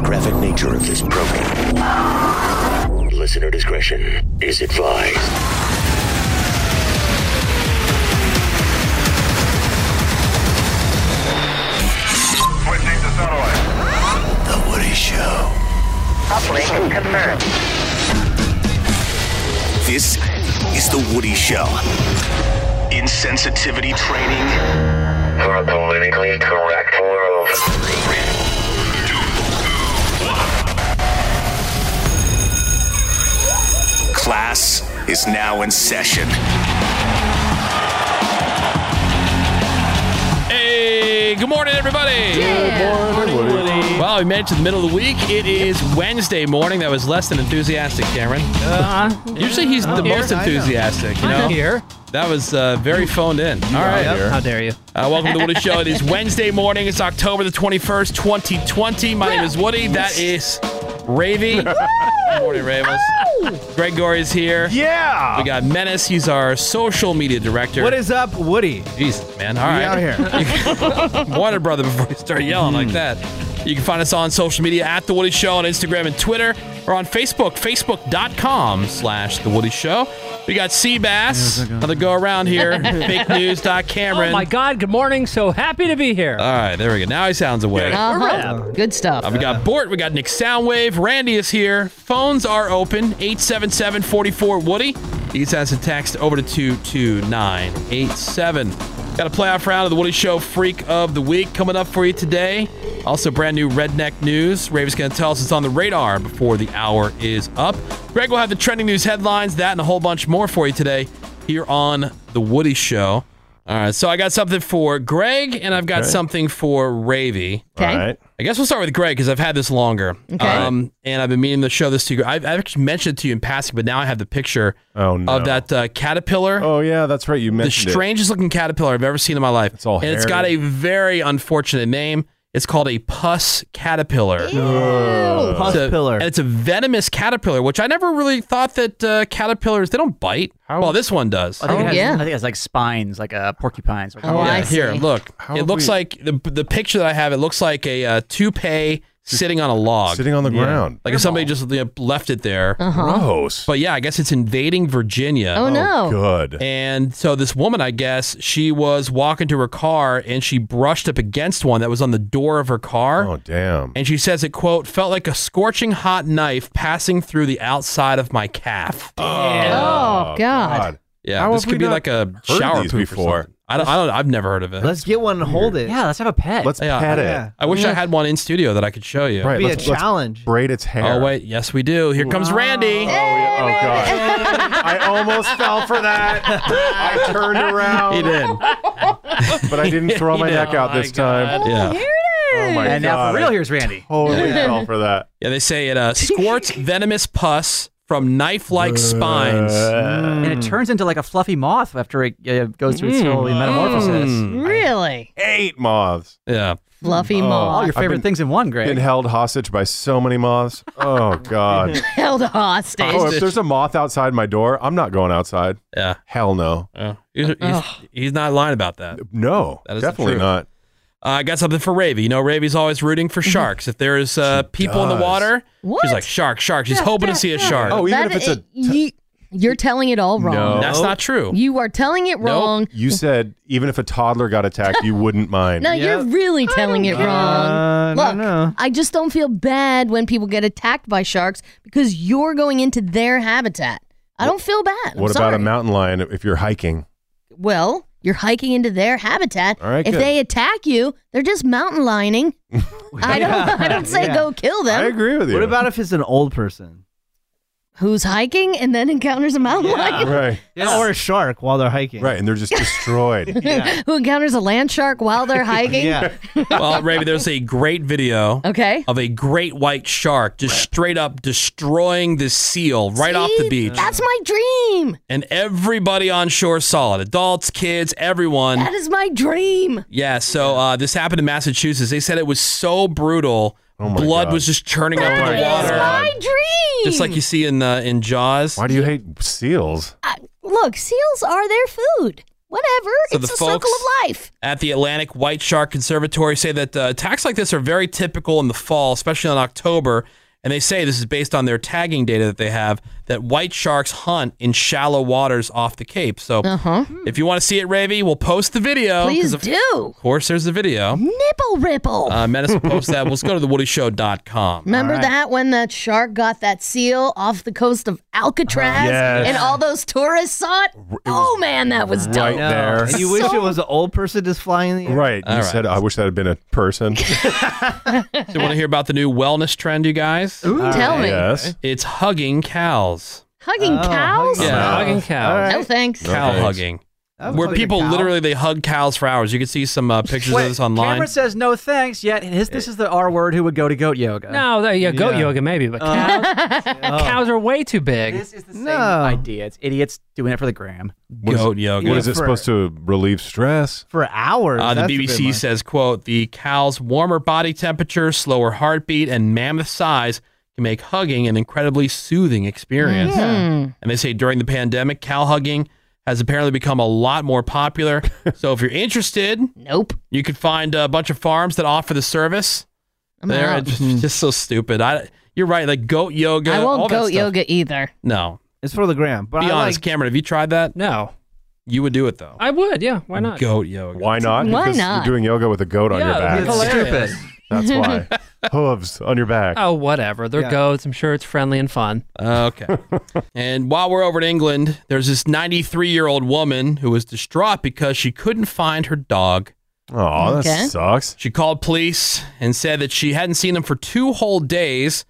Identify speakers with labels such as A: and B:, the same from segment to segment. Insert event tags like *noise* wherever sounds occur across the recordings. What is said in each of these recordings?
A: graphic nature of this program. Listener discretion is advised.
B: Switching to satellite.
A: The Woody Show.
C: Uplink confirmed.
A: This is The Woody Show. Insensitivity training
B: For a politically correct world.
A: class is now in session.
D: Hey, good morning, everybody. Good morning, Woody. Wow, we made it to the middle of the week. It is Wednesday morning. That was less than enthusiastic, Cameron.
E: Uh-huh.
D: Usually he's
E: I'm
D: the
E: here.
D: most
E: I know.
D: enthusiastic, you
E: I'm
D: know?
E: here.
D: That was uh, very phoned in. All right.
E: How dare you?
D: Uh, welcome to the Woody Show. It is Wednesday morning. It's October the 21st, 2020. My name is Woody. That is Ravy.
E: *laughs*
D: Good morning, Ravels. Greg Gore is here.
E: Yeah.
D: We got Menace. He's our social media director.
E: What is up, Woody?
D: Jesus, man. All
E: We
D: right. *laughs*
E: out here. Hmm.
D: Warner Brother before you start yelling like that. You can find us on social media at The Woody Show on Instagram and Twitter or on Facebook, facebook.com slash The Woody Show. We got Seabass, another go
E: *laughs*
D: around here, fake news. dot Cameron.
F: Oh my God! Good morning. So happy to be here.
D: All right, there we go. Now he sounds away.
F: Uh-huh. Good stuff.
D: Uh, we got Bort, we got Nick Soundwave, Randy is here. Phones are open 877 44 Woody. You can send us a text over to 22987. Got a playoff round of the Woody Show Freak of the Week coming up for you today. Also, brand new redneck news. Raven's going to tell us it's on the radar before the hour is up. Greg will have the trending news headlines, that, and a whole bunch more for you today here on The Woody Show. All right, so I got something for Greg, and I've got
G: Okay.
D: something for Ravy.
G: Okay. All right.
D: I guess we'll start with Greg because I've had this longer.
G: Okay.
D: Um, and I've been meaning to show this to you. I've, I've actually mentioned it to you in passing, but now I have the picture of that uh, caterpillar.
G: Oh yeah, that's right. You
D: the
G: mentioned it.
D: strangest looking caterpillar I've ever seen in my life. It's all and it's got a
G: hairy.
D: very unfortunate name. It's called a pus caterpillar.
E: Ew. Pus
D: It's a-
E: pillar.
D: And it's a venomous caterpillar, which I never really thought that uh, caterpillars they don't bite. well, this one does.
H: I think, it
G: Oh,
H: has, I think it has like spines, like uh, porcupines. Like
D: Yeah, Here, look. it looks like the the picture that I have. It looks like a uh, toupee sitting on a log,
G: sitting on the Yeah. ground.
D: Like if somebody just you know, left it there.
G: Uh-huh. Gross.
D: But yeah, I guess it's invading Virginia.
G: Oh, Oh, no. good.
D: And so this woman, I guess, she was walking to her car and she brushed up against one that was on the door of her car. Oh
G: damn!
D: And she says it quote felt like a scorching hot knife passing through the outside of my calf.
I: Oh, God. God.
D: Yeah,
I: How
D: this
I: have we
D: could be
I: not
D: like a
I: heard
D: shower
I: these
D: poop or
I: before?
D: something. I don't, I don't. I've never heard of it.
E: Let's get one and hold it. Yeah, let's have a pet.
G: Let's
D: Yeah,
G: pet
D: I-
G: it.
D: I wish I *laughs* had one in studio that I could show you.
G: Right, Be let's- a let's
E: challenge.
G: Braid its hair.
D: Oh wait, yes we do. Here comes Randy. Oh,
E: *laughs*
G: god. I almost fell for that. I turned around.
D: He did.
G: *laughs* But
D: *laughs*
G: I didn't throw
D: He
G: my
D: did.
G: neck out
D: Oh,
G: this
D: my
G: time.
D: God. Yeah. Here
G: Oh my
D: And now for
G: god.
D: real,
G: I
D: here's Randy.
I: *laughs*
G: Totally
D: Yeah.
G: fell for that.
D: *laughs* Yeah, they say it uh, squirts venomous pus from knife-like spines.
I: Mm.
H: and it turns into like a fluffy moth after it uh, goes through its
G: Mm.
H: slowly metamorphosis. Mm.
I: Really?
G: Hate moths. Oh,
D: Yeah.
I: Fluffy moth.
H: All your favorite things in one, Greg.
G: Been held hostage by so many moths.
H: *laughs*
G: Oh
I: *laughs*
G: god.
I: Held hostage.
G: Oh, if there's a moth outside my door, I'm not going outside.
D: Yeah.
G: Hell no.
D: He's, he's,
G: Ugh.
D: he's not lying about that.
G: No,
D: that is
G: definitely not.
D: Uh, I got something for Ravy. You know, Ravy's always rooting for sharks. If there's uh, people in the
G: does.
D: water,
I: Mm-hmm. What?
D: she's like shark, shark. She's hoping to see a shark.
G: Oh,
I: That- it- you, you're telling it all wrong.
G: No. That's not
D: true.
I: You are telling it wrong.
G: You said even if a toddler got attacked, you wouldn't mind.
I: No, you're really telling it
G: care.
I: wrong.
G: Uh,
I: Look, I just don't feel bad when people get attacked by sharks because you're going into their habitat. I don't feel bad. I'm
G: What about a
I: sorry.
G: mountain lion if you're hiking?
I: Well, you're hiking into their habitat.
G: All right,
I: if
G: good.
I: they attack you, they're just mountain
G: *laughs*
I: lining. I don't. I don't say
E: Yeah.
I: go kill them.
G: with
E: What
G: you.
E: about if it's an old person?
I: Who's hiking and then encounters a mountain
E: *laughs*
I: lion? *laughs*
G: Right.
E: Or a shark while they're hiking.
G: Right, and they're just
I: *laughs*
G: destroyed.
I: Who encounters a land shark while they're hiking? *laughs*
D: well, Ravy, there's a great video
I: Okay.
D: of a great white shark just straight up destroying this seal right off the beach.
I: That's my dream.
D: and everybody on shore saw it adults, kids, everyone.
I: That is my dream.
D: Yeah, so uh, this happened in Massachusetts. They said it was so brutal, blood was just churning up in the water,
I: My dream.
D: just like you see in uh, in Jaws. Why
G: do you hate seals?
I: Look, seals Uh, are their food. Whatever.
D: So
I: it's
D: the
I: a circle
D: folks-
I: of life.
D: at the Atlantic White Shark Conservatory say that uh, attacks like this are very typical in the fall, especially in October. And they say this is based on their tagging data that they have that white sharks hunt in shallow waters off the Cape. So
I: Uh-huh.
D: if you want to see it, Ravi, we'll post the video. 'cause
I: Please
D: of
I: do.
D: course, there's the video.
I: Nipple ripple.
D: Uh, Menace will post that. Let's go to thewoodyshow.com.
I: Remember that when that shark got that seal off the coast of Alcatraz
G: Yes.
I: and all those tourists saw it? oh man, that was
G: right
I: dope.
G: there.
E: And you wish
I: So-
E: it was an old person just flying in the air?
G: Right. You
D: All right.
G: said, I wish that had been a
D: *laughs*
G: person.
D: Do you want to hear about the new wellness trend, you guys?
I: Tell me.
G: yes.
D: It's hugging cows.
I: Hugging
E: Oh,
I: cows?
D: hugging- Yeah.
F: Hugging cows.
E: All right.
I: No thanks.
G: No.
D: Cow
G: thanks.
D: hugging.
E: That was
D: Where
E: like a
D: people
E: cow.
D: literally they hug cows for hours. You can see some uh, pictures of this online.
H: Cameron says no thanks. Yet his, this is the R word who would go to goat yoga.
F: No, there- yeah, goat
G: Yeah.
F: yoga maybe, but cows,
D: Uh-huh.
I: *laughs*
F: cows are way too big.
H: This is the same
E: No.
H: idea. It's idiots doing it for the gram.
G: What is-
D: Goat yoga.
G: What is it
E: For-
G: supposed to relieve stress?
E: for hours.
D: Uh, the
E: That's a bit
D: BBC
E: much.
D: says, quote, the cow's warmer body temperature, slower heartbeat, and mammoth size can make hugging an incredibly soothing experience.
I: Hmm.
D: And they say during the pandemic, cow hugging has apparently become a lot
E: *laughs*
D: more popular. so if you're interested,
I: Nope.
D: you can find a bunch of farms that offer the service.
I: I'm
D: They're
I: out.
D: just,
E: Mm-hmm.
D: just so stupid. I, you're right. Like goat yoga.
I: I
D: all
I: won't
D: that
I: goat
D: stuff.
I: yoga either.
D: No.
E: it's for the gram. But
D: Be
E: I
D: honest,
E: like,
D: Cameron, have you tried that?
F: No,
D: You would do it, though.
F: I would. Yeah, why not?
D: Goat yoga.
G: Why not?
I: Why
G: because
I: not?
G: you're doing yoga with a goat on
F: Yeah,
G: your
F: it's
G: back.
F: hilarious.
H: Stupid.
G: That's why. Hooves on your back.
F: Oh, whatever. They're
E: Yeah.
F: goats. I'm sure it's friendly and fun.
G: *laughs*
D: Okay. and while we're over in England, there's this 93 year old woman who was distraught because she couldn't find her dog.
G: Aw, that
I: Okay.
G: sucks.
D: She called police and said that she hadn't seen him for two whole days.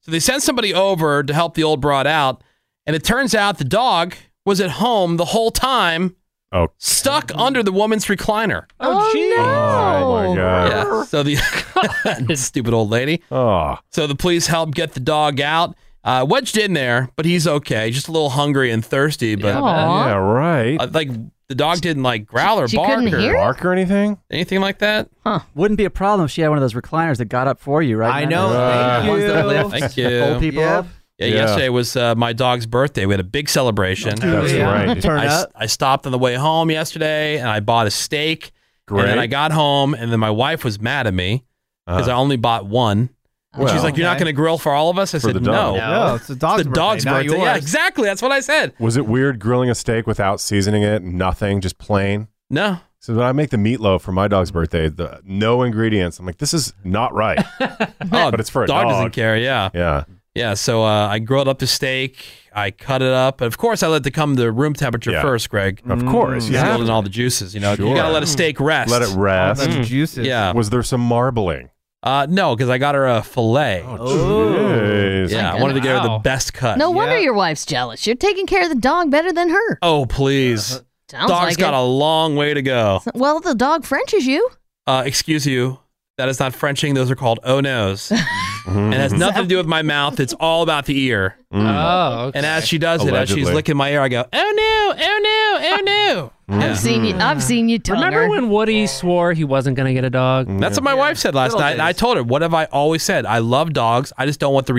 D: So they sent somebody over to help the old broad out. And it turns out the dog was at home the whole time,
G: Oh.
D: stuck under the woman's recliner.
I: Oh,
F: gee.
G: Oh my god.
D: Yeah. So the *laughs* stupid old lady.
G: Oh.
D: So the police helped get the dog out. Uh, wedged in there, but he's okay. Just a little hungry and thirsty, but
I: Aw.
G: Yeah, right.
D: Uh, like the dog didn't like growl or
I: She
D: bark
I: couldn't
D: or
I: hear?
G: Bark or anything?
D: anything like that.
H: Wouldn't be a problem if she had one of those recliners that got up for you,
E: I
H: right?
E: know.
G: Uh,
E: Thank
H: Ones that
E: you.
H: lift.
D: Thank you.
H: Fold people
E: Yep.
H: up.
D: Yeah,
G: Yeah.
D: yesterday was uh, my dog's birthday. We had a big celebration.
G: That's
E: Yeah.
G: right.
E: Turn
D: I, s-
E: up.
D: I stopped on the way home yesterday and I bought a steak. And
G: Great.
D: then I got home and then my wife was mad at me because I only bought one. And she's
G: Well,
D: like, "You're not
E: okay.
D: going to grill for all of us?" I
G: For
D: said,
G: the
D: "No,
G: dog.
E: No, it's the dog's
D: the
E: birthday.
D: dog's
E: not
D: birthday." Yeah,
E: yours.
D: exactly. That's what I said.
G: Was it weird grilling a steak without seasoning it? Nothing, just plain.
D: No,
G: So when I make the meatloaf for my dog's birthday, the no ingredients. I'm like, this is not
D: *laughs*
G: right.
D: oh,
G: But it's for a
D: dog. Doesn't
G: dog.
D: care. Yeah,
G: yeah.
D: yeah. So uh, I grilled up the steak. I cut it up. Of course, I let it come to room temperature
G: Yeah.
D: first, Greg.
G: Of course. You
D: It's
G: have
D: building all the juices. You know, you
G: Sure.
D: gotta let a steak rest.
G: to let it
E: All
G: rest.
E: them juices.
D: Yeah.
G: Was there some marbling?
D: Uh, no, because I got her a fillet.
G: Oh, Jeez.
D: yeah, I wanted to get her the
F: Wow.
D: best cut.
I: No wonder your wife's jealous. You're taking care of the dog better than her.
D: Oh please,
I: Sounds
D: dog's
I: like
D: got
I: it.
D: a long way to go.
I: Well, the dog Frenches you.
D: Uh, excuse you, that is not Frenching. Those are called oh
F: *laughs*
D: nos, and it
F: Mm-hmm.
D: has nothing to do with my mouth. It's all about the ear.
F: Oh, okay.
D: And as she does it, as she's
G: Allegedly.
D: licking my ear, I go, oh no, oh no, oh no.
I: *laughs*
D: Hmm.
I: I've seen you. I've seen you. Tongue
F: remember
I: her.
F: when Woody swore he wasn't going to get a dog?
D: Mm, That's what my wife said last
H: Little
D: night. And I
H: things.
D: told her, what have I always said? I love dogs. I just don't want the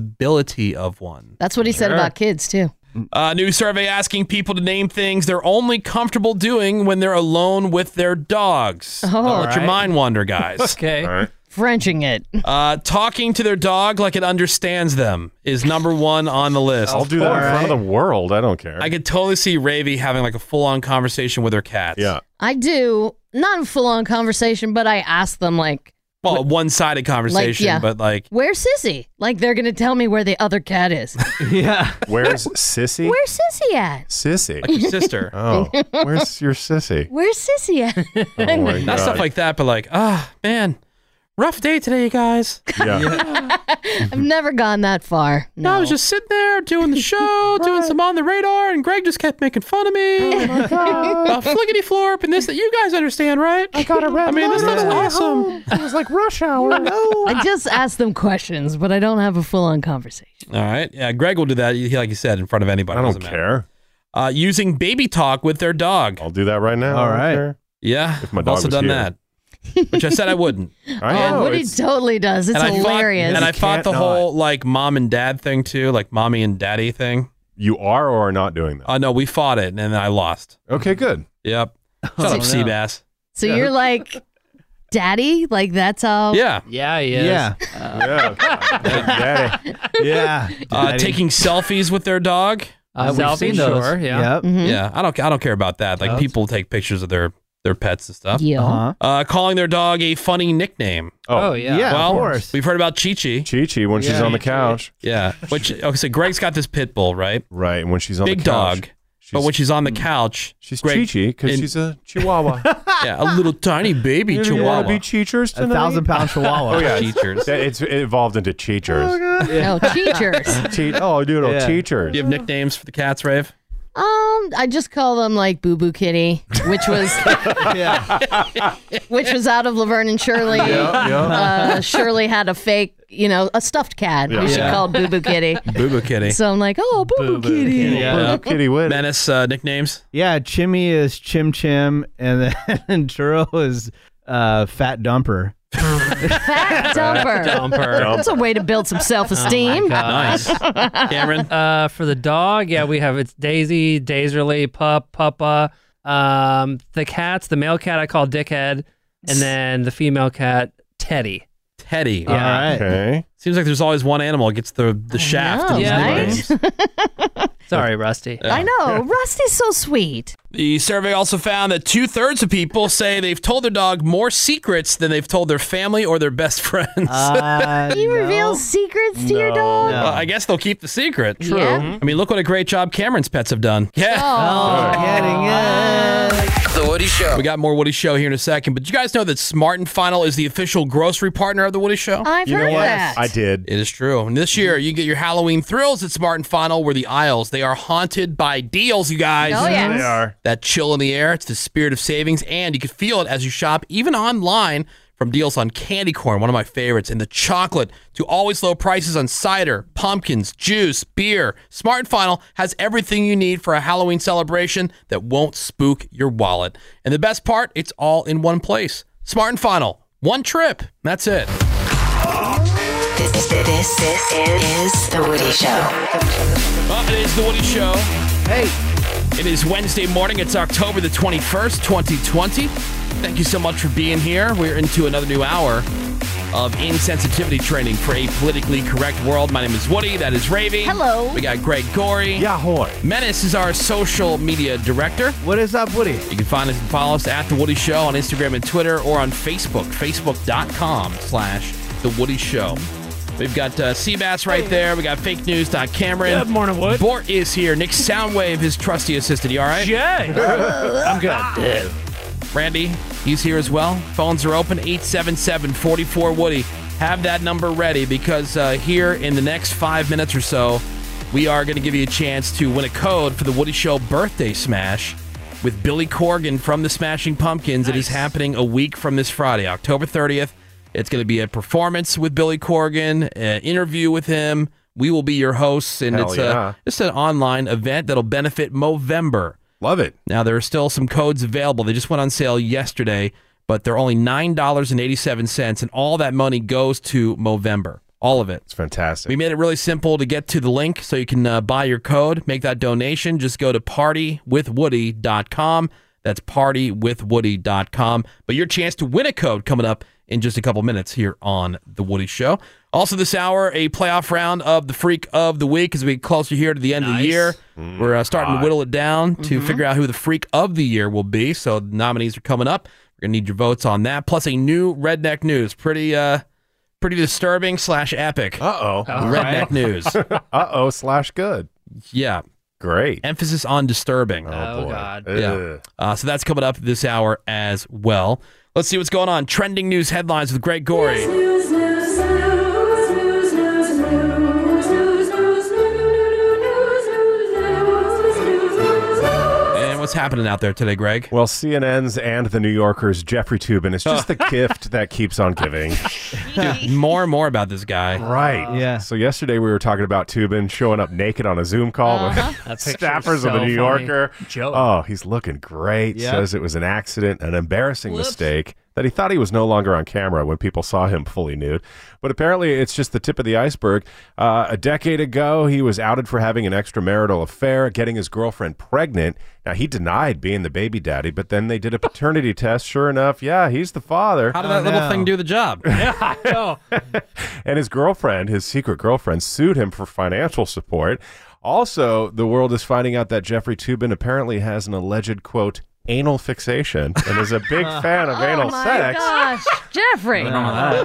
D: responsibility of one.
I: That's what he said about kids too.
D: A new survey asking people to name things they're only comfortable doing when they're alone with their dogs.
I: Oh.
D: Don't let your
F: Alright.
D: mind
I: *laughs*
D: wander, guys.
F: Okay.
I: Frenching it.
D: uh, talking to their dog like it understands them is number one on the list.
G: I'll do that in front of the world. I don't care.
D: I could totally see Ravi having like a full-on conversation with her cats.
G: yeah.
I: I do not a full on conversation, but I ask them like,
D: Well, a one-sided conversation,
I: yeah.
D: but
I: *laughs*
D: like,
I: "Where's Sissy?" Like they're gonna tell me where the other cat
D: *laughs*
I: is.
E: Yeah.
G: Where's Sissy?
I: Where's Sissy at?
G: Sissy.
D: like your sister.
G: *laughs* Oh, where's your sissy?
I: Where's Sissy
D: *laughs*
I: at?
G: Oh my
D: Not stuff
G: God.
D: like that, but like, ah, man, rough day today, you guys.
G: yeah.
I: *laughs* I've never gone that far. No,
D: I was just sitting there doing the *laughs* show, doing some on the radar, and Greg just kept making fun of me. Oh *laughs* my god! Uh, Flickety florp and this that you guys understand, right? I got a red. Oh, I mean, this stuff's awesome.
I: I just ask them questions, but I don't have a full on conversation.
D: *laughs* All right, yeah. Greg will do that, he- like you said, in front of anybody.
G: I don't
D: Doesn't matter.
G: care.
D: Uh, using baby talk with their dog.
G: I'll do that right now.
E: All
G: I don't
E: right.
G: care.
D: Yeah,
G: If my
D: I've
G: dog
D: also
G: was
D: done
G: here.
D: that, which I said I
G: *laughs*
D: wouldn't.
G: I know,
I: oh, Woody
G: it's-
I: totally does. It's
D: and I
I: hilarious.
D: Fought, and I fought
G: can't
D: the
G: not.
D: whole like mom and dad thing too, like mommy and daddy thing.
G: you are or are not doing that.
D: Uh, no, we fought it, and then I lost.
G: Okay, good.
I: *laughs*
D: Yep.
I: Oh,
D: Shut up, sea bass.
I: So you're like, daddy? Like, that's how.
D: Yeah.
F: Yeah, he is. Uh,
E: Yeah.
G: yeah. Big daddy.
E: *laughs*
D: *laughs*
E: yeah.
D: Uh,
E: Daddy.
D: taking selfies with their dog.
H: Uh, we've
F: Selfies,
H: seen those.
F: sure, yeah.
E: Yep.
I: Mhm.
D: Yeah, I don't I don't care about that. Like
F: That's-
D: people take pictures of their their pets and stuff.
I: Yeah.
E: Uh-huh.
D: Uh, calling their dog a funny nickname.
G: Oh,
F: Oh, yeah.
E: Yeah.
D: well,
E: of course.
D: we've heard about Chi Chi.
G: Chi Chi when she's
E: Yeah.
G: on the couch.
D: Yeah, which okay. So Greg's got this pit bull, right?
G: Right. And when she's on
D: Big
G: the couch. Mm.
D: dog. but when she's on the couch,
G: She's
D: Greg-
G: Chi Chi because
D: in-
G: she's a
D: *laughs*
G: Chihuahua.
D: yeah, a little tiny baby
G: You want to
D: chihuahua.
G: be cheaters
E: A
G: tonight?
E: thousand
G: *laughs*
E: pound chihuahua.
G: Oh yeah, it's-
D: Teachers.
G: that- it's it evolved into cheaters.
I: No, teachers.
G: *laughs* Che- oh, dude, oh,
E: Oh, Yeah.
G: cheaters.
D: Do you have nicknames for the cats, Rave?
I: Um, I just call them like Boo Boo Kitty, which
D: *laughs*
I: was
E: *laughs*
G: *laughs*
E: yeah.
I: which was out of Laverne and Shirley. Uh, Shirley had a fake, you know, a stuffed cat.
G: Yeah.
I: We should
D: Yeah.
I: call it Boo Boo Kitty.
D: Boo Boo Kitty.
I: So I'm like, oh, Boo Boo Kitty.
D: Yeah.
G: Kitty Witt.
D: Menace uh, nicknames.
E: Yeah. Chimmy is Chim Chim, and then *laughs* Churro is uh, Fat Dumper.
I: Fat dumper.
F: Dumper.
I: That's a way to build some self esteem.
D: Oh, Nice. *laughs* Cameron.
F: Uh, for the dog, yeah, we have it's Daisy, Daiserly, Pup, Puppa. Um, the cats, the male cat I call Dickhead, and then the female cat Teddy.
D: Teddy.
E: All right.
G: Okay.
D: Seems like there's always one animal that gets the the shaft.
I: know,
D: in these
F: right?
D: nicknames.
I: *laughs*
F: Sorry, Rusty.
I: *laughs* I know. Rusty's so sweet.
D: *laughs* The survey also found that two thirds of people say they've told their dog more secrets than they've told their family or their best friends.
E: Uh,
I: He
E: no.
I: reveals secrets to your
G: No.
I: dog.
E: No.
D: Well, I guess they'll keep the *laughs* secret.
I: True. Yeah.
D: I mean, look what a great job Cameron's pets have done. Yeah.
I: Oh.
E: Getting it.
J: The Woody Show.
D: We got more Woody Show here in a second, but did you guys know that Smart and Final is the official grocery partner of the Woody Show?
I: I've
G: You know
I: heard
G: what?
I: that.
G: I did.
D: It is true. And this year, you get your Halloween thrills at Smart and Final, where the aisles they are haunted by deals. You guys,
I: Oh, yes.
G: They are.
D: that chill in the air. It's the spirit of savings, and you can feel it as you shop, even online, from deals on candy corn, one of my favorites, and the chocolate, to always low prices on cider, pumpkins, juice, beer. Smart and Final has everything you need for a Halloween celebration that won't spook your wallet. And the best part, it's all in one place. Smart and Final, one trip. That's it.
C: This, this, this is The Woody Show.
D: Well, it is the Woody Show. Hey. It is Wednesday morning. It's October the 21st, 2020. Thank you so much for being here. We're into another new hour of insensitivity training for a politically correct world. My name is Woody. That is Ravy.
I: Hello.
D: We got Greg Gorey.
G: Yahoo.
D: Menace is our social media director.
E: What is up, Woody?
D: You can find us and follow us at The Woody Show on Instagram and Twitter or on Facebook, facebook.com slash The Woody Show. We've got uh, Seabass right there. We got fake news. Doc Cameron.
F: Good morning, Wood.
D: Bort is here. Nick Soundwave, his trusty assistant. You all right?
F: Jay,
B: *laughs*
F: I'm good.
D: Randy, he's here as well. Phones are open 877 44 Woody. Have that number ready because uh, here in the next five minutes or so, we are going to give you a chance to win a code for the Woody Show birthday smash with Billy Corgan from the Smashing Pumpkins. It is happening a week from this Friday, October 30th. It's going to be a performance with Billy Corgan, an interview with him. We will be your hosts, and
G: Hell
D: it's
G: yeah.
D: a it's an online event that'll benefit Movember.
G: Love it.
D: Now there are still some codes available. They just went on sale yesterday, but they're only nine dollars and eighty-seven cents, and all that money goes to Movember. All of it.
G: It's fantastic.
D: We made it really simple to get to the link so you can uh, buy your code, make that donation. Just go to partywithwoody.com. That's partywithwoody.com. But your chance to win a code coming up in just a couple minutes here on The Woody Show. Also, this hour, a playoff round of the Freak of the Week as we get closer here to the end of the year. We're uh, starting to whittle it down to figure out who the Freak of the Year will be. So, the nominees are coming up. We're going to need your votes on that. Plus, a new Redneck News. Pretty, uh, pretty disturbing slash epic.
G: Uh oh.
D: Redneck
G: *laughs*
D: news.
G: Uh oh. Slash good.
D: Yeah.
G: Great.
D: Emphasis on disturbing.
F: Oh, God.
G: Ugh.
D: Yeah. Uh, so that's coming up this hour as well. Let's see what's going on. Trending news headlines with Greg Gorey. And what's happening out there today, Greg?
G: Well, CNN's and the New Yorker's Jeffrey Tubin.
D: *laughs*
G: It's just the gift that keeps on giving.
D: Dude, more and more about this guy.
G: Right.
E: Yeah.
G: So yesterday we were talking about Tubin showing up naked on a Zoom call with
F: Uh-huh. That picture is
G: staffers of
F: so
G: the New
F: funny.
G: Yorker.
F: Joke.
G: Oh, he's looking great.
E: Yeah.
G: Says it was an accident, an embarrassing mistake. that he thought he was no longer on camera when people saw him fully nude. But apparently, it's just the tip of the iceberg. Uh, a decade ago, he was outed for having an extramarital affair, getting his girlfriend pregnant. Now, he denied being the baby daddy, but then they did a paternity *laughs* test. Sure enough, yeah, he's the father.
D: How did
F: Oh,
D: that little thing do the
G: *laughs*
D: job?
G: And his girlfriend, his secret girlfriend, sued him for financial support. Also, the world is finding out that Jeffrey Tubin apparently has an alleged, quote, anal fixation and is a
H: *laughs*
G: big fan of
H: Oh
G: anal
I: Oh my
G: sex.
I: gosh, Jeffrey.
F: Oh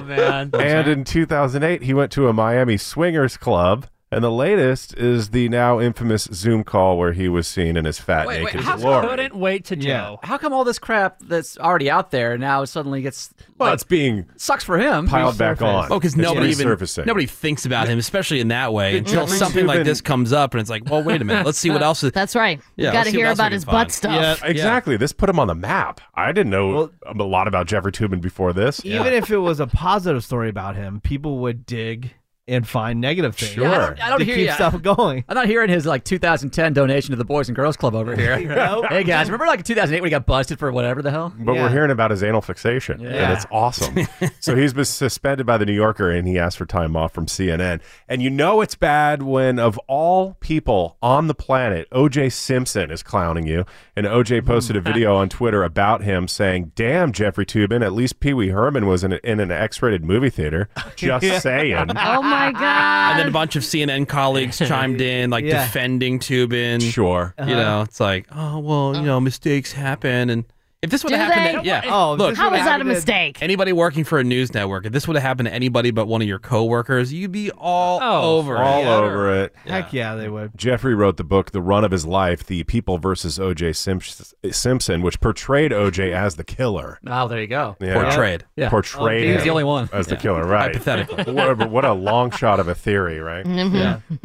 H: *laughs*
F: man.
G: And in 2008, he went to a Miami swingers club. And the latest is the now infamous Zoom call where he was seen in his fat
H: Wait, wait,
G: naked
H: how-
G: glory.
F: Couldn't wait to Joe.
H: How come all this crap that's already out there now suddenly gets
G: well,
H: like,
G: it's being
H: sucks for him?
G: piled back on.
D: Oh, because
G: It's
D: nobody even
G: resurfacing.
D: nobody thinks about him, especially in that way, until
G: Jeffrey
D: something like
G: Toobin-
D: this comes up, and it's like, well, wait a minute, let's
I: *laughs*
D: see
F: *laughs*
D: what else is.
I: That's right.
D: Yeah,
I: you got
D: let's
I: to
D: see what
I: hear
D: else we
I: about
D: can
I: his
D: find.
I: butt stuff.
E: Yeah.
G: Exactly. This put him on the map. I didn't know
E: Well-
G: a lot about Jeffrey Toobin before this.
E: Even if it was a positive story about him, people would dig and find negative things.
G: Sure. Yeah, I don't-
H: I don't
E: to
H: hear
E: keep
H: ya.
E: stuff
H: *laughs*
E: going.
H: I'm not hearing his like 2010 donation to the Boys and Girls Club over
G: *laughs*
H: here. *laughs* Hey guys, remember like in 2008 when he got busted for whatever the hell?
G: But we're hearing about his anal fixation, and it's awesome. so he's been suspended by the New Yorker, and he asked for time off from CNN. And you know it's bad when, of all people on the planet, O.J. Simpson is clowning you. And O.J. posted a video on Twitter about him saying, "Damn, Jeffrey Tubin, at least Pee Wee Herman was in, a, in an X-rated movie theater." Just saying.
I: Oh my
D: And
I: god.
D: then a bunch of CNN colleagues chimed
F: *laughs*
D: in, like
E: Yeah.
D: defending Tubin.
G: Sure.
F: Uh-huh.
D: You know, it's like, oh well, you know, mistakes happen, and if this would have
I: Do
D: happened,
I: they?
D: to, yeah.
E: *laughs* Oh,
D: look,
E: this
I: How was that a
E: happened to-
I: mistake?
D: anybody working for a news network, if this would have happened to anybody but one of your coworkers, you'd be all *laughs*
F: Oh,
D: over it.
G: All over it.
E: Heck yeah, they would.
G: Jeffrey wrote the book, The Run of His Life, The People versus O.J. Simps- Simpson, which portrayed O.J. as the killer.
H: Oh, there you go.
G: Yeah.
D: Portrayed.
H: Yeah.
G: Portrayed.
H: He was the
G: him
H: only one.
G: As *laughs* the killer, right.
D: Hypothetical.
G: what, a, what a long shot of a
H: *laughs*
G: theory, right?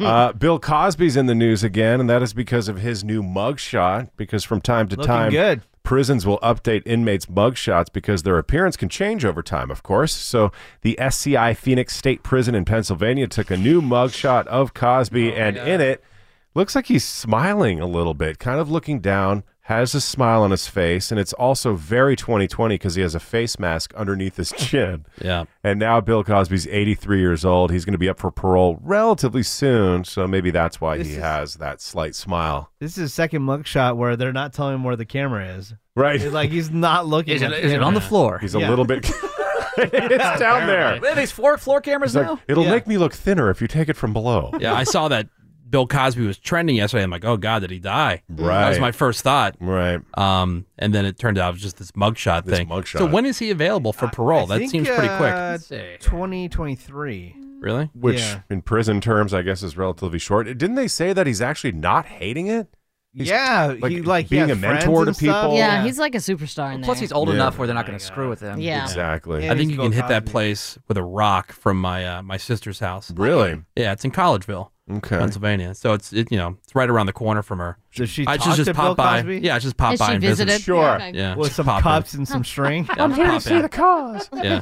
G: Uh, Bill Cosby's in the news again, and that is because of his new mugshot, because from time to
E: Looking
G: time,
E: good.
G: prisons will update inmates' mugshots because their appearance can change over time, of course. So the SCI Phoenix State Prison in Pennsylvania took a new mugshot of
E: Oh
G: Cosby, and in it, looks like he's smiling a little bit, kind of looking down, has a smile on his face, and it's also very 2020 because he has a face mask underneath his chin.
D: Yeah.
G: And now Bill Cosby's 83 years old. He's going to be up for parole relatively soon, so maybe that's why he has that slight smile.
E: This is his second mugshot where they're not telling him where the camera is.
G: Right.
E: It's like he's
H: *laughs*
E: not looking.
H: Is it,
E: at
H: is it on the floor?
G: He's a
E: Yeah.
G: little bit
E: *laughs*
G: *laughs* It's down there.
H: They have these floor floor cameras
G: It's like,
H: now.
G: it'll
E: Yeah.
G: make me look thinner if you take it from below.
D: Yeah, I saw that Bill Cosby was trending yesterday. I'm like, oh god, did he die? That was
G: Right.
D: my first thought.
G: Right.
D: Um, and then it turned out it was just this mugshot
G: This
D: thing.
G: mugshot.
D: So when is he available
F: Uh,
D: for parole? that
E: think,
D: seems pretty quick.
E: uh,
H: see.
E: 2023.
D: really?
G: Which
E: Yeah.
G: in prison terms I guess is relatively short. Didn't they say that he's actually not hating it? He's
E: yeah,
G: like,
E: he like he
G: being
E: has
G: a
E: friends
G: mentor
E: and
G: to people.
E: stuff.
I: yeah, he's like a superstar in there.
H: Plus, he's old
G: Yeah.
H: enough where they're not going to screw with him.
I: yeah.
G: Exactly.
E: Yeah.
D: I
E: he's
D: think you can
E: Bill
D: hit that
E: Cosby.
D: place with a rock from my uh, my sister's house.
G: Really?
D: Yeah, it's in Collegeville,
G: Okay.
D: Pennsylvania. So it's it, you know it's right around the corner from her.
E: Does she
D: I
E: talk
D: should just
E: to
D: pop
E: Bill
D: by.
E: Cosby?
D: Yeah, I just pop
I: Has
D: by
I: she
D: and visit.
I: visited?
G: Sure.
I: Okay.
D: Yeah,
E: with
D: just
E: some
D: pop in.
E: cups and some string.
I: *laughs*
D: Yeah, I'm here to see the cause. Yeah,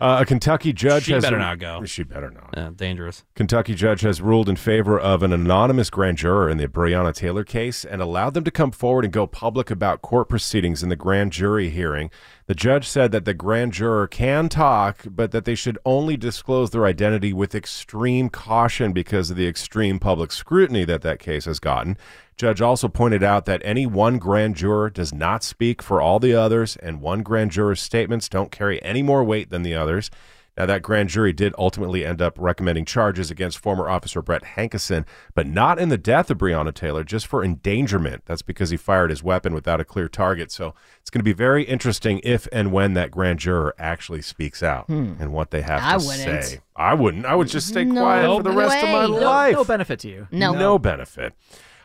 G: Uh, a Kentucky judge
D: She
G: has
D: better not go.
G: She better not.
D: yeah, dangerous.
G: Kentucky judge has ruled in favor of an anonymous grand juror in the Breonna Taylor case and allowed them to come forward and go public about court proceedings in the grand jury hearing. The judge said that the grand juror can talk, but that they should only disclose their identity with extreme caution because of the extreme public scrutiny that that case has gotten. Judge also pointed out that any one grand juror does not speak for all the others, and one grand juror's statements don't carry any more weight than the others. Now, that grand jury did ultimately end up recommending charges against former officer Brett Hankison, but not in the death of Breonna Taylor, just for endangerment. That's because he fired his weapon without a clear target. So it's going to be very interesting if and when that grand juror actually speaks out and what they have
I: Hmm. I
G: to
I: wouldn't.
G: say. I wouldn't. I would just stay
I: No
G: quiet for the rest of my
I: way.
H: No,
G: life.
H: no benefit to you.
I: No.
G: No benefit.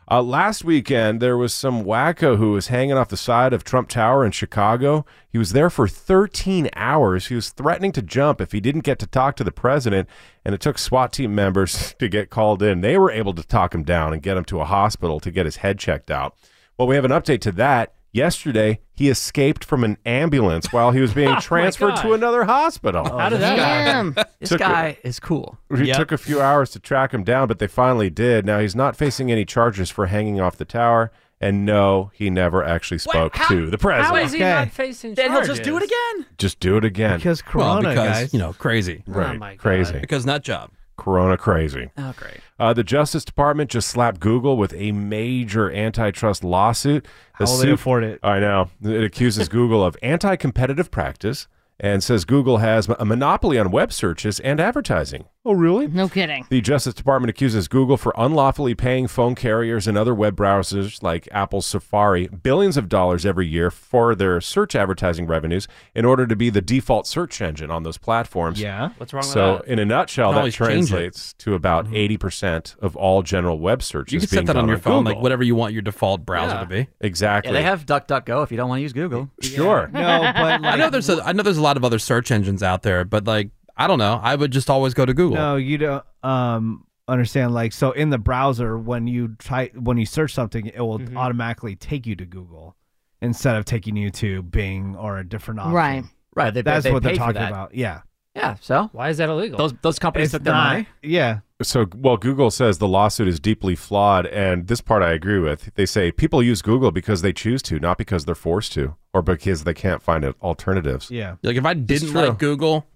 G: Uh, last weekend, there was some wacko who was hanging off the side of Trump Tower in Chicago. He was there for 13 hours. He was threatening to jump if he didn't get to talk to the president, and it took SWAT team members *laughs* to get called in. They were able to talk him down and get him to a hospital to get his head checked out. Well, we have an update to that. Yesterday, he escaped from an ambulance while he was being transferred to another hospital.
F: How did that?
I: Damn.
H: This
G: Took a-
H: guy is cool.
G: It took a few hours to track him down, but they finally did. Now he's not facing any charges for hanging off the tower, And no, he never actually spoke to the president.
J: How is he
E: Okay.
J: not facing
H: Then he'll
J: charges?
H: just do it again.
G: Just do it again.
E: Because
D: Well,
E: Corona,
D: because,
E: guys.
D: you know, crazy.
G: right.
J: Oh, my God.
G: Crazy.
D: Because nut job.
G: Corona crazy.
J: Oh, great.
G: Uh, the Justice Department just slapped Google with a major antitrust lawsuit. The
E: How will they
G: suit-
E: afford it?
G: I know. It accuses Google of anti competitive practice and says Google has a monopoly on web searches and advertising. Oh, really?
I: No kidding.
G: The Justice Department accuses Google for unlawfully paying phone carriers and other web browsers like Apple's Safari billions of dollars every year for their search advertising revenues in order to be the default search engine on those platforms.
E: Yeah.
J: What's wrong
G: So,
J: with that?
G: in a nutshell,
D: Can
G: that
D: always change it.
G: translates to about 80% of all general web searches
D: You can
G: being
D: set that
G: done
D: on your phone,
G: Google.
D: like whatever you want your default browser to be.
G: Exactly.
H: Yeah, they have DuckDuckGo if you don't want to use Google.
G: *laughs* Sure.
E: No, but
D: I
E: like,
D: know there's a I know there's a lot of other search engines out there, but like I don't know. I would just always go to Google.
E: no, you don't um understand. Like, so in the browser, when you try when you search something, it will
H: Mm-hmm.
E: automatically take you to Google instead of taking you to Bing or a different option.
I: Right.
H: Right. They,
E: That's
H: they
E: what
H: pay
E: they're
H: for
E: talking
H: that.
E: about. Yeah.
H: Yeah. So
J: Why is that illegal?
H: those those companies took their money.
E: Yeah.
G: So, well, Google says the lawsuit is deeply flawed, and this part I agree with. They say people use Google because they choose to, not because they're forced to, or because they can't find al- alternatives.
E: Yeah.
D: Like if I didn't
G: true.
D: like Google,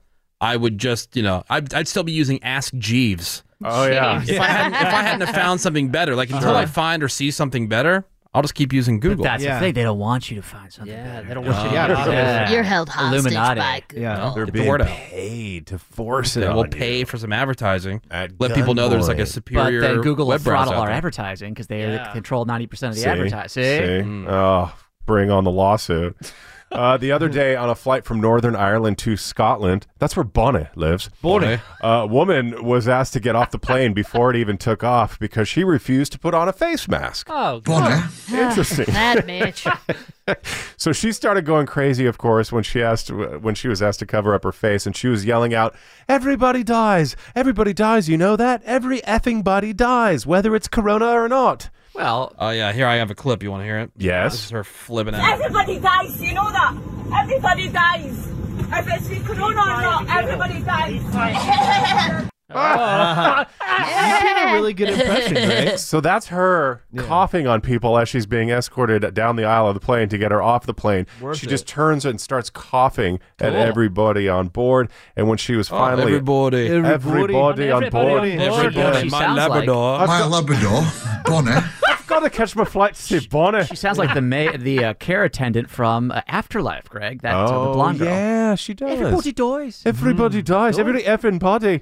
D: I would just you know I'd, I'd still be using Ask Jeeves.
G: Oh yeah,
D: If I hadn't, if I hadn't
H: *laughs*
D: have found something better, like until I find or see something better, I'll just keep using Google.
H: Uh-huh. That's
E: Yeah.
H: the thing. They don't want you to find something.
J: yeah,
H: better.
J: they don't want you to
E: Yeah.
J: get out of
H: Yeah.
J: it.
I: You're held hostage
H: Illuminati.
I: by Google.
E: Yeah.
G: they're
D: Get the
G: being
D: word out.
G: paid to force it.
D: Yeah, we'll
G: on you.
D: pay for some advertising.
G: At
D: Let people know there's like a
G: Gunboy.
H: But
D: superior
H: then Google will
D: web browser.
H: throttle
D: out
H: our
D: there.
H: advertising because they
J: Yeah.
H: control 90% of the
G: See?
H: advertising. See? *laughs* Hmm.
G: See? Oh, bring on the lawsuit. Uh, the other day, on a flight from Northern Ireland to Scotland, that's where Bonnet lives. Uh,
D: Bonnet.
G: A woman was asked to get off the plane before it even took off because she refused to put on a face mask.
J: Oh,
G: Interesting.
I: That
G: *laughs*
I: bitch.
G: So she started going crazy, of course, when she asked when she was asked to cover up her face, and she was yelling out, "Everybody dies! Everybody dies! You know that? Every effing body dies, whether it's corona or not."
H: Well,
D: Oh yeah, here I have a clip. You want to hear it?
G: Yes.
D: This is her flipping out.
K: Everybody dies, you know that. Everybody dies. If it's with corona or not, everybody dies.
G: Uh-huh.
E: You did a really good impression, right?
G: So that's her coughing on people as she's being escorted down the aisle of the plane to get her off the plane. she just turns and starts coughing at everybody on board, and when she was finally
D: Everybody.
G: everybody on
J: Everybody
G: board,
J: on board.
G: everybody.
H: She
D: my
H: sounds like-
D: Labrador.
G: I've got,
B: Labrador, Bonnet.
G: I've got to catch my flight to see Bonnie.
H: she sounds like the ma- the uh, care attendant from uh, Afterlife, Greg. That's uh, the
G: Oh
H: blonde girl.
G: yeah, she does.
H: Everybody dies.
G: Everybody Mm. dies. Every effing body.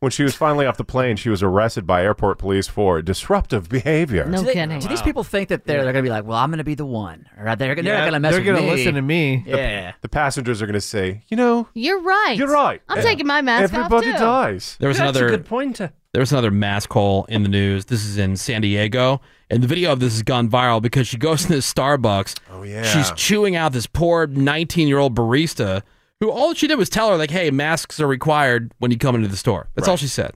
G: When she was finally off the plane, she was arrested by airport police for disruptive behavior.
I: No
H: Do, they-
I: kidding.
H: do these people think that they're, they're going to be like, well, I'm going to be the one, or they're, they're not
E: Yeah,
H: going to mess
E: they're
H: with me?
E: gonna listen to me.
H: Yeah.
G: The passengers are going to say, you know,
I: You're right.
G: you're right.
I: I'm taking my mask off
G: Everybody
I: too.
G: dies.
D: There was
J: that's
D: another
J: a good point. to-
D: There was another mask hole in the news. This is in San Diego, and the video of this has gone viral because she goes *laughs* into Starbucks. Oh
G: yeah.
D: she's chewing out this poor 19 year old barista who all she did was tell her like, "Hey, masks are required when you come into the store." That's all she said.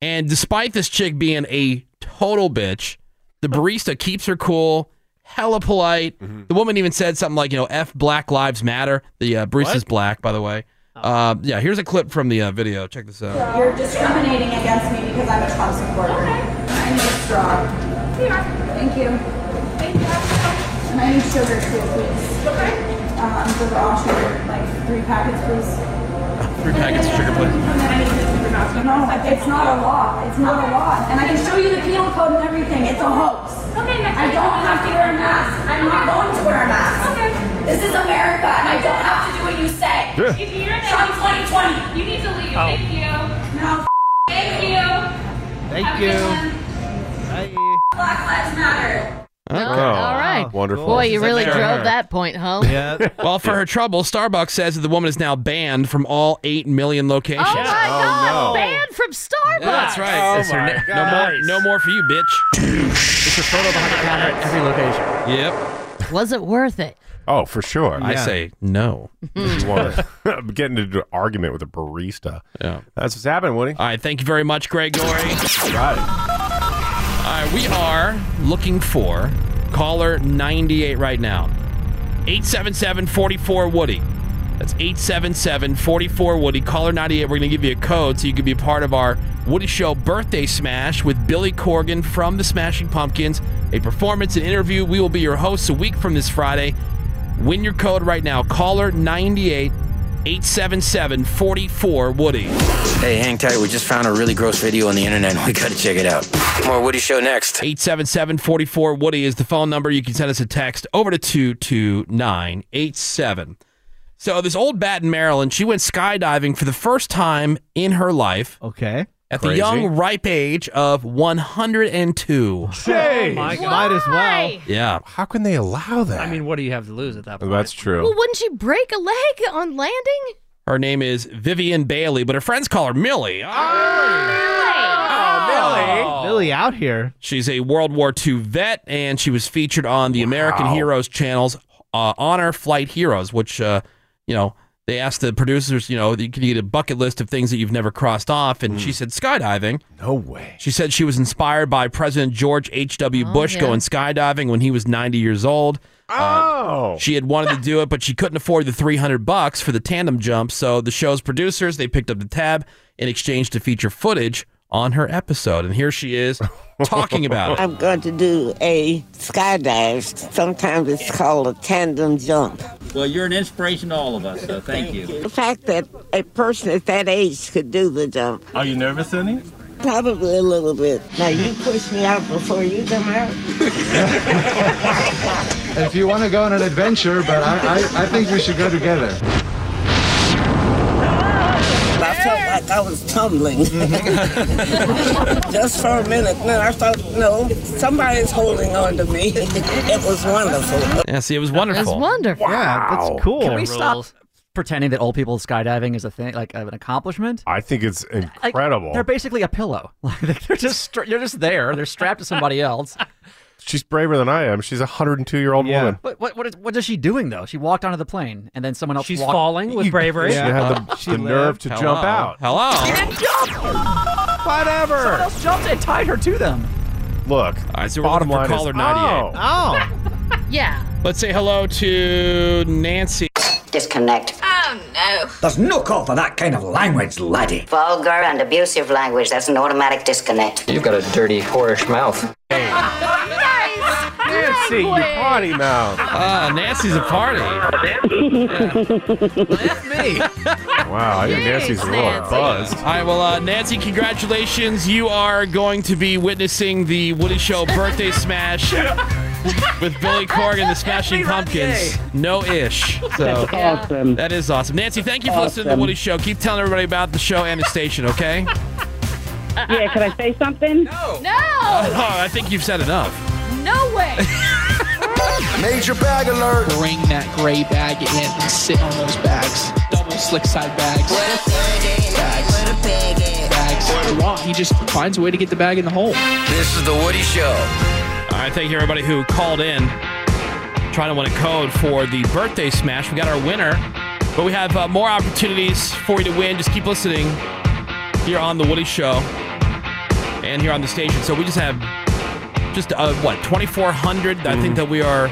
D: And despite this chick being a total bitch, the barista keeps her cool, hella polite. The woman even said something like, "You know, f Black Lives Matter." The uh, barista's black, by the way. Uh, yeah, here's a clip from the uh, video. Check this out.
K: You're discriminating against me because I'm a Trump supporter. I need a straw. Thank you. Thank you. And I need sugar too, please. Okay. Um, so the all sugar, like three packets, please.
D: Three packets of sugar, please.
K: No, it's not a law. It's not a law. And I can show you the penal code and everything. It's a hoax. Okay, I don't have to wear a mask. I'm not going to wear a mask. Okay. This is America, and I don't have to do what you say.
G: Yeah.
K: If you're Trump 2020. You need to leave. Thank you. No. Thank you.
E: Thank you. Bye.
K: Black Lives Matter.
I: Oh,
G: Oh,
I: all right.
G: Wonderful.
I: Boy, you really
D: Sure.
I: drove that point home.
E: Yeah.
D: *laughs* Well, for her trouble, Starbucks says that the woman is now banned from all 8 million locations.
I: Oh my God!
G: no.
I: Banned from Starbucks.
D: That's
G: Oh
D: right.
H: It's her
I: Oh
H: na-
D: No more, no more for you, bitch.
H: It's a photo behind the counter at every location.
D: Yep.
I: Was it worth it?
G: Oh, for sure.
D: I
E: Yeah.
D: say
L: *laughs*
D: no.
H: Hmm.
G: just want to *laughs* get into an argument with a barista.
D: Yeah.
G: That's what's happening, Woody.
D: All right. Thank you very much, Greg Gory.
G: Got it.
D: All right, we are looking for caller 98 right now. 877-44 Woody. That's 877 44 Woody. Caller 98. We're going to give you a code so you can be a part of our Woody Show birthday smash with Billy Corgan from the Smashing Pumpkins. A performance and interview. We will be your hosts a week from this Friday. Win your code right now. Caller 98 877 44 Woody.
J: Hey, hang tight. We just found a really gross video on the internet. We gotta check it out. More Woody Show next.
D: 877 44 Woody is the phone number. You can send us a text over to 22987. So, this old bat in Maryland, she went skydiving for the first time in her life.
E: Okay.
D: At the
E: Crazy.
D: young, ripe age of 102.
E: Jeez. Might as well.
D: Yeah.
G: How can they allow that?
F: I mean, what do you have to lose at that point?
D: That's
I: Well, wouldn't she break a leg on landing?
D: Her name is Vivian Bailey, but her friends call her Millie. Ah. Oh, Millie.
E: Millie out here.
D: She's a World War II vet, and she was featured on the American Heroes Channel's uh, Honor Flight Heroes, which, uh, you know, they asked the producers, you know, you can get a bucket list of things that you've never crossed off, and she said skydiving.
G: No way.
D: She said she was inspired by President George H.W.
G: Oh,
D: Bush
G: yeah.
D: going skydiving when he was 90 years old.
G: Oh.
D: She had wanted to do it, but she couldn't afford the 300 bucks for the tandem jump. So the show's producers, they picked up the tab in exchange to feature footage on her episode. And here she is talking about it.
M: I'm going to do a skydive. Sometimes it's called a tandem jump.
L: Well, you're an inspiration to all of us, so thank, you.
M: The fact that a person at that age could do the jump.
L: Are you nervous, Cindy?
M: Probably a little bit. Now you push me out before you come out.
N: If you want to go on an adventure, but I, I, I think we should go together.
M: I felt like I was tumbling. Just for a minute. Then I thought, no, somebody's holding on to me. It was wonderful.
D: Yeah, see, it was wonderful.
I: wonderful.
H: Yeah,
G: that's cool.
H: Can we
G: Rules.
H: stop pretending that old people skydiving is a thing, like an accomplishment?
G: I think it's
H: Like,
G: incredible.
H: They're basically a pillow. *laughs* Like they're just stra- you're just there. They're strapped to somebody else.
G: She's braver than I am. She's a 102 year old woman.
H: What what what is, what is she doing though? She walked onto the plane and then someone else.
F: She's
H: walked-
F: falling with bravery.
G: She had the, the nerve to jump out.
D: Hello.
H: Whatever. Someone else jumped and tied her to
D: *laughs*
H: them.
G: *laughs* Look.
D: so we're
G: bottom
D: looking
G: line
D: for caller
G: is,
D: 98.
H: Oh.
I: Yeah.
D: Let's say hello to Nancy.
O: Disconnect.
K: Oh no.
O: There's no call for that kind of language, laddie. Vulgar and abusive language. That's an automatic disconnect.
P: You've got a dirty, whorish mouth.
G: Nancy, you potty mouth.
D: Ah, Nancy's a party.
G: Wow, I think Nancy's a little buzzed.
D: All right, well, uh, Nancy, congratulations. You are going to be witnessing the Woody
Q: *laughs*
D: Show birthday smash with Billy Corgan, the Smashing Pumpkins. No ish. So
Q: That's awesome.
D: That is awesome. Nancy, thank you for listening to the
Q: Awesome.
D: Woody Show. Keep telling everybody about the show and the station, okay?
Q: Yeah, can I say something? No.
D: Oh,
Q: No.
D: I think you've said enough.
Q: No way.
R: *laughs* Major bag alert. Bring that gray bag in and sit on those bags. Double slick side bags. Bags. Bags. Wow, he just finds a way to get the bag in the hole.
J: This is The Woody Show.
D: All right, thank you everybody who called in trying to win a code for the birthday smash. We got our winner, but we have uh, more opportunities for you to win. Just keep listening here on the Woody Show and here on the station. So we just have just uh, what 2,400. I
G: Mm-hmm.
D: think that we are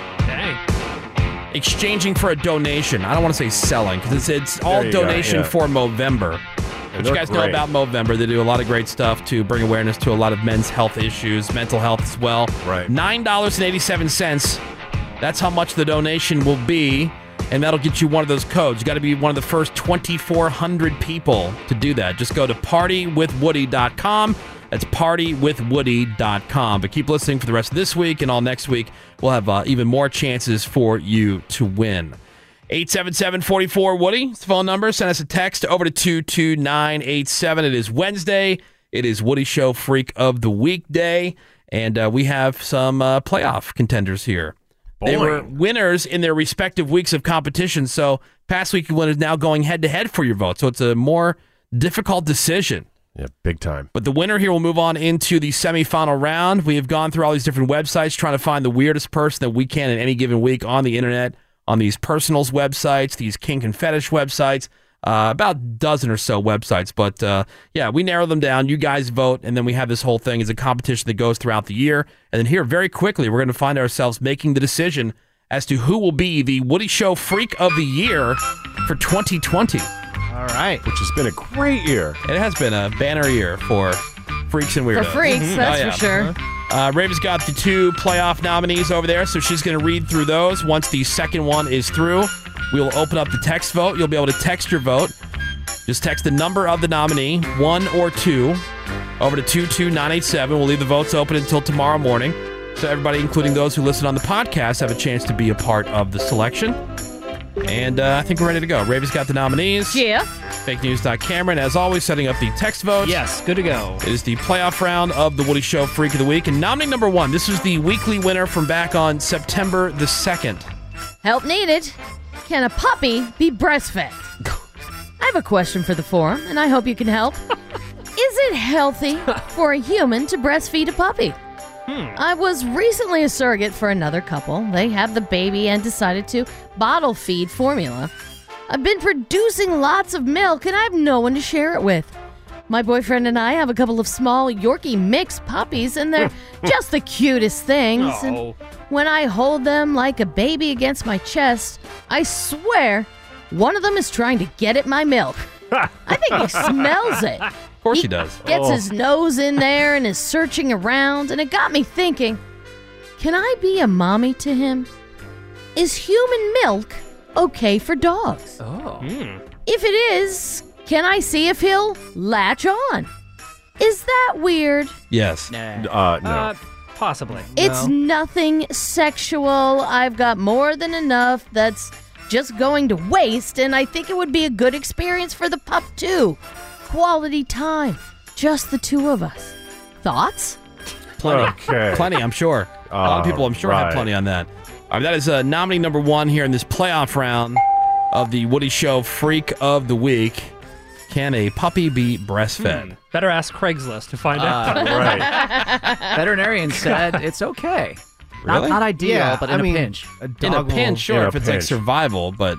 D: exchanging for a donation. I don't want to say selling because it's, it's all
G: There you go,
D: donation
G: yeah.
D: for Movember. But you
G: they're
D: guys know
G: great.
D: about Movember. They do a lot of great stuff to bring awareness to a lot of men's health issues, mental health as well. Right. Nine dollars and eighty-seven cents. That's how much the donation will be, and that'll get you one of those codes. You got to be one of the first twenty-four hundred people to do that. Just go to partywithwoody.com. That's partywithwoody.com. But keep listening for the rest of this week and all next week. We'll have uh, even more chances for you to win. 877-44 Woody. It's the phone number. Send us a text over to 22987. It is Wednesday. It is Woody Show Freak of the Weekday. And uh, we have some uh, playoff contenders here. They
G: Boing.
D: were winners in their respective weeks of competition. So past week winners now going head to head for your vote. So it's a more difficult decision.
G: Yeah, big time.
D: But the winner here will move on into the semifinal round. We have gone through all these different websites trying to find the weirdest person that we can in any given week on the internet, on these personals websites, these kink and fetish websites, uh, about dozen or so websites. But uh, yeah, we narrow them down. You guys vote, and then we have this whole thing as a competition that goes throughout the year. And then here, very quickly, we're going to find ourselves making the decision as to who will be the Woody Show Freak of the Year for 2020.
E: All right.
D: Which has been a great year. It has been a banner year for freaks and
I: For
D: weirdos. Mm-hmm. Oh,
I: freaks, that's for sure.
D: Uh, Raven's got the two playoff nominees over there, so she's going to read through those. Once the second one is through, we will open up the text vote. You'll be able to text your vote. Just text the number of the nominee, one or two, over to 22987. We'll leave the votes open until tomorrow morning. So, everybody, including those who listen on the podcast, have a chance to be a part of the selection. And uh, I think we're ready to go. Raven's got the nominees.
I: Yeah.
D: Fake news. Cameron, as always, setting up the text vote.
F: Yes, good to go.
D: It is the playoff round of the Woody Show Freak of the Week. And nominee number one, this is the weekly winner from back on September the 2nd.
I: Help needed. Can a puppy be breastfed? I have a question for the forum, and I hope you can help. Is it healthy for a human to breastfeed a puppy? I was recently a surrogate for another couple. They had the baby and decided to bottle feed formula. I've been producing lots of milk, and I have no one to share it with. My boyfriend and I have a couple of small Yorkie mix puppies, and they're just the cutest things. And
S: Oh.
I: when I hold them like a baby against my chest, I swear one of them is trying to get at my milk. I think he smells it.
D: Of course he, does. Oh.
I: Gets his nose in there and is searching around, and it got me thinking can I be a mommy to him? Is human milk okay for dogs?
F: Oh.
D: Hmm.
I: If it is, can I see if he'll latch on? Is that weird?
D: Yes.
G: Uh, no.
F: Uh, possibly.
I: It's nothing sexual. I've got more than enough that's just going to waste, and I think it would be a good experience for the pup, too. Quality time. Just the two of us. Thoughts?
D: Plenty.
G: Okay.
D: Plenty, I'm sure. a lot of
G: All
D: people, I'm sure, have
G: right.
D: plenty on that. All right, that is uh, nominee number one here in this playoff round of the Woody Show Freak of the Week. Can a puppy be breastfed?
F: Better ask Craigslist to find
D: Ah,
F: out.
H: Uh,
F: *laughs* right.
H: Veterinarian said it's okay. Not-
D: Really?
H: Not, ideal, but in
D: I mean,
H: a pinch.
D: in a pinch, sure, if it's like survival, but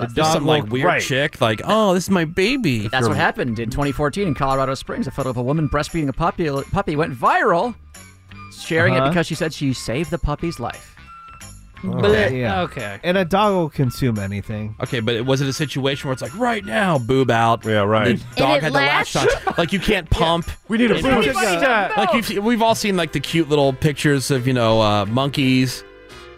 D: if there's some like weird chick, like, oh, this is my baby.
H: That's what happened in 2014 in Colorado Springs. A photo of a woman breastfeeding a puppy, puppy went viral, sharing
E: Uh-huh.
H: it because she said she saved the puppy's life. Oh,
D: Oh.
E: Okay, yeah. And a dog will consume anything.
D: Okay, but it was it a situation where it's like right now, boob out? Yeah, right. The dog
E: it
D: had the latch on.
E: latched?
H: *laughs*
D: Like
I: *laughs*
D: you can't pump. We need
E: a boob
D: *laughs*
E: stat.
D: Like you've, we've all seen like the cute little pictures of you know uh, monkeys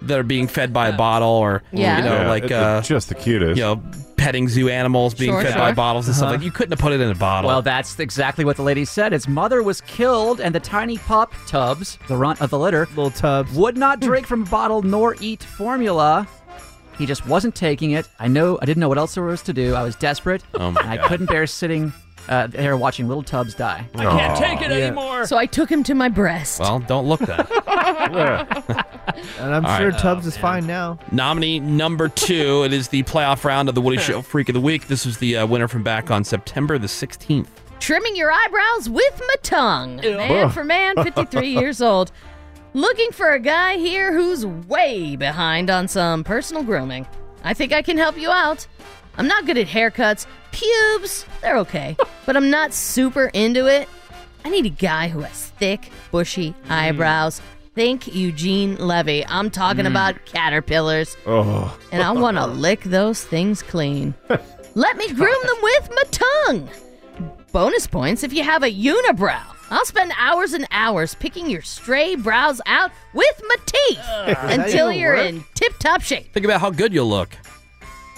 D: that are being fed by a bottle, or
G: Yeah.
D: you know
G: Yeah,
D: like
G: it- it-
D: uh,
G: just the cutest.
D: You know, petting zoo animals being
H: Sure,
D: fed by
H: sure.
D: bottles and stuff.
H: Uh-huh.
D: Like you couldn't have put it in a bottle.
H: Well, that's exactly what the lady said. Its mother was killed, and the tiny pup Tubbs, the runt of the litter,
E: little Tubbs,
H: would not drink from a bottle nor eat formula. He just wasn't taking it. I know. I didn't know what else there was to do. I was desperate.
D: Oh my
H: and I
D: God.
H: couldn't bear sitting uh, there watching little Tubbs die.
D: I can't Aw. take it
I: anymore. So I took him to my breast.
D: Well, don't
E: *laughs*
D: look that.
H: *laughs*
E: And I'm
D: All
E: sure
D: right.
E: Tubbs
H: Oh,
E: is fine now.
D: Nominee number two. it is the playoff round of the Woody Show Freak of the Week. This was the uh, winner from back on September the 16th.
I: Trimming your eyebrows with my tongue. Man for man, 53 years old. Looking for a guy here who's way behind on some personal grooming. I think I can help you out. I'm not good at haircuts. Pubes, they're okay. But I'm not super into it. I need a guy who has thick, bushy eyebrows. Think Eugene Levy. I'm talking
D: Hmm.
I: about caterpillars.
G: Oh.
I: and I want to lick those things clean. Let me groom them with my tongue. Bonus points if you have a unibrow. I'll spend hours and hours picking your stray brows out with my teeth
D: Does Uh, that
I: until
D: even
I: you're
D: work?
I: in tip top shape.
D: Think about how good you'll look.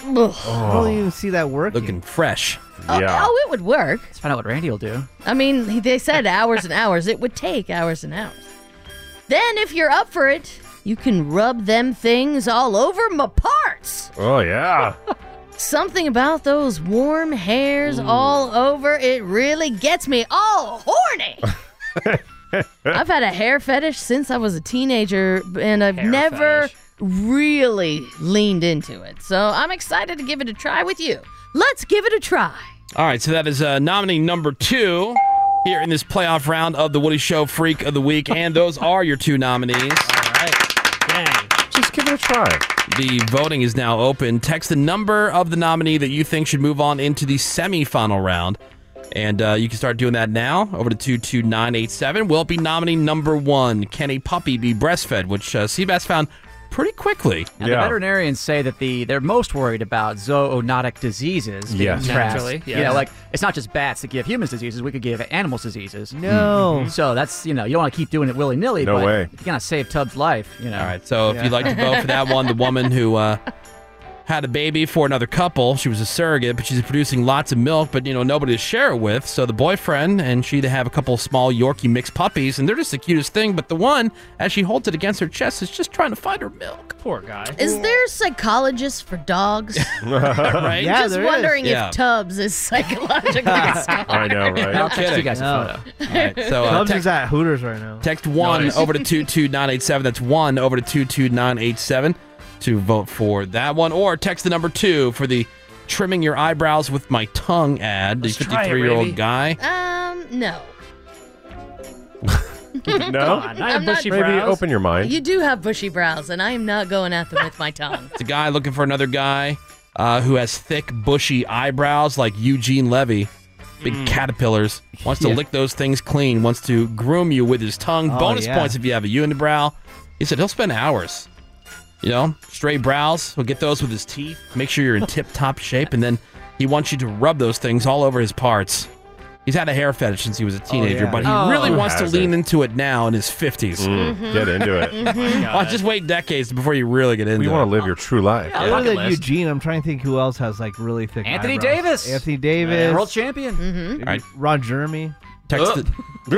I: Ugh.
E: I Oh. don't even see that working.
D: Looking fresh.
I: Oh, oh, it would work.
H: Let's find out what Randy will do.
I: I mean, he- they said hours and hours. It would take hours and hours. Then, if you're up for it, you can rub them things all over my parts.
G: Oh, yeah.
I: Something about those warm hairs all over, it really gets me
B: *laughs*
I: all *laughs*
D: *laughs*
I: horny. I've had a hair fetish since I was a teenager, and I've
S: Hair
I: never really leaned into it. So I'm excited to give it a try with you. Let's give it a try.
D: All right, so that is uh, nominee number two here in this playoff round of the Woody Show Freak of the Week, and those are your two nominees. All right,
G: Just give it a try.
D: The voting is now open. Text the number of the nominee that you think should move on into the semifinal round, and uh, you can start doing that now over to two two nine eight seven. Will it be nominee number one? Can a puppy be breastfed? Which uh, Seabass found pretty quickly.
H: Now, The veterinarians say that the they're most worried about zoonotic diseases. being
D: Yes.
H: trapped.
D: Naturally,
H: You know,
D: yes.
H: like it's not just bats that give humans diseases. We could give animals diseases.
D: No.
E: Mm-hmm.
D: Mhm.
H: So that's you know you don't want to keep doing it willy nilly.
D: No
H: but
D: way.
H: If you're gonna save Tubbs' life, you know. All right.
D: So if you'd like to vote for that one, the woman who uh, had a baby for another couple, she was a surrogate, but she's producing lots of milk, but you know nobody to share it with. So the boyfriend and she to have a couple small Yorkie mixed puppies, and they're just the cutest thing. But the one, as she holds it against her chest, is just trying to find her *laughs* milk.
F: Poor guy.
I: Is there psychologists for dogs?
D: right?
I: I'm just wondering
D: Yeah.
I: if Tubbs is
D: *laughs*
I: psychologically.
D: I know,
E: right?
D: No
E: I'll text
D: kidding.
E: you guys a No.
D: All
I: *laughs*
D: right, so uh,
E: Tubbs
D: text,
E: is at Hooters right now.
D: text one
E: Nice.
D: over to two two nine eight seven. That's one over to two two nine eight seven to vote for that one, or text the number two for the trimming your eyebrows with my tongue ad. The
I: Let's try it,
D: fifty three year
I: Ravi. *laughs*
D: old guy.
I: Um, no.
G: No? I have
I: I'm
G: bushy Maybe brows. open your mind.
I: You do have bushy brows, and I am not going at them with my tongue.
D: It's a guy looking for another guy uh, who has thick, bushy eyebrows like Eugene Levy. Big
G: Hmm.
E: Mm.
D: caterpillars. Wants to
E: Yeah.
D: lick those things clean. Wants to groom you with his tongue.
E: Oh,
D: Bonus
E: yeah.
D: points if you have a U in the brow. He said he'll spend hours. You know, straight brows. He'll get those with his teeth. Make sure you're in tip top shape. And then he wants you to rub those things all over his parts. He's had a hair fetish since he was a teenager,
G: yeah.
D: but he
G: Oh.
D: really
G: Who
D: wants to
G: hasn't?
D: lean into it now in his 50s.
G: Mm, Mhm. get into it.
D: *laughs*
G: Mhm.
D: Well, just wait decades before you really get into it. You want
G: to live your true life.
E: Other than Eugene, I'm trying to think who else has like really thick.
H: Anthony
E: eyebrows.
H: Davis.
E: Anthony Davis.
H: World champion. Mm-hmm.
D: All right.
E: Ron Jeremy.
D: Text it.
G: *laughs*
E: Oh,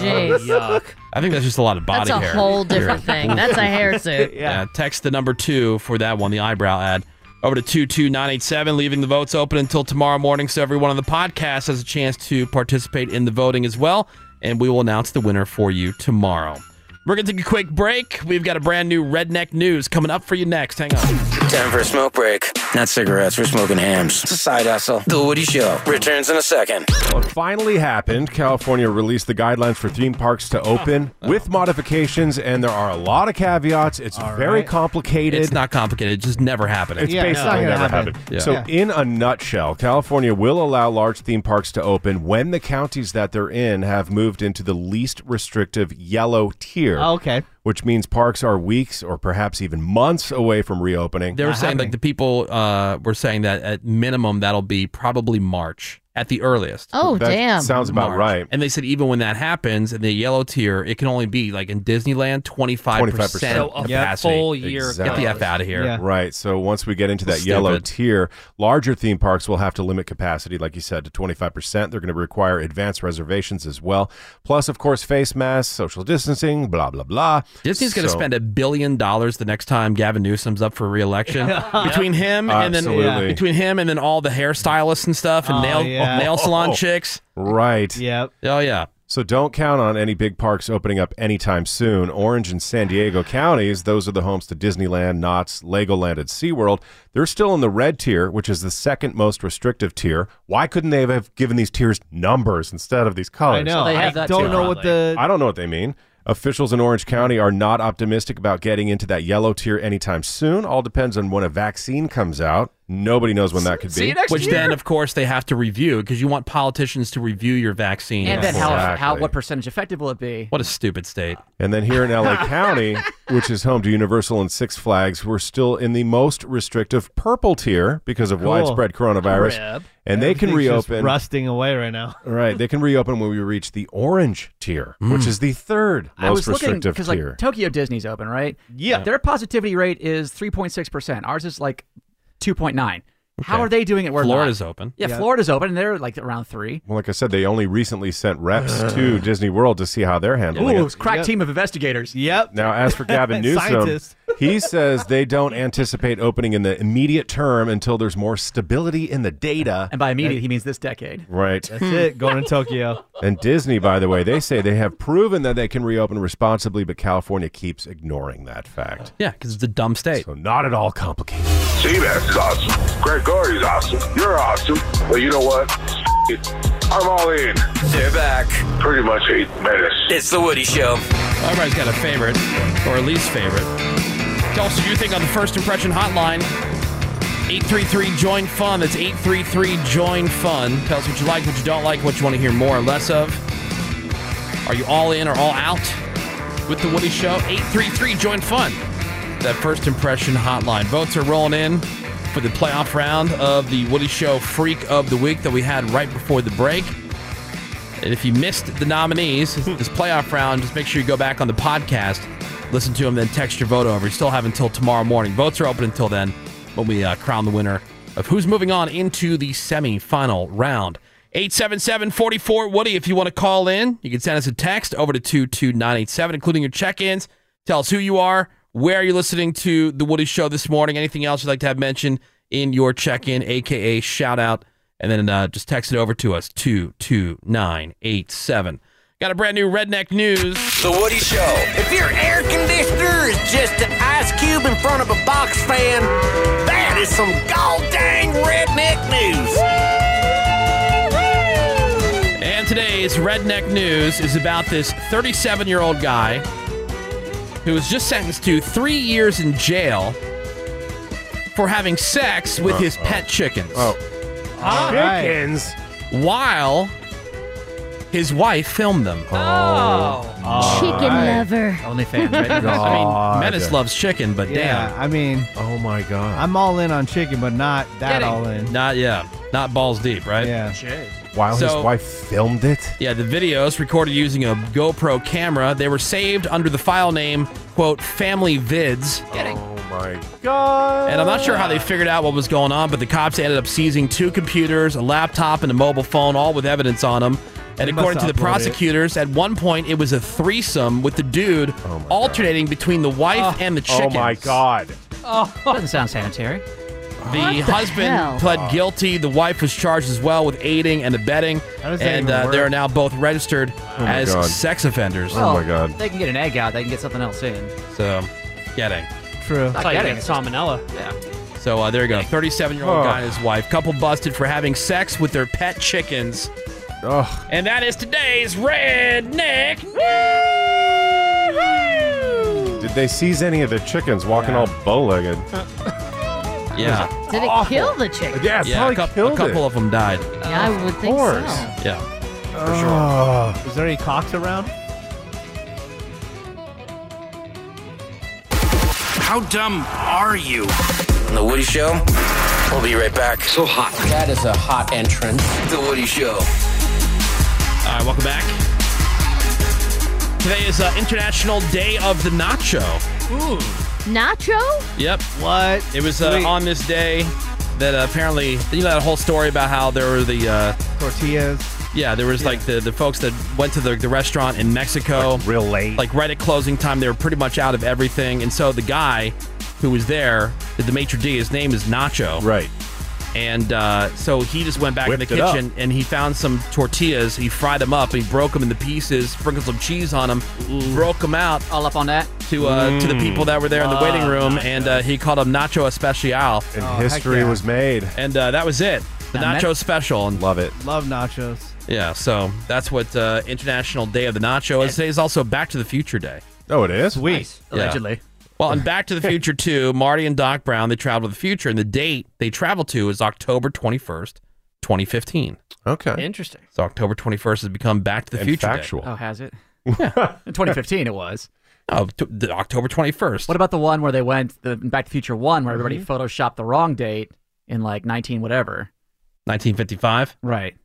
E: *laughs*
D: *laughs*
I: jeez. Yuck.
D: I think that's just a lot of body
I: That's a
D: hair.
I: whole different thing. That's a hair suit.
D: *laughs* yeah. Text the number two for that one, the eyebrow ad. Over to 22987, leaving the votes open until tomorrow morning so everyone on the podcast has a chance to participate in the voting as well. And we will announce the winner for you tomorrow. We're going to take a quick break. We've got a brand new redneck news coming up for you next. Hang on.
J: Time for a smoke break. Not cigarettes, we're smoking hams. It's a side hustle. The Woody Show returns in a second.
G: What finally happened, California released the guidelines for theme parks to open with modifications, and there are a lot of caveats. It's very complicated.
D: It's not complicated. It's just never happening.
G: It's basically never happened. So, in a nutshell, California will allow large theme parks to open when the counties that they're in have moved into the least restrictive yellow tier.
E: Oh, okay.
G: Which means parks are weeks or perhaps even months away from reopening.
D: They were saying like the people uh, were saying that at minimum that'll be probably March at the earliest.
I: Oh, That damn. sounds about
D: right. And they said even when that happens in the yellow tier, it can only be like in Disneyland twenty five
G: 25%.
D: percent
G: So a
D: capacity.
F: full year
D: Get the f out of here.
G: Right. So once we get into that
D: Stupid.
G: yellow tier, larger theme parks will have to limit capacity, like you said, to 25%. They're going to require advanced reservations as well. Plus, of course, face masks, social distancing, blah, blah, blah.
D: Disney's going to
G: So-
D: spend a billion dollars the next time Gavin Newsom's up for reelection. Between him and then
G: Absolutely.
D: between him and then all the hairstylists and stuff and
G: Oh,
D: nail
G: yeah.
D: nail salon
G: Oh.
D: chicks.
G: Right.
E: Yep.
D: Oh, yeah.
G: So don't count on any big parks opening up anytime soon. Orange and San Diego counties, those are the homes to Disneyland, Knott's, Legoland, and SeaWorld. They're still in the red tier, which is the second most restrictive tier. Why couldn't they have given these tiers numbers instead of these colors?
E: I know. I don't know what the.
G: I don't know what they mean. Officials in Orange County are not optimistic about getting into that yellow tier anytime soon. All depends on when a vaccine comes out. Nobody knows when that could be.
D: Which then, of course, they have to review because you want politicians to review your vaccine.
H: And then how,
D: Exactly.
H: how what percentage effective will it be?
D: What a stupid state.
G: And then here
H: *laughs*
G: in LA
D: *laughs*
G: County, which is home to Universal and Six Flags, we're still in the most restrictive purple tier because of
E: Cool.
G: widespread coronavirus.
E: Rip.
G: And they can
E: Everything's just
G: reopen.
E: rusting away right
G: *laughs*
E: now.
G: Right, they can reopen when we reach the orange tier,
H: Mm.
G: which is the third most
H: Hmm. I was looking
G: restrictive
H: because
G: tier.
H: like Tokyo Disney's open, right? Yeah. Their positivity rate is 3.6 percent. Ours is like 2.9. How
G: Okay.
H: are they doing it? We're not?
G: Florida's open.
H: Yeah,
G: Yeah.
H: Florida's open, and they're like around three.
G: well, like I said, they only recently sent reps to Disney World to see how they're handling
H: Ooh,
G: it.
H: crack team of investigators.
E: Yep.
G: Now, as for
H: *laughs*
G: Gavin Newsom,
H: Scientists.
G: he says they don't anticipate opening in the immediate term until there's more stability in the data.
H: And by immediate, he means this decade.
G: Right.
E: That's it.
H: *laughs*
E: Going to Tokyo.
G: And Disney, by the way, they say they have proven that they can reopen responsibly, but California keeps ignoring that fact.
D: Yeah, because it's a dumb state.
G: So not at all complicated.
S: Seabass is awesome. Greg Gordy's awesome. You're awesome. But you know what? It. I'm all in.
J: They're back.
S: Pretty much eight minutes.
J: It's The Woody Show.
D: Everybody's got a favorite or least favorite. Also, you think on the first impression hotline, 833 Join Fun. That's 833 Join Fun. Tell us what you like, what you don't like, what you want to hear more or less of. Are you all in or all out with The Woody Show? 833 Join Fun. that first impression hotline. Votes are rolling in for the playoff round of the Woody Show Freak of the Week that we had right before the break. And if you missed the nominees this playoff round, just make sure you go back on the podcast, listen to them, then text your vote over. You still have until tomorrow morning. Votes are open until then when we uh, crown the winner of who's moving on into the semifinal round. 877 44 Woody, if you want to call in, you can send us a text over to 22987, including your check ins. Tell us who you are, where you're listening to The Woody Show this morning, anything else you'd like to have mentioned in your check in, AKA shout out, and then uh, just text it over to us 22987. Got a brand new Redneck News.
T: The Woody Show. If your air conditioner is just an ice cube in front of a box fan, that is some goddamn redneck news.
D: And today's redneck news is about this 37 year old guy who was just sentenced to three years in jail for having sex with his
G: Uh-oh.
D: pet chickens.
G: Oh.
D: All right.
G: Chickens?
D: While his wife filmed them. Oh.
I: Chicken lover.
D: I mean,
E: God.
D: Menace loves chicken, but
E: Yeah,
D: damn.
E: I mean,
G: oh my god,
E: I'm all in on chicken, but not that all in.
D: Not, yeah. Not balls deep, right?
E: Yeah.
G: While
D: So-
G: his wife filmed it?
D: Yeah, the videos recorded using a GoPro camera, they were saved under the file name, quote, family vids.
G: Oh my
D: God. And I'm not sure how they figured out what was going on, but the cops ended up seizing two computers, a laptop, and a mobile phone, all with evidence on them. And
E: They must
D: according to the
E: upload it.
D: prosecutors, at one point it was a threesome with the dude alternating between the
E: Ah.
D: wife and the
G: Oh
D: chicken.
G: my god.
F: Oh.
H: *laughs* Doesn't sound sanitary.
D: The
H: What the
D: husband
H: hell?
D: pled guilty. The wife was charged as well with aiding and abetting,
H: How does that
D: and
H: even
D: uh, they
H: work? Oh
D: are now both registered
G: my
D: as
G: God.
D: sex offenders.
H: Well, if They can get an egg out. They can get something else in.
D: So, getting.
E: True.
H: Not
F: Thought you
H: getting
F: had
H: it.
F: salmonella.
D: So uh, there you go. 37 year old
F: Oh.
D: guy and his wife. Couple busted for having sex with their pet chickens.
G: Oh.
D: And that is today's redneck.
G: Did they seize any of the chickens walking all bow-legged?
D: *laughs* Yeah.
I: Did it kill the chicken?
G: Yeah,
D: Yeah, a, coup- a couple of them died.
I: Yeah, I would think so.
D: Yeah.
E: For sure. Is there any cocks around?
T: How dumb are you?
J: On The Woody Show. We'll be right back. So hot. That is a hot entrance. The Woody Show.
D: All right, welcome back. Today is uh, International Day of the Nacho.
I: Ooh. Nacho?
D: Yep. What? It was uh, on this day that uh, apparently you know that whole story about how there were the uh,
E: tortillas.
D: Yeah, there was like the, the folks that went to the, the restaurant in Mexico
G: real late,
D: like right at closing time. They were pretty much out of everything, and so the guy who was there, the maitre d, his name is Nacho,
G: right?
D: And uh, so he just went back in
G: Whipped
D: the
G: it up.
D: kitchen and he found some tortillas. He fried them up, he broke them into pieces, sprinkled some cheese on them, broke them out
H: All up on that.
D: to uh, to
G: Mm.
D: the people that were there in the waiting room, and uh, he called them Nacho Especial.
G: And Oh, history heck yeah. was made.
D: And uh, that was it. The
E: Now,
D: Nacho
E: Mex-
D: Special. And
G: Love it.
E: Love nachos.
D: Yeah, so that's what uh, International Day of the Nacho is. Today is also Back to the Future Day.
G: Oh, it is? Sweet.
D: Yeah. Well, and Back to the Future 2, Marty and Doc Brown, they travel to the future, and the date they travel to is October 21st, 2015.
G: Okay.
H: Interesting.
D: So October 21st has become Back to the
H: And
D: Future Day.
H: factual.
D: *laughs*
H: Oh, has it? In 2015, it was.
D: Oh, t- the October 21st.
H: What about the one where they went the Back to the Future one, where everybody
D: Mhm.
H: photoshopped the wrong date in like 19 whatever?
D: 1955?
H: Right.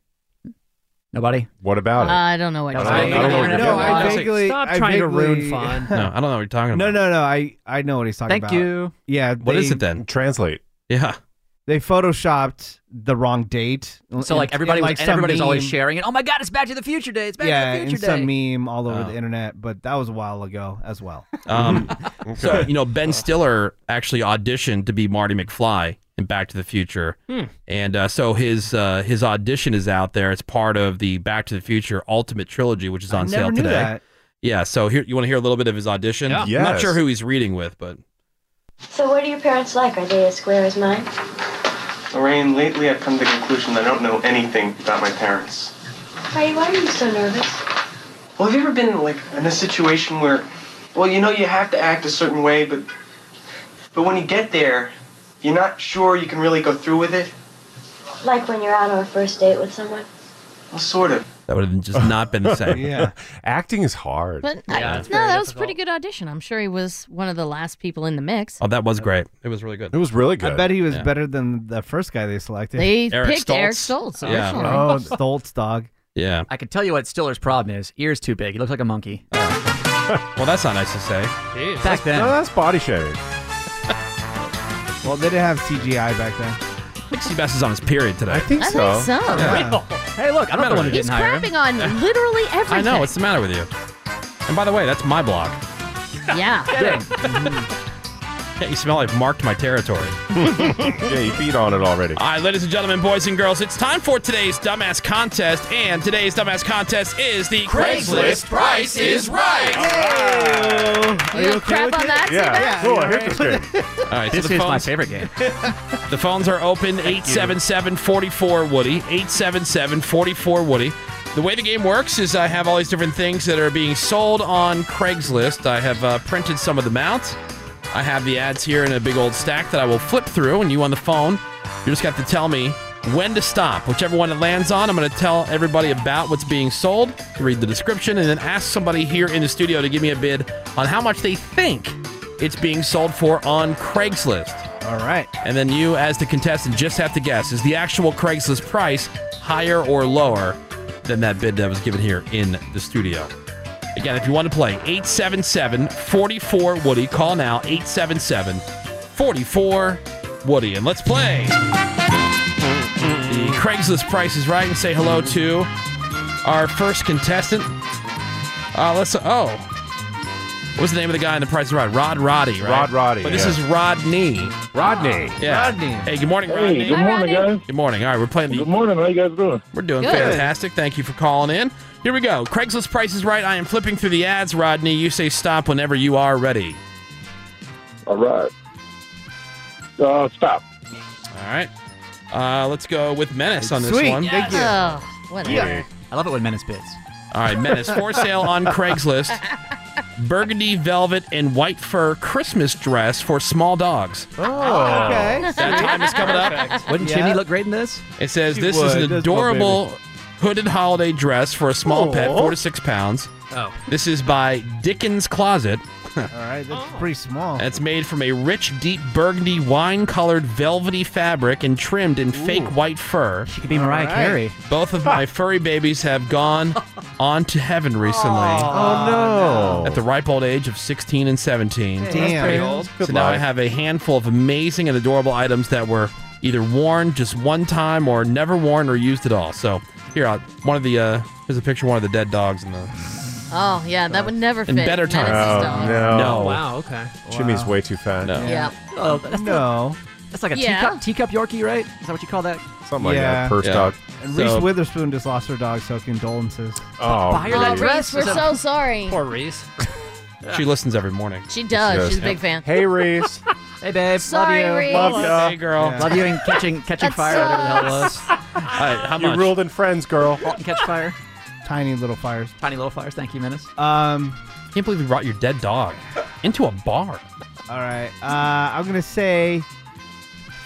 H: Nobody.
G: What about
I: Uh, I don't know what
H: That
I: you're
H: was
I: talking
H: on the
I: about.
H: internet.
E: No,
H: Yeah.
E: I vaguely.
H: Stop
E: I
H: trying to ruin
E: vaguely-
H: fun.
D: *laughs* No, I don't know what you're talking about.
E: No, no, no. I I know what he's talking
H: Thank
E: about.
H: you.
E: Yeah.
D: What is it then?
G: Translate.
D: Yeah.
E: They photoshopped the wrong date.
H: So like
E: And-
H: everybody
E: and,
H: was
E: like, some
H: everybody's always
E: meme-
H: sharing it. Oh my God, it's Back to the Future Day. It's Back
E: yeah,
H: to the
E: and
H: Future
E: some
H: Day.
E: meme all over
H: Oh.
E: the internet, but that was a while ago as well.
D: *laughs*
E: *laughs*
D: Um, So,
E: Okay.
D: you know, Ben Stiller actually auditioned to be Marty McFly in Back to the Future.
E: Hmm.
D: And uh, so his uh, his audition is out there. It's part of the Back to the Future Ultimate Trilogy, which is on
E: never
D: sale
E: knew
D: today.
E: that.
D: Yeah, so here you want to hear a little bit of his audition?
U: Yeah.
D: I'm not
U: Yes.
D: sure who he's reading with, but
U: So, what are your parents like? Are they as square as mine?
V: Lorraine, lately I've come to the conclusion that I don't know anything about my parents.
U: Freddie, why are you so nervous?
V: Well, have you ever been like in a situation where, well, you know you have to act a certain way, but but when you get there, you're not sure you can really go through with it.
U: Like when you're out on a first date with someone?
V: Well, sort of.
D: That would have just not been the
G: *laughs*
D: same.
I: Yeah.
G: Acting is hard.
I: But I- no, that was a pretty good audition. I'm sure he was one of the last people in the mix.
D: Oh, that was great. It was really good.
G: It was really
E: I bet he was better than the first guy they selected.
I: They Eric picked Stoltz? Eric Stoltz,
E: Yeah.
I: originally.
E: Oh, Stoltz dog.
D: Yeah.
H: I can tell you what Stiller's problem is. Ears too big. He looks like a monkey.
D: Oh. *laughs* well, that's not nice to say.
H: Back then.
G: No, that's body shaving.
E: Well, they didn't have CGI back then.
D: I think Seabass is on his period today. I
I: think I think so. so.
D: Yeah.
H: Hey, look, I'm not the one who
I: He's
H: didn't hire him.
I: crapping on
D: *laughs*
I: literally everything.
D: I know. What's the matter with you? And by the way, that's my blog. *laughs*
I: yeah.
D: Yeah, you smell like marked my territory.
G: yeah, you beat on it already.
D: All right, ladies and gentlemen, boys and girls, it's time for today's dumbass contest, and today's dumbass contest is the Craigslist Price is Right.
I: You gonna crap on that? Seabass?
D: All right,
H: This
D: so the
H: is my
D: phones-
H: favorite game.
D: The phones are open 877 44 Woody. 877 44 Woody. The way the game works is I have all these different things that are being sold on Craigslist. I have uh, printed some of them out. I have the ads here in a big old stack that I will flip through, and you on the phone, you just have to tell me when to stop. Whichever one it lands on, I'm going to tell everybody about what's being sold, to read the description, and then ask somebody here in the studio to give me a bid on how much they think it's being sold for on Craigslist.
E: All right.
D: And then you, as the contestant, just have to guess is the actual Craigslist price higher or lower than that bid that was given here in the studio? Again, if you want to play, 877 44 Woody. Call now, 877 44 Woody. And let's play the Craigslist price is right and say hello to our first contestant. Uh, let's, oh. What's the name of the guy in the price is right? Rod Roddy, right?
G: Rod Roddy,
D: But this
G: yeah.
D: is Rodney.
G: Rodney.
D: Yeah.
E: Rodney.
D: Hey, good morning,
A: Hey,
D: Rodney.
A: good Hi, morning, Rodney.
D: Good morning. All right, we're playing the. Good morning. How you guys doing? We're doing
A: Good.
D: fantastic. Thank you for calling in. Here we go. Craigslist Price is Right. I am flipping through the ads, Rodney. You say stop whenever you are ready.
A: All right. Uh, stop.
D: All right. Uh, let's go with Menace on this
H: Sweet.
D: one.
H: Thank you.
I: Oh, whatever.
H: I love it when Menace bids.
D: All right, Menace for sale
H: *laughs*
D: on Craigslist. Burgundy velvet and white fur Christmas dress for small dogs.
H: Oh, okay.
D: That time is coming up.
H: Wouldn't Chimney look great in this?
D: It says
H: She
D: this
H: would.
D: is an
H: That's my
D: adorable hooded holiday dress for a small pet,
E: Aw.
D: four to six pounds.
E: Oh.
D: This is by Dickens Closet.
E: All right, that's pretty small.
D: It's made from a rich, deep burgundy wine colored velvety fabric and trimmed in fake white fur. She
H: could be Mariah All right. Carey.
D: Both of my furry babies have gone on to heaven recently.
G: Oh, no.
D: At the ripe old age of 16 and 17.
G: Damn. That's pretty old.
D: So
G: Good
D: now I
G: life.
D: have a handful of amazing and adorable items that were either worn just one time or never worn or used at all. So here, I'll- one of the, uh, here's a picture of one of the dead dogs in the.
I: Oh, yeah, that would never fit.
D: In better
I: Menace's
D: times.
I: dog.
G: Oh, no.
D: No.
F: Wow. Okay.
G: Jimmy's way too fat.
D: No.
I: Yeah.
H: Oh, that's
E: no.
H: That's like a
I: Yeah.
H: teacup, teacup Yorkie, right? Is that what you call that?
G: Something like that. Perch
D: Yeah.
G: dog.
E: And
D: So-
E: Reese Witherspoon just lost her dog, so condolences.
G: Oh,
H: Buy her
I: Oh,
H: that
I: Reese,
H: dress.
I: we're so sorry.
F: Poor Reese.
D: She listens every morning.
I: She does. She's a big fan.
G: Hey, Reese.
H: Hey, babe.
I: Sorry,
H: love you.
I: Reese.
G: Love ya.
D: Hey, girl.
H: Love you and catching catching
I: That
H: fire, whatever the hell it was.
D: All right, how
G: You
D: much?
G: ruled in friends, girl.
H: Walk and catch fire.
E: Tiny little fires.
H: Tiny little fires. Thank you, Menace.
E: Um.
D: Can't believe you brought your dead dog into a bar.
E: All right. Uh, I'm gonna say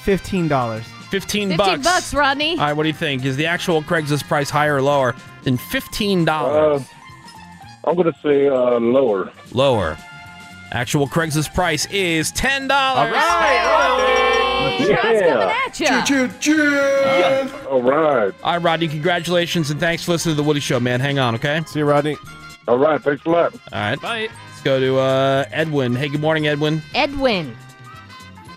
E: fifteen dollars.
D: 15,
I: 15
D: bucks.
I: bucks, Rodney.
D: All right, what do you think? Is the actual Craigslist price higher or lower than $15?
A: Uh, I'm going to say uh, lower.
D: lower. Actual Craigslist price is $10.
G: All right.
A: Yeah.
I: Choo,
A: All right.
D: All right, Rodney, congratulations and thanks for listening to The Woody Show, man. Hang on, okay?
G: See you, Rodney.
A: All right. Thanks a lot.
D: All right. Bye. Let's go to uh, Edwin. Hey, good morning, Edwin.
I: Edwin.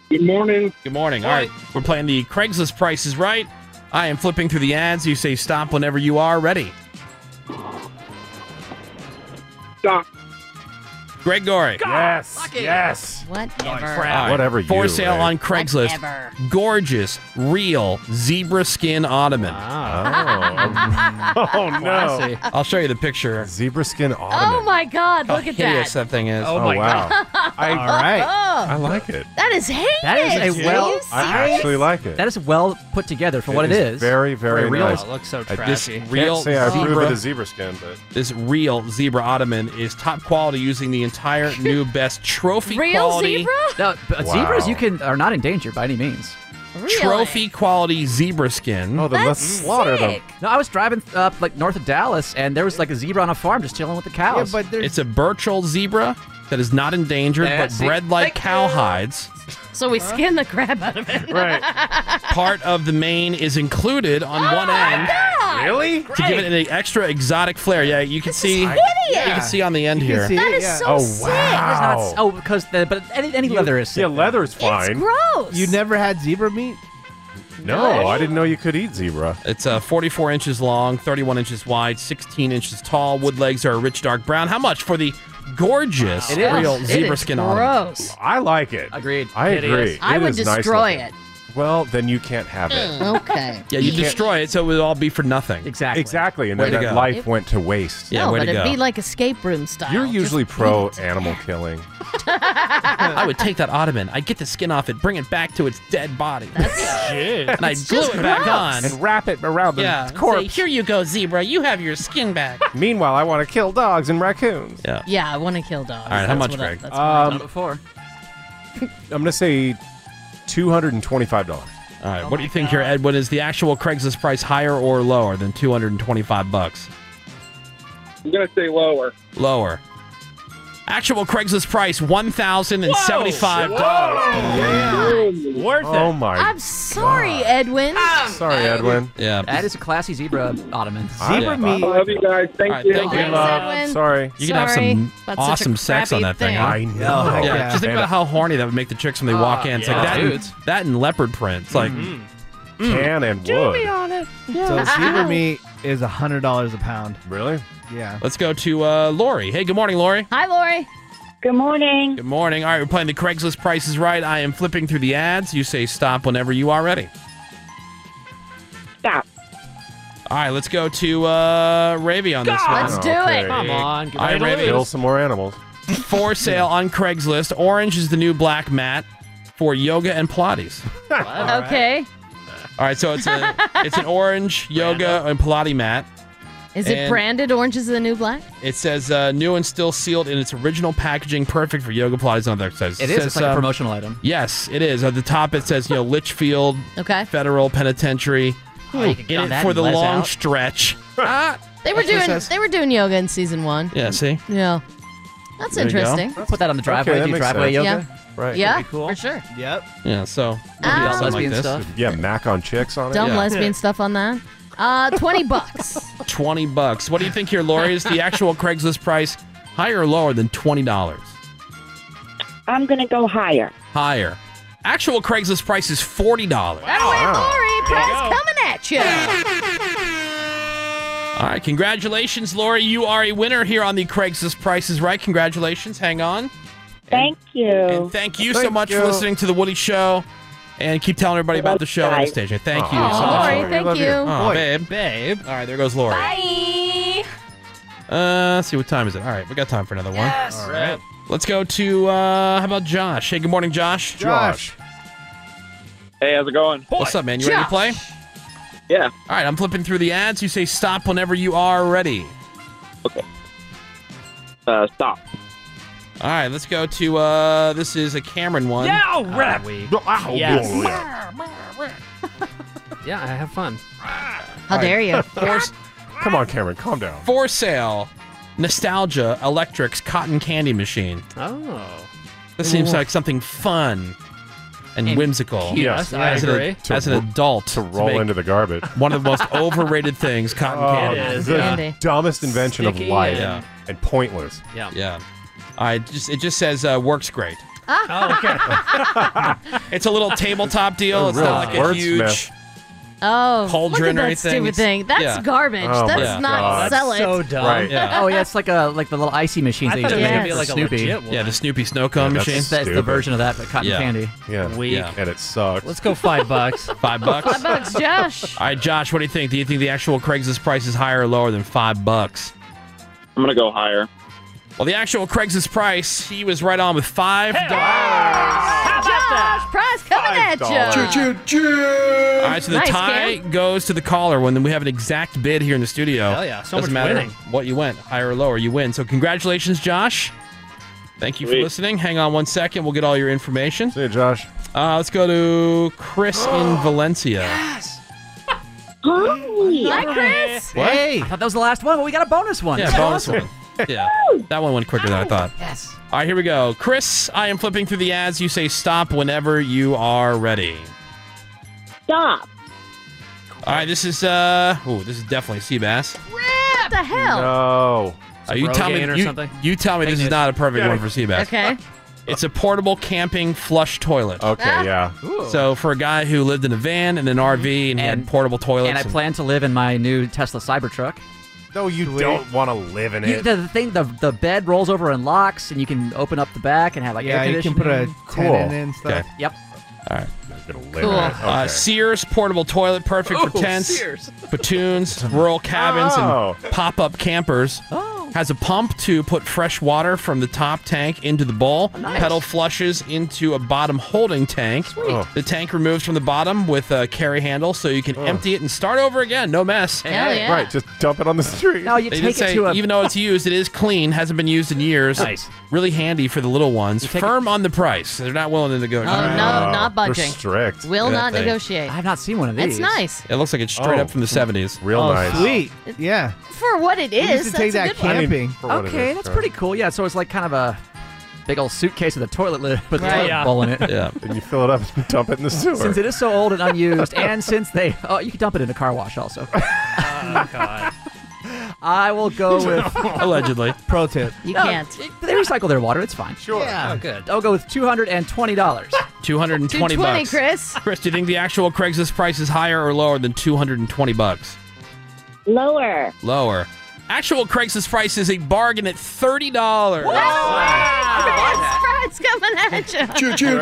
A: Good morning.
D: Good morning. All right. We're playing the Craigslist Price is Right. I am flipping through the ads. You say stop whenever you are ready.
A: Stop.
D: Greg Gorey.
G: Yes. Yes.
I: Whatever.
D: All right.
G: Whatever you,
D: For sale
G: Ray.
D: on Craigslist.
I: Whatever.
D: Gorgeous, real zebra skin ottoman. *laughs*
G: Oh, *laughs* oh no.
D: I'll show you the picture.
G: Zebra skin ottoman.
I: Oh, my God. Look
D: How
I: at
D: hideous
I: that.
D: that. thing is.
G: Oh, wow.
I: *laughs*
G: I,
E: All right.
I: Oh,
G: I like it.
I: that is heinous.
H: That is
I: Are
H: a well.
I: you
G: I
I: serious?
G: actually like it.
H: That is well put together for what it is.
G: Very, very
H: Very real.
G: nice.
H: Oh, it
F: looks so
G: I
D: This
G: just
F: trashy.
G: Can't
D: real
G: say I approve
D: zebra,
G: of the zebra skin, but
D: this real zebra ottoman is top quality using the entire new best trophy
I: Real
D: quality.
I: zebra?
H: No, but
G: Wow.
H: zebras you can are not in danger by any means.
D: trophy quality zebra skin. Oh,
H: then let's That's slaughter them. No, I was driving up like north of Dallas, and there was like a zebra on a farm just chilling with the cows.
D: but it's a Burchell zebra that is not endangered,
I: Yeah,
D: but
I: see?
D: bred like
I: Thank you.
D: cowhides.
I: So we skin the crap out of it. *laughs*
D: Right. Part of the mane is included on
I: Oh
D: one
I: Ah!
D: end. Really? To give it an extra exotic flair. Yeah, you can see.
H: hideous.
D: You can see on the end
H: You can
D: here.
H: see it, That is yeah. so
D: oh,
H: sick.
D: Wow.
H: It's not- oh, because the, but any, any leather is sick.
G: Yeah, leather is fine.
I: gross.
E: You never had zebra meat?
G: No, I didn't know you could eat zebra.
D: It's uh, 44 inches long, 31 inches wide, 16 inches tall. Wood legs are a rich dark brown. How much for the gorgeous
G: It is.
D: real
G: It
D: zebra
G: is
D: skin on it?
I: Gross.
G: I like it.
H: Agreed.
G: I
D: It
G: agree.
D: is. I
G: It
D: would
G: is nice
D: destroy
G: looking. Well, then you can't have it.
I: Mm. okay.
D: Yeah, you
G: You can't-
D: destroy it, so it would all be for nothing.
H: Exactly.
G: Exactly, and
D: Way
G: then
D: to
G: that
D: go.
G: life went to waste.
D: Yeah,
I: no,
D: way
I: but
D: to
I: it'd
D: go.
I: be like escape room style.
G: You're
I: Just
G: usually
I: eat
G: pro
I: it.
G: animal killing.
D: *laughs* I would take that ottoman. I'd get the skin off it, bring it back to its dead body. *laughs*
G: Shit.
D: and I'd glue it back on.
G: and wrap it around the
D: yeah.
G: corpse.
D: Say, Here you go, zebra. You have your skin back.
G: Meanwhile, I want to kill dogs and raccoons.
D: Yeah.
I: Yeah, I want to kill dogs.
G: All right, how
I: That's
G: much,
I: what I-
G: Greg?
I: that's what I
G: Um,
I: thought before.
G: I'm gonna say two hundred and twenty-five dollars.
D: All right. what do you think here, Edwin? Is the actual Craigslist price higher or lower than 225 bucks?
A: I'm gonna say lower.
D: Lower. Actual Craigslist price one thousand and seventy-five dollars.
G: Worth Oh my!
I: I'm sorry, Edwin.
G: Sorry, Edwin.
D: Yeah.
H: That is a classy zebra ottoman.
G: I- Zebra I- meat. I
A: love you guys. Thank
G: All right, you. thank you.
H: We
G: Edwin. Sorry.
D: You can have some
I: That's such a
D: awesome sex on
I: crappy
D: that thing.
I: thing.
D: huh?
G: I know.
D: Yeah,
G: Yeah.
D: Just think about how horny that would make the chicks when they walk in. It's
G: yeah.
D: like that, and,
G: Dudes.
D: that and leopard print. It's like mm.
G: Can Mm-hmm. and wood.
I: on it.
E: So zebra meat is hundred dollars a pound.
G: Really?
E: Yeah.
D: Let's go to uh, Lori. Hey, good morning, Lori.
I: Hi, Lori. Good morning.
D: Good morning. All right, we're playing the Craigslist Price is Right. I am flipping through the ads. You say stop whenever you are ready.
Q: Stop.
D: All right, let's go to uh, Ravy on this one.
G: Let's do it. Okay. Come on, get
D: All right,
G: ready
D: Ravy.
G: to Kill some more animals.
D: For sale on Craigslist. Orange is the new black mat for yoga and Pilates.
I: Okay.
D: All right, so it's a it's an
H: *laughs*
D: orange yoga and Pilates mat.
I: Is it
D: And-
I: branded Orange is the New Black?
D: It says uh, new and still sealed in its original packaging, perfect for yoga Pilates and other exercises.
H: It is. It's
D: Says,
H: like a
D: um,
H: promotional item.
D: Yes, it is. At the top, it says, you know, Litchfield
I: Okay.
D: Federal Penitentiary.
I: Oh, you could
D: in
I: go
D: it
I: that
D: for
I: and
D: the
I: Les
D: long
I: out.
D: stretch.
I: Uh, They were
D: That's what it
I: doing
D: says.
I: they were doing yoga in season one.
D: Yeah, see?
I: Yeah. That's
D: There you go.
I: interesting.
H: Put that on the driveway.
D: Okay, that
H: do
D: makes
H: driveway
D: sense.
H: yoga.
I: Yeah.
G: Right.
I: yeah, for sure.
E: Yep.
D: Yeah, so. we'll do
I: Ah.
D: something
G: Lesbian
D: like this.
G: stuff. Yeah, mac on chicks on it.
I: Dumb
D: *laughs*
I: lesbian stuff on that. Uh, twenty bucks.
D: 20 bucks. What do you think here, Lori? Is
I: *laughs*
D: the actual Craigslist price higher or lower than $20?
Q: I'm going to go higher.
D: Higher. Actual Craigslist price is $40.
Q: That
I: way, Lori, price coming at you.
D: All right, congratulations, Lori. You are a winner here on the Craigslist Price is Right. Congratulations. Hang on.
Q: Thank you.
D: And thank you so much for listening to The Woody Show. And keep telling everybody about the show on the station. Thank you
I: Aw,
D: so much.
I: Lori, thank Love you. you.
D: Aw,
I: Boy.
D: babe. Babe. All right, there goes Lori.
Q: Bye.
D: Uh, let's see, what time is it? All right, we got time for another one.
Q: Yes.
D: All right. Let's go to, uh, how about Josh? Hey, good morning, Josh.
A: Josh. Hey, how's it going?
D: What's up, man? You ready to play?
A: Yeah.
D: All right, I'm flipping through the ads. You say stop whenever you are ready.
A: Uh, stop.
D: All right, let's go to, uh, this is a Cameron one.
F: Yeah, all
D: All
F: right.
D: we-
F: Yes. Yeah, I have fun.
D: All right. *laughs* For,
G: Come on, Cameron, calm down.
D: for sale, nostalgia, electrics, cotton candy machine.
F: Oh.
D: This seems
F: Ooh.
D: like something fun and,
F: And
D: whimsical.
F: cute. Yes, I
D: as an-
F: agree.
D: As an, adult, to
G: roll into the garbage.
D: *laughs* One of the most overrated things, cotton
G: Oh,
D: candy.
G: the dumbest invention
D: Sticky
G: of life
D: and-
G: and, pointless.
F: Yeah.
D: Yeah. All right, just it just says uh, works great.
I: Ah.
F: Oh,
D: *laughs* It's a little tabletop deal. It's
G: Real
D: not like a huge.
G: wordsmith.
I: Oh, look
D: Cauldron
I: at
D: or
I: that
D: anything.
I: stupid
D: It's-
I: thing. That's
D: yeah.
I: garbage.
G: Oh
I: That's
G: my
I: not
G: God.
I: sell it.
F: So dumb.
G: Right.
D: Yeah.
H: Oh yeah, it's like a like the little icy machines
F: I
H: that you
F: thought it was
H: make
F: gonna be like a
H: Snoopy.
F: legit one.
D: Yeah, the Snoopy snow cone
G: Yeah, that's
D: machine.
H: That's the version of that, but cotton
D: Yeah.
H: candy.
G: Yeah.
F: Weak.
D: Yeah.
G: And it sucks.
F: Let's go five bucks.
D: *laughs* Five bucks.
I: Five bucks,
G: *laughs*
I: Josh.
D: All right, Josh, what do you think? Do you think the actual Craigslist price is higher or lower than five bucks?
A: I'm gonna go higher.
D: Well, the actual Craigslist price, he was right on with five
I: Josh, price coming at you.
D: All right, so the
I: Nice,
D: tie goes to the caller when we have an exact bid here in the studio.
F: Hell yeah, so
D: Doesn't
F: much
D: matter
F: winning.
D: what you went, higher or lower, you win. So congratulations, Josh. Thank you for listening. Hang on one second. We'll get all your information.
G: See you, Josh.
D: Uh, let's go to Chris
F: *gasps*
D: in Valencia.
H: Hi,
I: Chris.
D: What?
H: Hey, I thought that was the last one, but we got a bonus one.
D: Yeah,
H: That's
D: bonus
H: awesome.
D: one. Yeah, that one went quicker than I thought.
H: Yes.
D: All right, here we go. Chris, I am flipping through the ads. You say stop whenever you are ready.
Q: Stop.
D: All right, this is uh, oh, this is definitely Seabass.
I: What the hell?
D: No. you tell me,
F: Rogaine or
D: you,
F: something?
D: you tell me this is not a perfect one for Seabass.
I: Okay.
D: It's a portable camping flush toilet.
G: Okay,
I: Ah.
G: yeah.
D: So for a guy who lived in a van and an RV and, had portable toilets,
H: And I plan to live in my new Tesla Cybertruck.
G: No, you
H: Sweet.
G: don't want to live in
H: You,
G: it.
H: the, the thing, the the bed rolls over and locks, and you can open up the back and have like
E: Yeah,
H: air
E: you can
H: conditioning.
E: put a tenant in and stuff.
D: Okay.
H: Yep.
D: All right.
H: Cool. in it.
D: Uh,
H: Okay.
D: Sears portable toilet, perfect for
H: Oh,
D: tents,
H: Sears. *laughs*
D: platoons, rural cabins,
G: Oh.
D: and pop-up campers. Oh. Has a pump to put fresh water from the top tank into the bowl.
H: Oh,
D: Pedal flushes into a bottom holding tank.
G: Oh.
D: The tank removes from the bottom with a carry handle, so you can empty it and start over again. No mess.
G: Hell yeah. Right, just dump it on the street.
H: No, you
D: They
H: take
D: did say,
H: it to a.
D: even though it's used, it is clean, hasn't been used in years.
H: Nice.
D: Really handy for the little ones. Firm on the price. They're not willing to negotiate.
I: Oh, no, not
D: they're
I: budging.
D: strict.
I: Will
D: Yeah,
I: not
D: thanks.
I: negotiate.
H: I've not seen one of
I: That's
H: these.
I: nice.
D: It looks like it's straight
G: Oh.
D: up from the 70s.
G: Real
E: Oh,
G: nice.
E: sweet. Yeah.
I: For what it
E: We used
I: is,
E: to
I: that's
E: take
I: a
E: that
I: good one.
E: camping.
G: what it
H: okay,
G: is,
H: that's
G: sure.
H: pretty cool. Yeah, so it's like kind of a big old suitcase with a toilet lid with a
F: Right.
H: toilet *laughs*
F: Yeah.
H: bowl in it.
D: Yeah.
G: Then you fill it up and dump it *laughs* in the sewer.
H: Since it is so old and unused, and since they, oh, you can dump it in a car
E: *laughs*
H: wash also.
F: Oh, God.
H: *laughs* I
D: *laughs*
H: will *laughs* go with.
D: Allegedly.
E: Pro tip.
I: You
H: No,
I: can't.
H: it- They recycle their water. It's fine. Sure. Yeah. good. I'll go with two hundred and twenty dollars.
D: 220
I: 220,
D: bucks.
I: Chris.
D: *laughs* Chris, do you think the actual Craigslist price is higher or lower than 220 bucks?
Q: Lower.
D: Lower. Actual Craigslist price is a bargain at $30.
I: *laughs* Chris, Fred's
D: *laughs*
I: coming at you.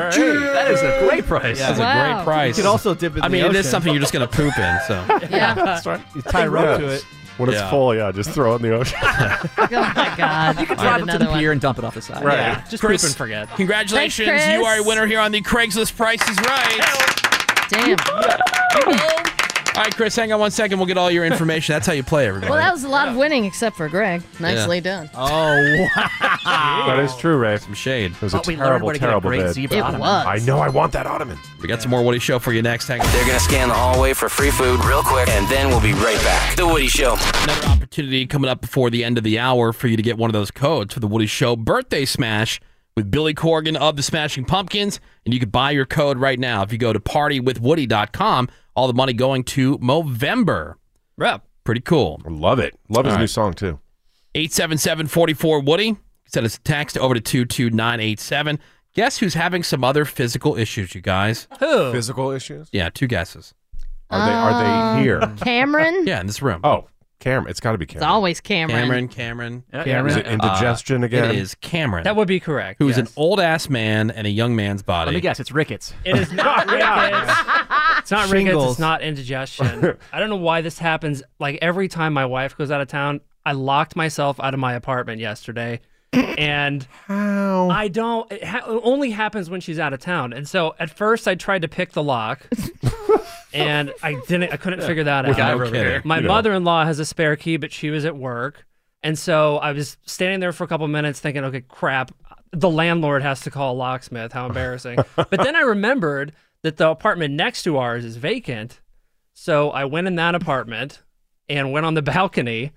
H: That is a great price.
D: That's a
I: Wow.
D: great price.
E: You could also dip it in
D: I
E: the
D: mean, it is
E: ocean.
D: something you're just going to poop in,
H: *laughs*
D: so.
B: *laughs*
I: Yeah.
G: That's right.
E: You tie rope to it.
G: When it's
D: Yeah.
G: full, yeah, just throw it
D: *laughs*
G: in the ocean.
I: Oh my God. You
H: could drive up to the
I: one.
H: pier and dump it off the side.
G: Right.
H: Yeah. Just
D: Chris,
F: poop and forget.
D: Congratulations.
I: Thanks, Chris.
D: You are a winner here on the Craigslist Price is Right.
I: Damn.
D: All right, Chris, hang on one second. We'll get all your information. That's how you play, everybody.
I: Well, that was a lot of winning, except for Greg. Nicely done.
D: oh,
G: That is true, Ray.
D: Some shade.
G: It was a
H: But we learned
G: terrible,
H: where to get a
G: terrible
H: great
G: bid.
H: zebra
I: It
H: ottoman.
I: was.
G: I know I want that ottoman.
D: We got some more Woody Show for you next. Hang on.
J: They're gonna scan the hallway for free food real quick, and then we'll be right back. The Woody Show.
D: Another opportunity coming up before the end of the hour for you to get one of those codes for the Woody Show birthday smash with Billy Corgan of the Smashing Pumpkins. And you could buy your code right now if you go to partywithwoody.com. All the money going to Movember. Rep. Pretty cool.
G: Love it. Love his
D: All
G: new
D: right.
G: song, too.
D: 877-44 Woody. Send us a text over to 22987. Guess who's having some other physical issues, you
G: *laughs*
D: guys?
F: Who?
G: Physical issues?
D: Yeah, two guesses.
G: Are they, are
I: Um,
G: they here?
I: Cameron?
D: Yeah, in this room.
G: Oh, Cameron. It's got to be
I: It's
G: Cameron.
I: always Cameron.
D: Cameron, Cameron. Uh,
E: Cameron.
G: Is it indigestion again?
D: It is Cameron,
F: That would be correct.
D: who is
F: yes.
D: an old ass man in a young man's body.
H: Let me guess. It's rickets.
F: It
D: *laughs*
F: is not rickets. It's not rickets.
E: Shingles.
F: It's not indigestion. I don't know why this happens. Like every time my wife goes out of town, I locked myself out of my apartment yesterday, and
G: How?
F: I don't. It, ha- it only happens when she's out of town. And so at first, I tried to pick the lock, and I didn't. I couldn't figure that
D: We
F: out.
D: got No over kidding. here.
F: My
D: You know.
F: mother-in-law has a spare key, but she was at work, and so I was standing there for a couple minutes thinking, okay, crap. The landlord has to call a locksmith. How embarrassing! but then I remembered that the apartment next to ours is vacant, so I went in that apartment and went on the balcony.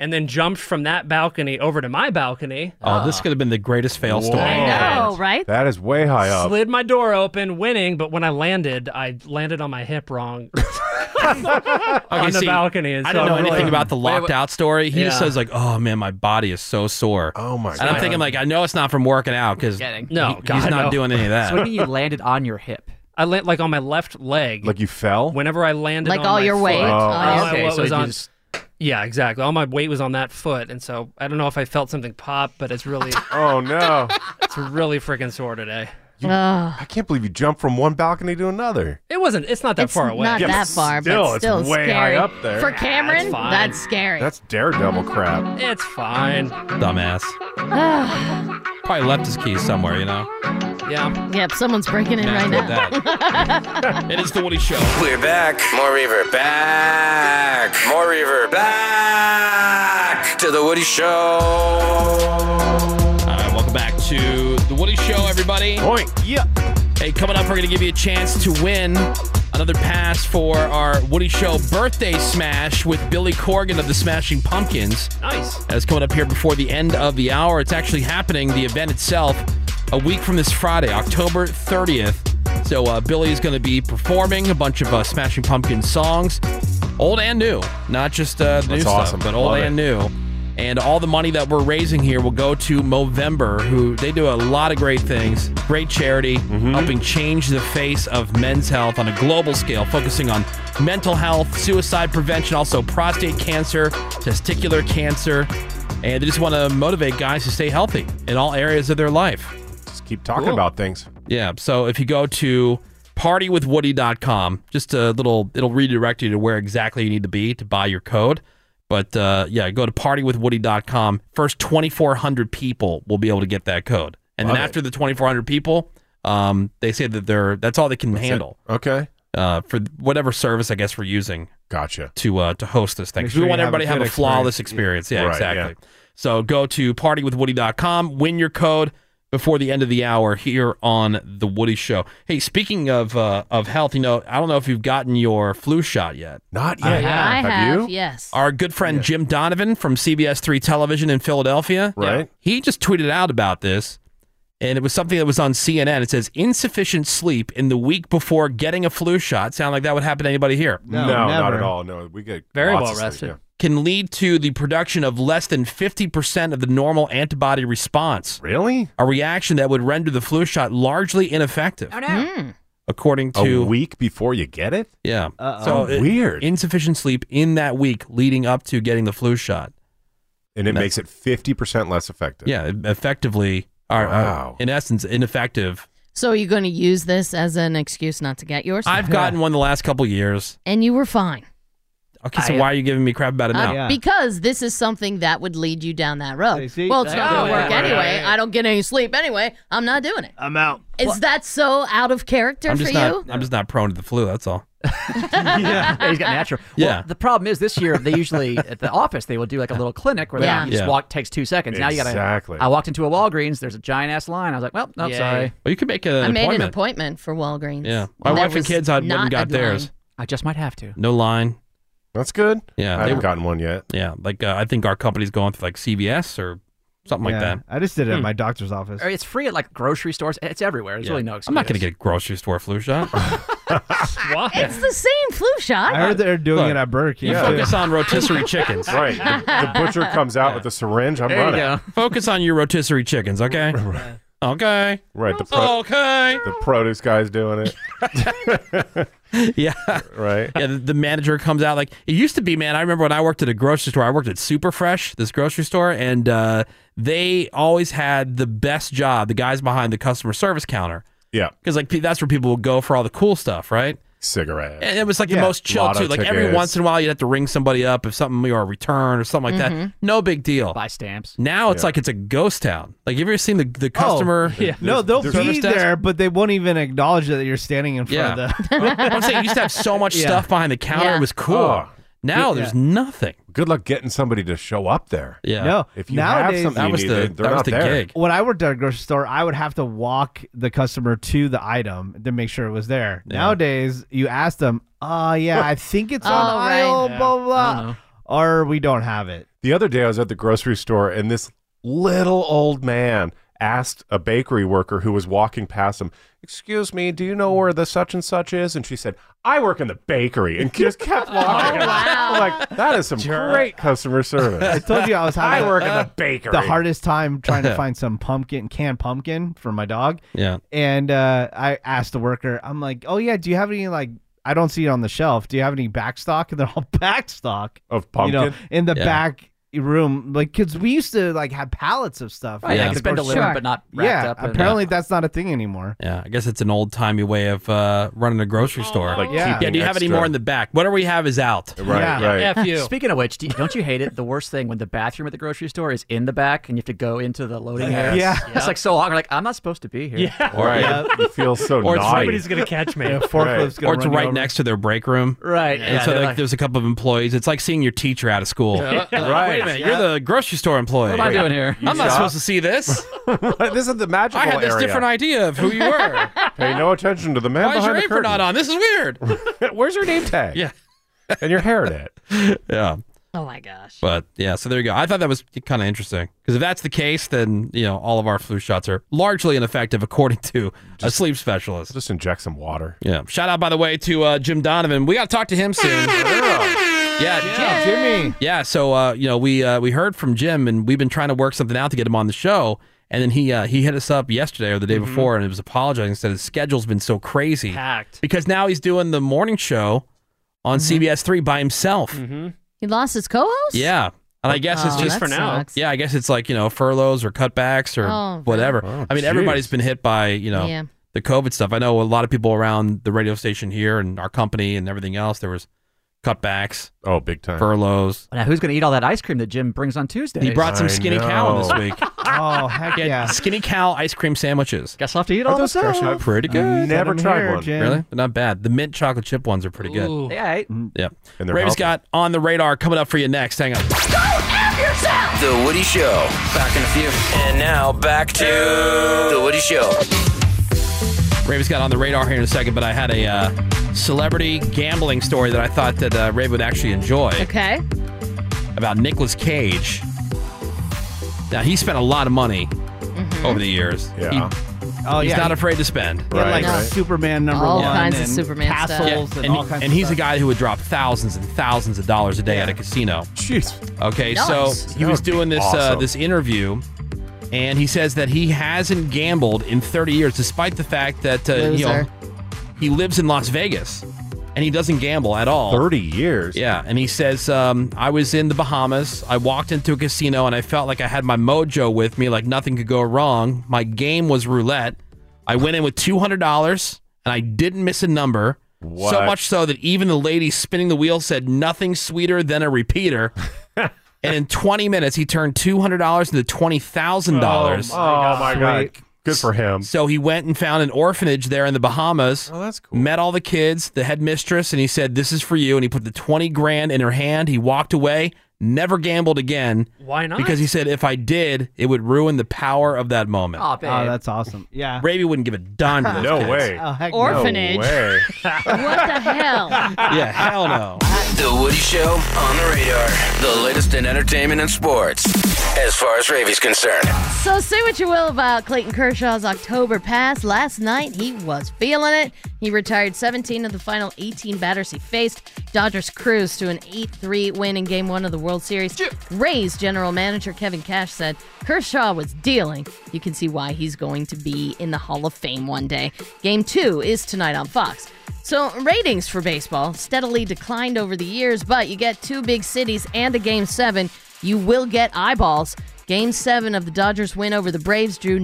F: And then jumped from that balcony over to my balcony. Uh,
D: oh, this could have been the greatest fail
G: Whoa.
D: story.
I: I know, right?
G: That is way high up.
F: Slid my door open, winning, but when I landed, I landed on my hip
D: *laughs*
F: wrong *laughs* on the
D: see,
F: balcony. And
D: I
F: so
D: don't know
F: I'm really-
D: anything about the locked out story. He just
F: Yeah.
D: says like, "Oh man, my body is so sore,"
G: Oh, my
D: and I'm
G: God.
D: thinking like, I know it's not from working out because
H: Getting.
F: No,
D: he's
F: God,
D: not
F: no.
D: doing any of that.
H: So what do you mean you landed on your hip?
F: I landed like on my left leg.
G: Like you fell?
F: whenever I landed,
I: Like
F: on
I: all
F: my
I: your
F: foot,
I: weight.
G: Oh,
F: all my
H: okay,
F: weight
H: so
F: was
H: you
F: on-
H: just-
F: Yeah, exactly. All my weight was on that foot, and so I don't know if I felt something pop, but it's really,
G: *laughs* Oh, no.
F: it's really freaking sore today.
I: Ugh.
G: I can't believe you jumped from one balcony to another.
F: It wasn't. It's not that
I: It's
F: far away.
I: Not
G: Yeah, but
I: that far,
G: still,
I: but
G: it's
I: still
G: way
I: scary.
G: high up *laughs* there.
I: For
G: Yeah, it's
I: Cameron,
F: fine.
I: that's scary.
G: That's daredevil crap.
F: It's fine.
D: Dumbass. Probably left his keys somewhere, you know.
F: Yeah.
I: yep, someone's breaking in
D: Yeah,
I: right
D: with
I: now.
D: that. it is the Woody Show.
J: We're back. More reverb. Back. More reverb. Back to the Woody Show.
D: All right, welcome back to the Woody Show, everybody.
G: Point. Yeah.
D: Hey, coming up, we're going to give you a chance to win another pass for our Woody Show birthday smash with Billy Corgan of the Smashing Pumpkins.
F: Nice.
D: That's coming up here before the end of the hour. It's actually happening, the event itself, a week from this Friday, October 30th. So uh, Billy is going to be performing a bunch of uh, Smashing Pumpkins songs, old and new, not just uh, the new
G: That's awesome.
D: stuff, but old
G: Love it.
D: and new. And all the money that we're raising here will go to Movember, who they do a lot of great things. Great charity, helping change the face of men's health on a global scale, focusing on mental health, suicide prevention, also prostate cancer, testicular cancer. And they just want to motivate guys to stay healthy in all areas of their life. Just
G: keep talking about things.
D: Yeah. So if you go to partywithwoody.com, just a little, it'll redirect you to where exactly you need to be to buy your code. But uh, yeah, go to partywithwoody.com. First 2,400 people will be able to get that code. And
G: Love
D: then
G: it.
D: after the 2,400 people, um, they say that they're, that's all they can
G: it.
D: handle.
G: Okay.
D: Uh, for whatever service, I guess, we're using.
G: Gotcha.
D: To, uh, to host this thing.
G: Make
D: 'Cause
G: sure
D: we
G: you
D: want
G: have a
D: everybody to have
G: good
D: a flawless
G: experience.
D: experience. Yeah,
G: Right, yeah.
D: exactly. So go to partywithwoody.com, win your code before the end of the hour here on the Woody Show. Hey, speaking of uh, of health, you know, I don't know if you've gotten your flu shot yet.
G: Not
I: yet. I Have have, you? yes.
D: Our good friend Jim Donovan from CBS Three Television in Philadelphia.
G: Right.
D: He just tweeted out about this. And it was something that was on CNN. It says insufficient sleep in the week before getting a flu shot. Sound like that would happen to anybody here?
G: No, not at all. No, we get
D: Very
G: lots
D: well
G: of sleep,
D: rested.
G: yeah.
D: Can lead to the production of less than 50% of the normal antibody response.
G: Really?
D: A reaction that would render the flu shot largely ineffective. Oh, no. According
G: A
D: to.
G: week before you get it?
D: Yeah.
G: Uh-oh.
D: So
G: How weird.
D: Insufficient sleep in that week leading up to getting the flu shot.
G: And it
D: That's-
G: makes it 50% less effective.
D: Yeah. Effectively, are, are,
G: Wow.
D: in essence, ineffective.
I: *laughs* So are you going to use this as an excuse not to get yours?
D: I've gotten one the last couple years.
I: And you were fine.
D: Okay, so
I: I-
D: why are you giving me crap about it now?
I: Uh, Because this is something that would lead you down that road.
D: see?
I: well, it's not going
D: Exactly.
I: to work
D: Right,
I: anyway.
D: right.
I: I don't get any sleep anyway. I'm not doing it.
E: I'm out.
I: Is that so out of character
D: I'm
I: for
D: just
I: you?
D: not. I'm just not prone to the flu. That's all.
I: *laughs*
H: yeah, he's got natural. Well,
D: Yeah.
H: the problem is this year they usually at the office they will do like a little clinic where
D: Yeah.
H: they, you just
D: Yeah.
H: walk takes two seconds. Now you gotta
D: Exactly.
H: I walked into a Walgreens. There's a giant ass line. I was like, well, no,
I: Yay.
H: sorry.
D: Well, you could make an
I: I made an
D: uh, appointment.
I: appointment for Walgreens.
D: Yeah, my
I: There
D: wife and
I: was
D: kids I wouldn't
I: not
D: got
I: a
D: theirs.
I: line.
H: I just might have to.
D: No line.
G: That's good.
D: Yeah,
G: I haven't gotten one yet.
D: Yeah, like uh, I think our company's going through like CVS or something
E: Yeah,
D: like that.
E: I just did it at
D: Hmm.
E: my doctor's office.
H: Or It's free at like grocery stores. It's everywhere. There's
D: Yeah.
H: really no excuse.
D: I'm not going to get a grocery store flu
G: *laughs*
D: shot.
H: Why?
I: It's the same flu shot.
E: I heard they're doing
D: Look,
E: it at Burger King.
D: you
E: too.
D: focus
E: *laughs*
D: on rotisserie chickens.
G: Right. The, the butcher comes out with a syringe. I'm running.
D: Focus on your rotisserie chickens,
G: *laughs*
D: okay? Okay.
G: Right. The
D: okay.
G: The produce guy's doing it.
D: *laughs* yeah.
G: Right.
D: Yeah. The, the manager comes out like it used to be. Man, I remember when I worked at a grocery store. I worked at Super Fresh, this grocery store, and uh, they always had the best job. The guys behind the customer service counter.
G: Yeah.
D: Because like pe- that's where people would go for all the cool stuff, right?
G: Cigarettes.
D: And it was like
G: Yeah.
D: the most chill
G: Lotto
D: too. Like every
G: tickets.
D: once in a while, you'd have to ring somebody up if something or a return or something like
H: Mhm.
D: that. No big deal.
H: Buy stamps.
D: Now it's
H: Yeah.
D: like it's a ghost town. Like have you ever seen the the customer?
E: Oh, No, they'll be
D: service desk?
E: there, but they won't even acknowledge that you're standing in front
D: Yeah.
E: of
B: *laughs*
E: them.
D: I'm saying *laughs* you used to have so
E: *laughs*
D: much
E: Yeah.
D: stuff behind the counter.
E: Yeah.
D: It was cool.
E: Oh.
D: Now
E: Yeah.
D: there's nothing.
G: Good luck getting somebody to show up there.
D: Yeah.
E: No,
G: If you
E: nowadays,
G: have something you need, they- they're not there.
E: When I worked at a grocery store, I would have to walk the customer to the item to make sure it was there. Nowadays, you ask them, "Oh yeah, I think it's
M: *laughs*
E: on
M: Oh, right.
E: aisle
M: Yeah.
E: blah
M: I
E: blah,"
M: don't
E: or we don't have it.
G: The other day, I was at the grocery store, and this little old man asked a bakery worker who was walking past him, "Excuse me, do you know where the such and such is?" And she said, "I work in the bakery,"
E: *laughs*
G: and just
B: Oh,
G: kept walking. I'm like that is some great customer service.
E: I told you I was having uh,
G: I work in the bakery.
E: The hardest time trying to find some pumpkin, canned pumpkin for my dog.
D: Yeah.
E: And uh, I asked the worker, I'm like, oh, yeah, do you have any, like, I don't see it on the shelf. Do you have any back stock? And they're all *laughs* back stock
G: of
E: You know,
G: pumpkin?
E: in the
G: Yeah.
E: back room. Like, because we used to, like, have pallets of stuff. at
H: Right, like
E: the
H: it's been
E: grocery
H: delivered,
E: store.
H: but not wrapped
E: Yeah.
H: up and-
E: apparently that's not a thing anymore.
D: Yeah, I guess it's an old timey way of uh, running a grocery store. Like
E: Yeah.
D: yeah.
E: keeping
D: Do you have any
E: extra.
D: more in the back? Whatever we have is out.
H: Speaking of which, do you, don't you hate it? The worst thing when the bathroom at the grocery store is in the back and you have to go into the loading
D: Yes.
H: area.
D: Yeah.
H: It's like so awkward. Like, I'm not supposed to be here.
F: Yeah.
D: Right.
G: You feel so
D: Or it's
G: naughty.
D: somebody's gonna
H: *laughs*
F: catch
D: me. or it's right next to their break room.
H: Right,
D: And
H: yeah,
D: so
H: they're
D: like, *laughs*
H: like-
D: there's a couple of employees. It's like seeing your teacher out of school.
H: Yeah.
D: Like, Wait a minute, you're the grocery store employee.
G: What am I doing here?
D: I'm
G: You
D: not
G: shop?
D: supposed to see this.
G: this is the magical
D: I had this
G: area.
D: different idea of who you were.
G: Pay no attention to the man
D: Why is
G: behind
D: your
G: the
D: apron
G: curtain.
D: not on? This is weird.
G: *laughs* Where's your name tag?
D: Yeah.
G: and your hair at
D: yeah.
I: Oh my
G: Ah,
I: gosh.
D: But yeah, so there you go. I thought that was kind of interesting because if that's the case, then you know all of our flu shots are largely ineffective, according to a sleep specialist.
G: Just inject some water.
D: Yeah. Shout out, by the way, to uh, Jim Donovan. We got to talk to him soon. Yeah, Jimmy. Yeah, so uh, you know we uh, we heard from Jim, and we've been trying to work something out to get him on the show. And then he uh, he hit us up yesterday or the day before, and he was apologizing. Said his schedule's been so crazy
F: Packed.
D: because now he's doing the morning show on CBS three by himself.
I: He lost his co-host.
D: Yeah. And I guess it's
I: Oh,
D: just
I: that For now. sucks.
D: Yeah, I guess it's like, you know, furloughs or cutbacks or
I: Oh,
D: whatever. I mean,
I: geez.
D: everybody's been hit by, you know,
I: Yeah.
D: the COVID stuff. I know a lot of people around the radio station here and our company and everything else, there was cutbacks.
G: Oh, big time.
D: Furloughs.
H: Now, who's going to eat all that ice cream that Jim brings on Tuesday?
D: He brought some skinny cow in this
H: *laughs*
D: week.
E: oh, heck
D: Get
E: yeah.
D: Skinny cow ice cream sandwiches.
H: Guess I'll have to eat
D: Are
H: all
B: Oh,
D: those
H: myself.
D: fresh? Pretty good.
G: I've never Get 'em tried here, one. Jim.
D: Really? They're not bad. The mint chocolate chip ones are pretty good.
H: Ooh. Yeah,
D: Yeah.
H: I-
G: And
D: And
G: they're
D: Raven's
G: healthy.
D: got on the radar coming up for you next. Hang on.
J: The Woody Show. Back in a few. And now back to The Woody Show.
D: Raven's got on the radar here in a second, but I had a uh, celebrity gambling story that I thought that uh, Raven would actually enjoy
I: Okay.
D: about Nicolas Cage. Now he spent a lot of money over the years. Yeah.
E: Oh,
D: he's
E: yeah.
D: not afraid to spend.
E: He had, like Superman number
I: All
E: one.
I: kinds of
E: and
I: Superman stuff.
E: castles
D: Yeah,
E: And,
D: and,
E: all kinds
D: and
E: of
D: he's
E: stuff.
D: a guy who would drop thousands and thousands of dollars a day at a casino. Jeez. Okay,
E: Nice.
D: so he
E: That
D: was
E: would be
D: doing this uh,
E: awesome.
D: this interview, and he says that he hasn't gambled in 30 years, despite the fact that uh, you know
G: Loser.
D: he lives in Las Vegas and he doesn't gamble at all.
G: 30 years.
D: Yeah, and he says um, I was in the Bahamas. I walked into a casino and I felt like I had my mojo with me, like nothing could go wrong. My game was roulette. I went in with two hundred dollars and I didn't miss a number. So
G: What?
D: much so that even the lady spinning the wheel said nothing sweeter than a
G: *laughs*
D: repeater. and in 20 minutes, he turned $200 into $20,000.
G: Oh, oh my God. Good for him.
D: So he went and found an orphanage there in the Bahamas. Oh, that's cool. Met all the kids, the headmistress, and he said, "This is for you." And he put the twenty grand in her hand. He walked away, never gambled again.
F: Why not?
D: Because he said, "If I did, it would ruin the power of that moment."
F: Aw, babe. Aw,
E: Oh, that's awesome. Yeah.
D: Raby wouldn't give a dime to those
G: No
D: kids.
G: way.
E: Oh, heck
I: Orphanage.
G: way.
I: what the hell?
D: *laughs* yeah, hell
G: *laughs*
D: no.
J: The Woody Show on the radar. The latest in entertainment and sports, as far as Ravi's concerned.
I: So say what you will about Clayton Kershaw's October pass. Last night he was feeling it. He retired 17 of the final 18 batters he faced. Dodgers cruised to an 8-3 win in Game One of the World Series. Rays general manager Kevin Cash said Kershaw was dealing. You can see why he's going to be in the Hall of Fame one day. Game two is tonight on Fox. So, ratings for baseball steadily declined over the years, but you get two big cities and a game seven, you will get eyeballs. Game seven of the Dodgers win over the Braves drew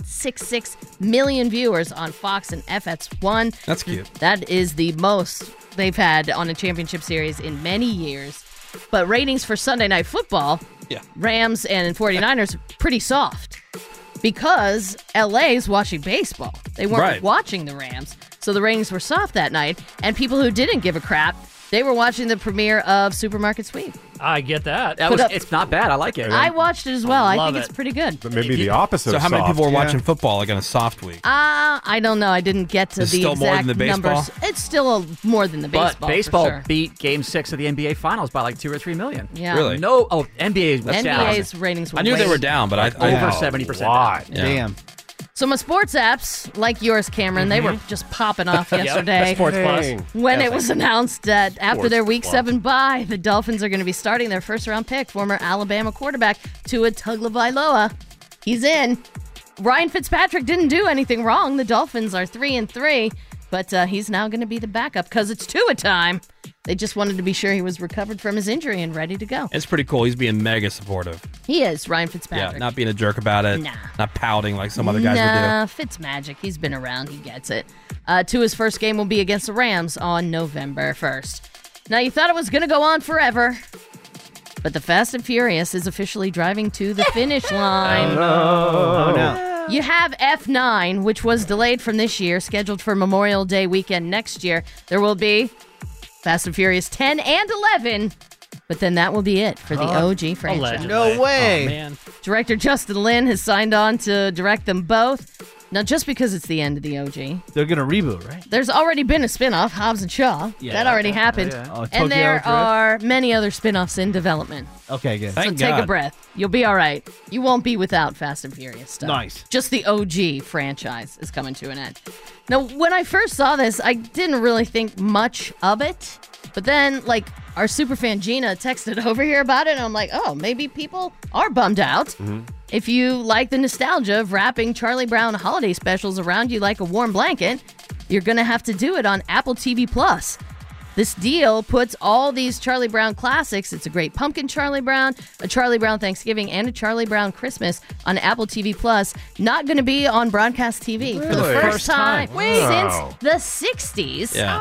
I: 9.66 million viewers on Fox and FX1.
D: *laughs* That's cute.
I: That is the most they've had on a championship series in many years. But ratings for Sunday Night Football,
D: Yeah.
I: Rams and 49ers, pretty soft because LA's watching baseball. They weren't
B: Right.
I: watching the Rams. So the ratings were soft that night. And people who didn't give a crap, they were watching the premiere of Supermarket Sweep.
F: *laughs* I get that.
I: That Put was- up-
H: it's not bad. I like it.
I: I watched it as well. I
D: Love
I: think
D: it.
I: it's pretty good.
D: But
G: maybe the opposite
D: So
G: of
D: how many people were
G: soft. Yeah.
D: watching football like on a soft week?
I: Uh, I don't know. I didn't get to
D: It's
I: the
D: still
I: exact
D: more than the baseball?
I: numbers. It's still a, more than the baseball. for
H: But baseball
I: sure.
H: beat Game Six of the NBA Finals by like two or three million.
I: Yeah. Really?
H: No. Oh, NBA. Was
I: NBA's
H: down.
I: ratings were
D: I knew they
I: way-
D: were down, but I,
H: Like
D: I
H: over 70% down.
D: Yeah.
E: Damn.
I: So my sports apps, like yours, Cameron, they were just popping off
F: Mm-hmm. *laughs* Yep.
I: yesterday.
F: Sports Plus. Dang.
I: When
F: Yeah,
I: it was
F: thanks.
I: announced that after their
F: Sports
I: Week
F: Plus.
I: Seven bye, the Dolphins are going to be starting their first round pick, former Alabama quarterback Tua Tagovailoa. He's in. Ryan Fitzpatrick didn't do anything wrong. The Dolphins are three and three, but uh, he's now going to be the backup because it's Tua time. They just wanted to be sure he was recovered from his injury and ready to go.
D: It's pretty cool. He's being mega supportive.
I: He is Ryan Fitzpatrick.
D: Yeah, not being a jerk about it.
I: Nah.
D: Not pouting like some other guys would do.
I: nah, Fitz magic. He's been around. He gets it. Uh, Tua's first game will be against the Rams on November 1st. Now, you thought it was going to go on forever, but the Fast and Furious is officially driving to the finish line.
E: Oh, no.
I: You have F9, which was delayed from this year, scheduled for Memorial Day weekend next year. There will be Fast and Furious 10 and 11 But then that will be it for the
B: Oh,
I: OG franchise.
B: allegedly. No way. Oh, man.
I: Director Justin Lin has signed on to direct them both. Now, just because it's the end of the OG,
E: They're gonna reboot, right?
I: there's already been a spin-off, Hobbs and Shaw.
E: Yeah.
I: that already happened.
E: Yeah. Oh, Tokyo
I: and there
E: Drift.
I: are many other spin-offs in development.
E: Okay, good.
I: so take a breath. You'll be all right. You won't be without Fast and Furious stuff.
E: Nice.
I: Just the OG franchise is coming to an end. Now, when I first saw this, I didn't really think much of it. But then, like, our super fan Gina texted *laughs* over here about it, and I'm like, oh, maybe people are bummed out.
F: Mm-hmm.
G: Mm-hmm.
I: If you like the nostalgia of wrapping Charlie Brown holiday specials around you like a warm blanket, you're going to have to do it on Apple TV Plus. This deal puts all these Charlie Brown classics, it's a great pumpkin Charlie Brown, a Charlie Brown Thanksgiving, and a Charlie Brown Christmas on Apple TV Plus, not going to be on broadcast TV for the
D: Really?
I: first,
D: First
I: time,
D: time. Wow.
I: since the 60s.
D: Yeah.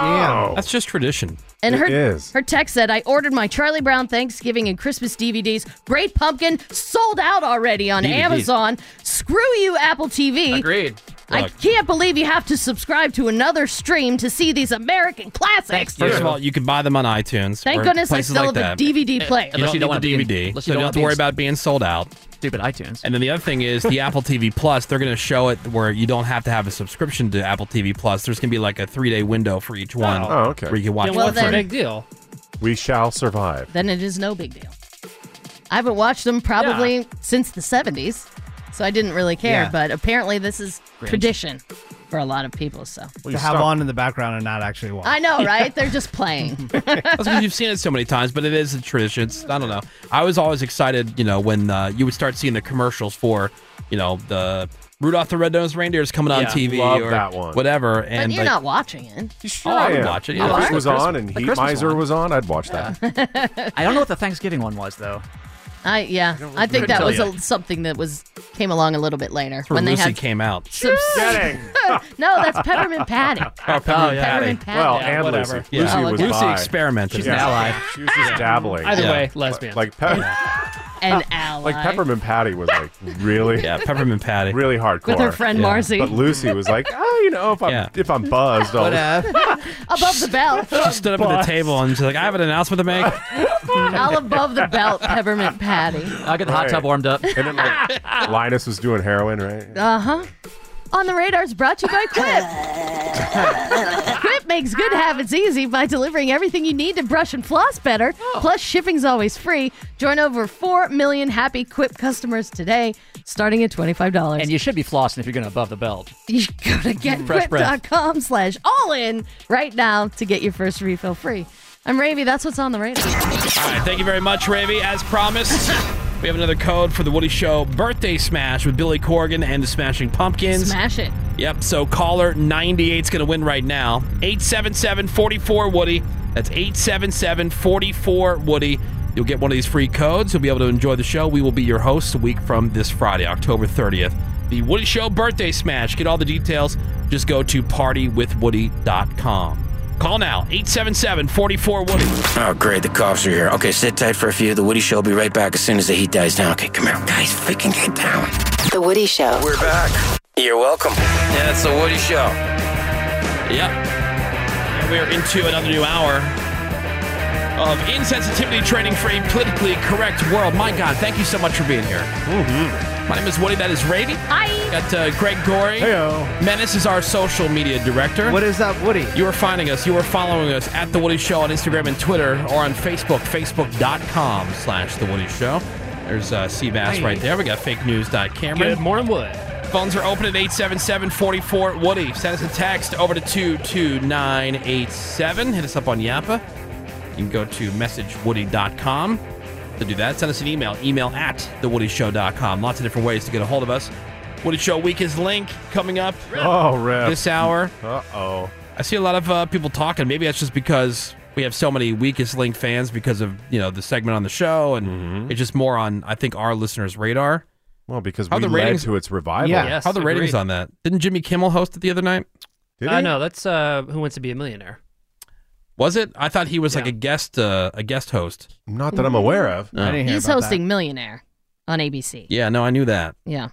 I: Damn.
D: Oh. That's just tradition.
I: And her her text said, "I ordered my Charlie Brown Thanksgiving and Christmas DVDs. Great Pumpkin sold out already on
B: DVDs.
I: Amazon. Screw you, Apple TV.
B: Agreed.
I: I
B: Look.
I: can't believe you have to subscribe to another stream to see these American classics.
D: First of all, you can buy them on iTunes.
I: Thank
D: or
I: goodness I
D: places
I: still
D: like
I: have a
D: that.
I: DVD
D: You
I: player. Unless
D: don't
I: you don't
D: need
I: wanna be-
D: the DVD,
I: unless
D: so
I: you don't
D: you don't have to
I: wanna be-
D: worry about being sold out.
H: Stupid iTunes.
D: And then the other thing is the Apple TV Plus. They're going to show it where you don't have to have a subscription to Apple TV Plus. There's going to be like a three day window for each one.
G: Oh, okay.
D: Where you can watch.
I: Yeah, well,
D: one for
I: then-
D: free.
I: Big deal.
G: We shall survive.
I: then it is no big deal. I haven't watched them probably since the 70s, so I didn't really care.
E: Yeah.
I: But apparently, this is
E: Grinch.
I: tradition for a lot of people. So
E: to have on in the background and not actually watch.
I: I know,
D: *laughs*
I: right? They're just playing.
D: That's because you've seen it so many times, but it is a tradition. It's, I don't know. I was always excited, you know, when uh, you would start seeing the commercials for, you know, the Rudolph the Red-Nosed Reindeer is coming on
I: Yeah,
D: TV
G: love
D: or
G: that one.
D: whatever.
I: But
D: And
I: you're
D: like,
I: not watching it.
D: Oh, I would watch it. Yeah.
G: If it was on and Heat Miser was on, I'd watch that.
H: *laughs* I don't know what the Thanksgiving one was though.
I: I yeah, I think
H: couldn't
I: that
H: tell
I: was
H: you.
I: a, something that was came along a little bit later
D: where
I: when they
D: Lucy
I: had
D: came out.
I: some- *laughs* no, that's peppermint
D: *laughs*
I: patty.
D: Oh, Peppermint
I: yeah.
D: Patty.
I: Peppermint Patty. Well,
D: Yeah,
G: Oh, and
D: whatever.
G: Lucy.
D: Yeah.
G: Lucy
D: Oh,
G: was
D: Lucy
G: bi.
D: experimented.
G: She's an
D: Yeah.
G: ally. She was just dabbling.
D: Either way,
G: lesbian. Like, pep-
I: An
B: Oh.
I: ally.
G: like Peppermint Patty was like really,
D: yeah, Peppermint Patty,
G: really hardcore.
I: With her friend Yeah. Marcy.
G: But Lucy was like, oh, you know, if I'm if I'm buzzed, I'll
I: *laughs* above the belt.
D: She stood up at the table and she's like, "I have an announcement to make."
I: All above the belt peppermint patty.
H: I get the hot
G: Right.
H: tub warmed up.
G: And then like
I: *laughs*
G: Linus was doing heroin, right?
I: Uh huh. On the radar is brought to
H: *laughs*
I: you by Quip. Quip makes good habits easy by delivering everything you need to brush and floss better.
H: Oh.
I: Plus, shipping's always free. Join over 4 million happy Quip customers today, starting at $25.
H: And you should be flossing if you're going above the belt.
I: You go to
H: Fresh breath.
I: getquip.com slash all in right now to get your first refill free. I'm Ravy. That's what's on the radar.
D: All right, thank you very much, Ravy. As promised, we have another code for the Woody Show birthday smash with Billy Corgan and the Smashing Pumpkins.
I: Smash it.
D: Yep, so caller 98 is going to win right now. 877 44 Woody. That's 877 44 Woody. You'll get one of these free codes. You'll be able to enjoy the show. We will be your hosts a week from this Friday, October 30th. The Woody Show Birthday Smash. Get all the details. Just go to partywithwoody.com. Call now, 877 44 Woody.
J: Oh, great. The cops are here. Okay, sit tight for a few. The Woody Show will be right back as soon as the heat dies down. Okay, come here. Guys, freaking get down.
P: The Woody Show.
J: We're back. You're welcome. Yeah, it's the Woody Show.
D: Yep. And we are into another new hour of insensitivity training for a politically correct world. My God, thank you so much for being here.
E: Mm-hmm.
D: My name is Woody. That is Ravy.
I: Hi.
D: Got uh, Greg Gorey.
E: Heyo.
D: Menace is our social media director.
E: What is that, Woody?
D: You are finding us. You are following us at The Woody Show on Instagram and Twitter or on Facebook, facebook.com slash The Woody Show. There's uh, Seabass
F: Hey.
D: right there. We got fake news. Cameron.
F: Good morning, Wood.
D: Phones are open at 877-44 Woody. Send us a text over to 22987. Hit us up on Yappa. You can go to messagewoody.com to do that. Send us an email, email at thewoodyshow.com. Lots of different ways to get a hold of us. Woody Show Week is Link coming up
G: Oh, rip.
D: this hour.
G: Uh oh.
D: I see a lot of uh, people talking. Maybe that's just because we have so many weakest link fans because of you know the segment on the show, and it's just more on I think our listeners' radar.
G: Mm-hmm. Well, because
D: how
G: we
D: the
G: led
D: ratings
G: to its revival.
D: Yeah,
G: Yes,
D: how the ratings
G: agreed.
D: on that? Didn't Jimmy Kimmel host it the other night?
F: I know. That's uh, Who Wants to Be a Millionaire?
D: Was it? I thought he was like a guest, uh, a guest host.
G: Not that I'm aware of.
D: No.
I: He's hosting Millionaire on ABC.
D: Yeah, no, I knew that.
I: Yeah.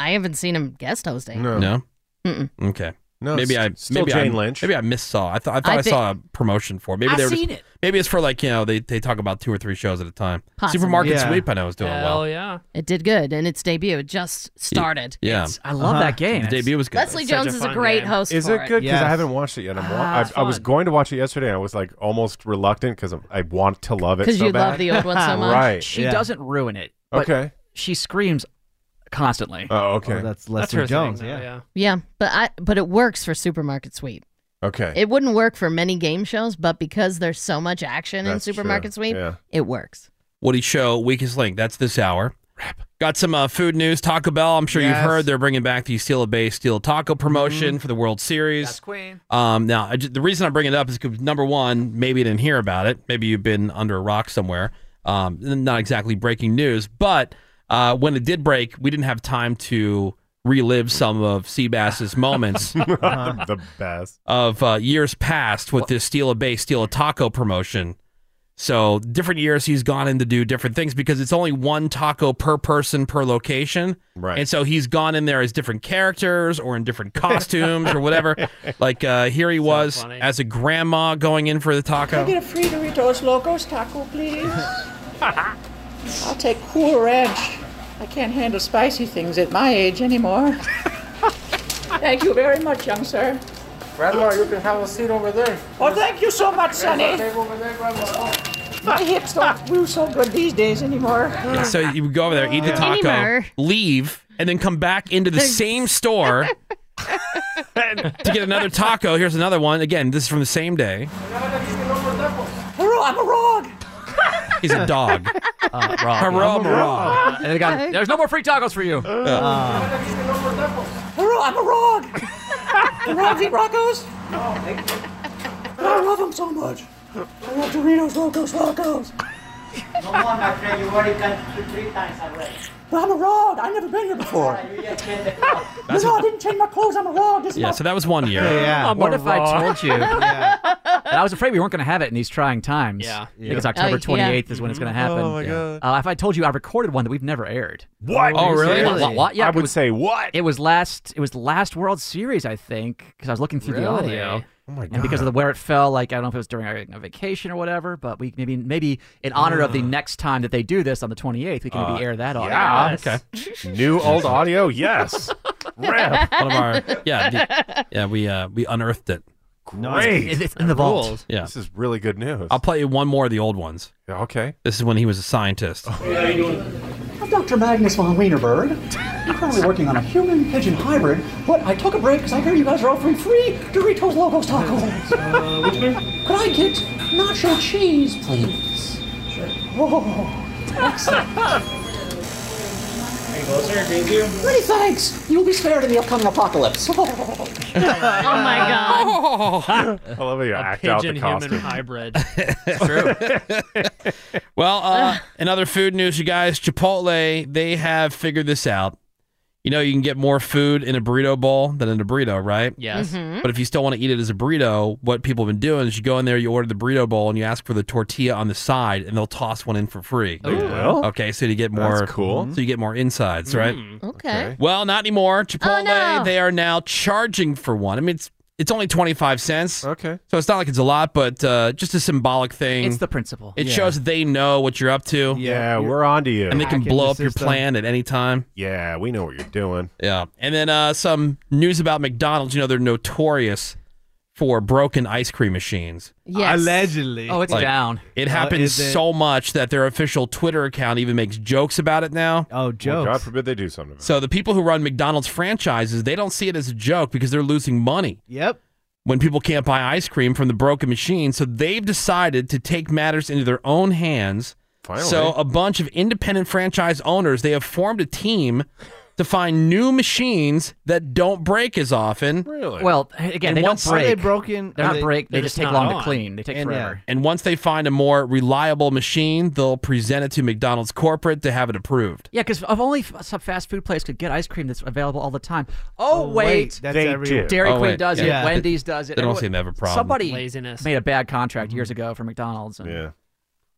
I: I haven't seen him guest hosting.
D: No.
I: Mm-mm.
D: Okay.
G: No,
D: maybe
G: it's
D: I
G: still
D: maybe
G: Jane
D: I,
G: Lynch.
D: Maybe I missaw. I thought I thought I,
I: I thi-
D: saw a promotion for. It. Maybe
I: I
D: they were
I: seen
D: just,
I: it.
D: Maybe it's for like you know they, they talk about two or three shows at a time.
I: Possibly. Oh,
D: Supermarket
I: Yeah.
D: Sweep I know is doing well.
F: yeah.
I: It did good, and its debut it just started.
D: Yeah,
I: I love Uh-huh. that
H: game.
D: The debut was good.
I: Leslie
D: It's such
I: Jones is a
D: fun
I: great
D: game.
I: host.
G: Is
I: for
G: it good? Because I
D: Yes.
G: haven't watched it yet. I'm
I: Ah,
G: wa-
I: it's
G: I, I was
I: fun.
G: going to watch it yesterday, and I was like almost reluctant because I want to love it.
H: 'Cause
G: so
H: you
G: bad.
H: love the old one *laughs*
G: *laughs*
H: so much.
G: Right?
H: She doesn't ruin
G: *laughs*
H: it. but
G: Okay.
H: She screams constantly.
G: Oh, okay. Oh,
E: that's
H: her
E: Leslie
H: thing,
E: Jones.
H: though,
E: yeah.
I: Yeah, but I but it works for Supermarket Sweep.
G: Okay.
I: It wouldn't work for many game shows, but because there's so much action
D: That's
I: in Supermarket
D: true.
I: Sweep,
D: Yeah.
I: it works.
D: Woody Show Weakest Link. That's this hour. Got some uh, food news. Taco Bell. I'm sure
H: Yes. Mm-hmm.
D: you've heard they're bringing back the Steel a Bay Steel Taco promotion for the World Series.
H: Queen.
D: Um, now, I ju- the reason I bring it up is because number one, maybe you didn't hear about it. Maybe you've been under a rock somewhere. Um, not exactly breaking news, but uh, when it did break, we didn't have time to relive some of Seabass's
H: *laughs*
D: moments
G: the, *laughs* the best
D: of uh, years past with this steal a base, steal a taco promotion. So different years he's gone in to do different things because it's only one taco per person per location. Right. And so he's gone in there as different characters or in different costumes or whatever. Like uh, here he was as a grandma going in for the
B: Can I get
D: taco.
B: a free Doritos Locos taco, *laughs* please? I'll take Cool Ranch. I can't handle spicy things at my age
H: *laughs*
B: anymore. thank you very much, young sir.
C: Grandma, you can have a seat over there.
B: Oh, thank you so much,
C: There's
B: Sonny.
C: a table over there, Grandma.
B: My hips don't do so good these days anymore.
D: Yeah, so you would go over there, eat the taco,
B: Anymore.
D: leave, and then come back into
B: *laughs*
D: the same store to get another taco. Here's another one. Again, this is from the same day.
B: Hurrah, I'm a rog.
D: *laughs* He's a dog.
E: *laughs* Uh,
D: Hurrah, hurrah.
H: And they got, there's no more free tacos for you.
G: Uh,
B: Hurrah, I'm a rog. the rogs eat Rocos. I love them so much. I love Doritos Locos Locos.
C: No more, my friend. You already got two, three times already.
B: But I'm a rog. I've never been here before.
C: *laughs* You just can't get it.
D: That's
B: no, I didn't change my clothes. I'm a rog. This is
D: Yeah,
B: my
D: so that was one year.
H: Yeah. Oh, What if I told you?
B: Yeah.
H: And I was afraid we weren't going to have it in these trying times.
F: Yeah.
H: I think it's
F: Yeah.
H: October
F: Oh, yeah.
H: 28th is when it's going to happen.
F: Oh, my
H: God. Uh, if I told you I recorded one that we've never aired.
G: What?
D: Oh, really?
H: What, what, what? Yeah,
G: I
H: it
G: would
H: was-
G: say what?
H: It was last. It was last World Series, I think, because I was looking through the
G: Really?
H: audio.
G: Oh my
H: And because of
G: God.
H: the where it fell, like I don't know if it was during a, a vacation or whatever, but we maybe maybe in honor of the next time that they do this on the 28th, we can
G: Ah. Uh,
H: maybe air that audio.
G: yeah, okay. New
H: *laughs*
G: old audio, yes. Rip.
D: *laughs* One of our yeah
F: *laughs*
D: the- yeah we uh, we unearthed it.
G: Great.
D: Yeah,
G: This is really good news.
D: I'll play you one more of the old ones.
G: Okay.
D: This is when he was a scientist.
G: *laughs*
C: I'm Dr. Magnus von Wienerbird. I'm currently working on a human pigeon hybrid, but I took a break because I hear you guys are offering free Doritos Locos tacos.
D: Uh,
C: Could I get nacho cheese, please? Sure. Whoa. Excellent.
B: Thank you.
C: Many thanks. You will be spared in the upcoming apocalypse. *laughs*
I: Oh my god.
D: *laughs*
G: I love how you act out the
F: Pigeon
G: costume.
F: human hybrid.
D: Well, uh, in other food news, you guys, Chipotle they have figured this out. You know, you can get more food in a burrito bowl than in a burrito, right?
F: Yes. Mhm.
D: But if you still want to eat it as a burrito, what people have been doing is you go in there, you order the burrito bowl, and you ask for the tortilla on the side, and they'll toss one in for free.
G: They will?
D: Okay, so you get
G: That's
D: more
G: cool.
D: So you get more insides, right?
I: Okay. Oh,
D: Well, not anymore. Chipotle,
I: no.
D: they are now charging for one. I mean, it's it's only 25 cents.
G: Okay.
D: So it's not like it's a lot, but uh, just a symbolic thing.
H: It's the principle.
D: It shows that they know what you're up to.
G: Yeah, we're on to you.
D: And they can
G: Hacking
D: blow
G: the
D: up your
G: system.
D: plan at any time.
G: Yeah, we know what you're doing.
D: Yeah. And then uh, some news about McDonald's. You know, they're notorious for broken ice cream machines.
I: Yes.
E: Allegedly. Uh,
H: Oh, it's
D: Like,
H: down.
G: Uh,
D: It happens so much that their official Twitter account even makes jokes about it now.
E: Oh,
G: Well, God forbid they do something.
D: So the people who run McDonald's franchises, they don't see it as a joke because they're losing money.
E: Yep.
D: When people can't buy ice cream from the broken machine, so they've decided to take matters into their own hands. So a bunch of independent franchise owners, they have formed a team to find new machines that don't break as often.
G: Really?
H: Well, again, they don't break. They're not break. They, just take long to clean. They take forever.
D: And once they find a more reliable machine, they'll present it to McDonald's corporate to have it approved.
H: Yeah, because if only f- some fast food place could get ice cream that's available all the time. Oh,
E: Oh, wait,
H: wait,
E: that's They everywhere. do.
H: Dairy
D: Oh,
H: Queen
D: wait,
H: does
D: yeah.
H: it. Wendy's does it.
D: They don't
H: Everyone-
D: seem to have a problem. Mm-hmm.
H: Somebody
F: Laziness.
H: made a bad contract years ago for McDonald's. And
G: Yeah.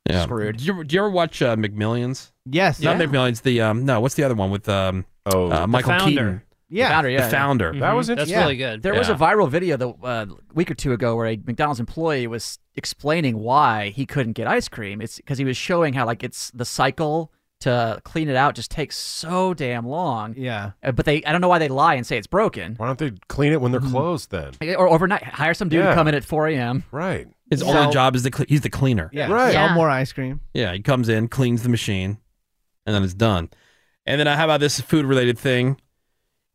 D: Yeah.
H: Screwed.
D: Do you, do you ever watch uh, McMillions?
E: Yes.
D: Not
E: Yeah.
D: McMillions. The um, no, what's the other one with um, oh, uh, Michael
E: Founder.
D: Keaton?
E: Yeah.
H: the founder. Yeah,
D: The founder. That was Mhm. That's
H: Yeah.
D: really good.
H: There was a
D: Yeah.
H: viral video the uh, week or two ago where a McDonald's employee was explaining why he couldn't get ice cream. It's because he was showing how like it's the cycle to clean it out just takes so damn long.
E: Yeah.
H: Uh, but they, I don't know why they lie and say it's broken. Mm-hmm.
G: Why don't they clean it when they're closed then?
H: Or overnight, hire some dude
G: Yeah.
H: to come in at 4 a.m.
G: Right.
D: His only job is the cle he's the cleaner.
E: Yeah. Right. Sell more ice cream.
D: Yeah, he comes in, cleans the machine, and then it's done. And then uh, how about this food related thing?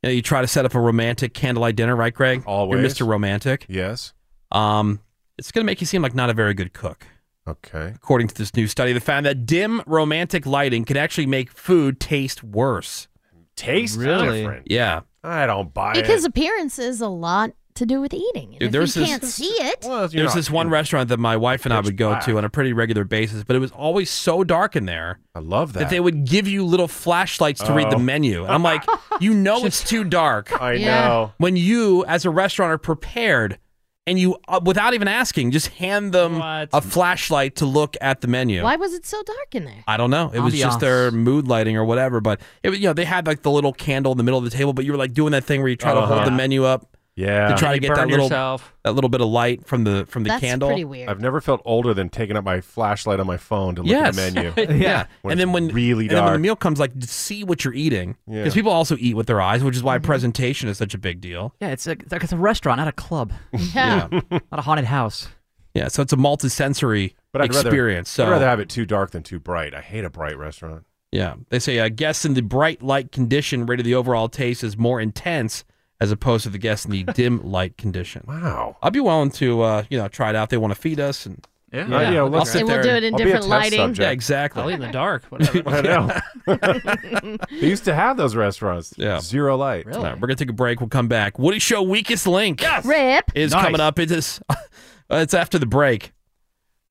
D: You, know, you try to set up a romantic candlelight dinner, right, Greg?
G: Always.
D: You're Mr. Romantic.
G: Yes.
D: Um, it's going to make you seem like not a very good cook.
G: Okay.
D: According to this new study, they found that dim romantic lighting can actually make food taste worse.
G: Taste
I: Really?
G: different?
D: Yeah.
G: I don't buy
I: Because appearance is a lot to do with eating. And
D: Dude,
I: if
D: there's
I: you
D: this-
I: can't see it,
G: you're
D: There's
G: not-
D: this one restaurant that my wife and I would go
G: black.
D: to on a pretty regular basis, but it was always so dark in there.
G: I love that.
D: they would give you little flashlights to read the
G: Oh.
D: menu. And I'm
G: *laughs*
D: like, you know it's too dark.
G: I Yeah. know.
D: When you, as a restaurant, are prepared and you, uh, without even asking, just hand them a flashlight to look at the menu.
I: why was it so dark in there?
D: I don't know. It was just
I: Ambiance.
D: their mood lighting or whatever. But it was, you know, they had like the little candle in the middle of the table, but you were like doing that thing where you try to
G: Uh-huh.
D: hold the menu up.
G: Yeah.
D: To try to
G: And you
D: get that
G: burn
D: little
G: yourself.
D: that little bit of light from the from the candle.
G: I've never felt older than taking up my flashlight on my phone to look
D: yes.
G: at the
D: *laughs*
G: menu.
D: yeah.
G: it's
D: and then when
G: really
D: and then when
G: dark.
D: the meal comes, like see what you're eating
G: Yeah. Mm-hmm.
D: because people also eat with their eyes, which is why presentation is such a big deal.
H: Yeah, it's a, it's like it's a restaurant, not
D: *laughs*
H: a club.
I: Yeah.
H: not a haunted house.
D: Yeah, so it's a multisensory
G: but I'd
D: experience.
G: Rather,
D: so
G: I'd rather have it too dark than too bright. I hate a bright restaurant.
D: yeah, they say uh, guests in the bright light condition rated the overall taste as more intense as opposed to the guests in
G: *laughs*
D: the dim light condition.
G: Wow,
D: I'd be willing to uh, you know try it out. They want to feed us and
G: Yeah. Oh, Yeah, yeah,
D: I'll
G: let's-
D: sit
G: And
D: there
G: we'll do
D: and-
G: it in I'll be a different test lighting. subject.
D: Yeah, *laughs* exactly.
F: I'll eat in the dark. Whatever.
G: *laughs* I know. they used to have those rrestaurants. Yeah. Zero light.
D: All right, we're gonna take a break. We'll come back. Woody Show Weakest Link
I: Rip.
D: is coming up. It is. *laughs* it's after the break.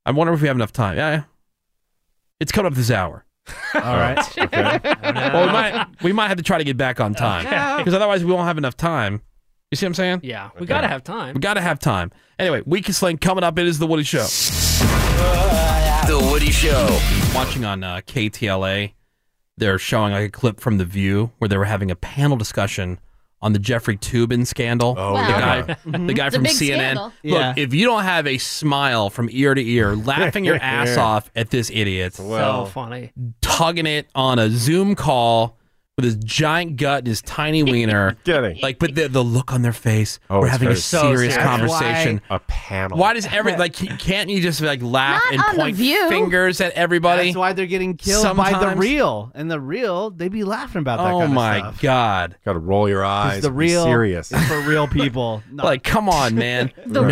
D: I wonder if we have enough time. Yeah, yeah. it's coming up this hour. All
E: right.
D: okay.
B: Oh,
D: Well, we might *laughs* we might have to try to get back on time
F: Okay.
D: because otherwise we won't have enough time. You see what I'm saying?
F: Yeah, we gotta have time.
D: We gotta have time. Anyway, Weakest Link coming up. It is the Woody Show.
J: The Woody Show.
D: Watching on uh, KTLA, they're showing like a clip from The View where they were having a panel discussion on the Jeffrey Tubin scandal. Oh, the
G: yeah.
D: guy,
G: Mhm.
D: the guy
G: It's a
D: from
G: big
D: CNN.
G: scandal.
D: Look,
G: Yeah.
D: if you don't have a smile from ear to ear, laughing your ass
G: Yeah.
D: off at this idiot,
F: so
D: *laughs*
F: funny.
D: tugging it on a Zoom call with his giant gut and his tiny wiener.
G: Kidding.
D: Like, but the, the look on their face.
G: Oh,
D: we're
G: it's
D: having a
G: very- So
D: serious
G: serious.
D: conversation.
G: A panel.
D: Why does every like? c- Can't you just like laugh
E: Not
D: and
E: on The
D: point
E: View.
D: fingers at everybody?
E: That's why they're getting killed by the
D: Sometimes-
E: real. And the real, they be laughing about that
D: oh
E: kind of
D: my
E: stuff.
D: god!
G: Got to roll your eyes.
E: the
G: be
E: real
G: serious.
E: is for real people. not-
D: Like, come
E: *laughs*
D: on, man. No.
E: The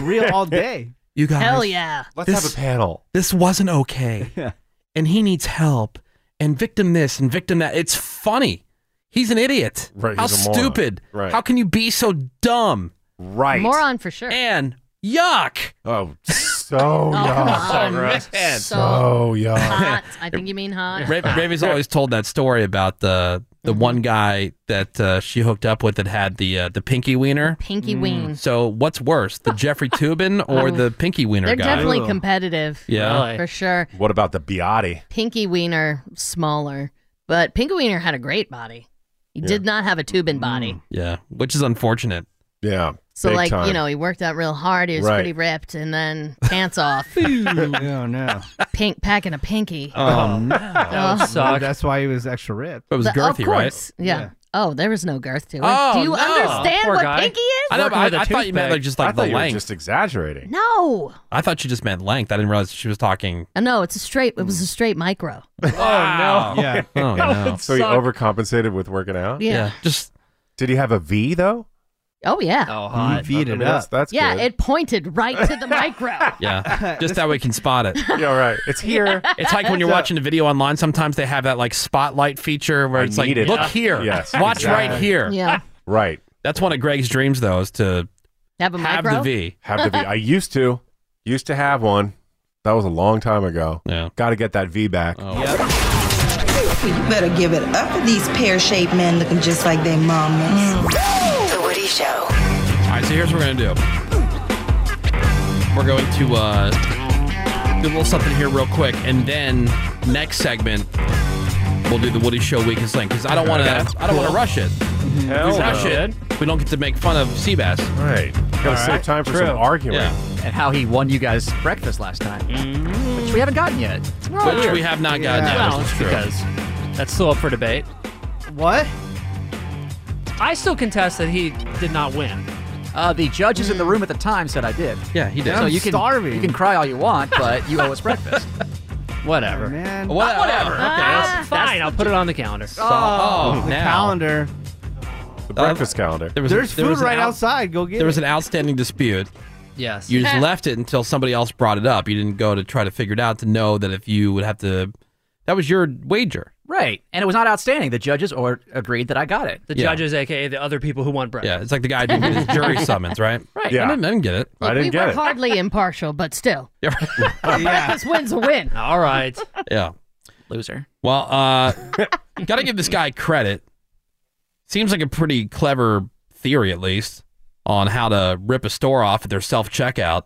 E: real
I: *laughs*
E: all day.
D: You guys.
I: Hell yeah.
G: Let's have a panel.
D: This wasn't
G: *laughs*
D: okay. and he needs help. And victim this and victim that. It's funny. He's an idiot.
G: Right,
D: How
G: he's a moron.
D: stupid.
G: Right.
D: How can you be so dumb?
G: Right.
I: Moron for sure.
D: And yuck.
G: Oh, so oh,
I: come on.
G: yuck.
I: Man.
G: So
I: *laughs*
G: yuck.
I: Hot. I think you mean hot.
D: Ra-
I: *laughs*
D: Raven's always told that story about the the one guy that uh, she hooked up with that had the uh, the pinky wiener.
I: Pinky Mm. ween.
D: So what's worse,
I: *laughs*
D: the Jeffrey Tubin or
I: Oh.
D: the pinky wiener
I: They're
D: guy?
I: definitely competitive.
D: Yeah. Really?
I: For sure.
G: What about the Biotti?
I: Pinky Wiener, smaller. But Pinky Wiener had a great body. He did not have a tubin body.
D: Yeah, which is unfortunate.
G: Yeah.
I: So, like, you know, he worked out real hard. He was
D: Right.
I: pretty ripped. And then pants off.
D: *laughs*
E: oh *laughs* no.
I: Pink, packing a pinky.
E: Oh no.
I: That would suck.
E: That's why he was extra ripped.
D: It was
I: The-
D: girthy,
I: of
D: right?
I: course. Yeah. Oh, there was no girth to it.
D: Oh,
I: Do you
D: no.
I: understand
D: Poor
I: what
D: guy.
I: pinky is?
D: I know, but I, I thought you meant like just like
G: I
D: the
G: thought you were
D: length.
G: just exaggerating.
I: No.
D: I thought you just meant length. I didn't realize she was talking.
I: Uh, No, it's a straight. It was a straight micro.
D: Oh
G: *laughs*
D: no! Yeah. Oh no!
G: So he overcompensated with working out?
I: Yeah. Yeah,
D: Just
G: Did he have a V though?
I: Oh yeah.
G: hot.
E: He beat it
G: that's,
E: up.
G: That's
I: yeah,
G: good.
I: it pointed right to
D: *laughs*
I: the micro. *laughs*
D: Yeah, just that way you can spot it.
G: yeah, right. It's here.
D: It's like when you're watching a video online. Sometimes they have that like spotlight feature where
G: I
D: it's like,
G: need it.
D: look
G: Yeah.
D: here,
G: Yes,
D: watch
G: exactly.
D: right here.
I: Yeah.
G: Right.
D: That's one of Greg's dreams, though, is to
I: Have a
D: Have
I: micro.
D: the V.
G: Have the V. I used to. Used to have one. That was a long time ago.
D: Yeah. Oh.
G: Got to get that V back.
L: You better give it up for these pear-shaped men looking just like their mamas.
O: The Woody Show.
D: All right, so here's what we're gonna do. We're going to uh, do a little something here real quick, and then next segment we'll do the Woody Show weakest link because I don't want
G: Okay.
D: to. I don't want to
G: Cool.
D: rush it.
G: Hell
D: we rush
G: no.
D: it. We don't get to make fun of Seabass.
G: Right. Gotta save time for some arguing.
H: And how he won you guys breakfast last time, which we haven't gotten yet.
D: Which we have not gotten yet,
F: Well,
D: which is
F: it's
D: true.
F: because that's still up for debate.
H: What?
F: I still contest that he did not win.
H: Uh, the judges in the room at the time said I did.
D: Yeah, he did.
H: So
D: I'm
H: you can
D: starving.
H: you can cry all you want, but you owe
D: *laughs*
H: us breakfast. Oh,
F: Whatever.
E: man.
H: What- whatever.
F: Ah, Okay,
H: Ah.
F: that's fine. I'll put it on the calendar.
D: Oh,
E: the
D: now.
E: calendar.
G: The breakfast calendar.
D: Um, There was
E: There's
D: there
E: food
D: was an
E: right
D: out-
E: outside. Go get
D: There was
E: it.
D: an outstanding dispute.
F: Yes.
I: *laughs*
D: You just left it until somebody else brought it up. You didn't go to try to figure it out to know that if you would have to. That was your wager.
H: Right. And it was not outstanding. The judges or agreed that I got it.
F: The
D: Yeah.
F: judges, aka the other people who want bread.
D: Yeah, it's like the guy didn't get
I: *laughs*
D: his jury summons, right?
I: Right.
D: I
I: Yeah.
D: didn't, I didn't get it.
I: Look, we were hardly impartial, but still.
D: *laughs* Yeah.
I: Breakfast win's a win.
F: All right.
D: *laughs* Yeah.
H: Loser.
D: Well, uh, got to give this guy credit. Seems like a pretty clever theory, at least, on how to rip a store off at their self checkout.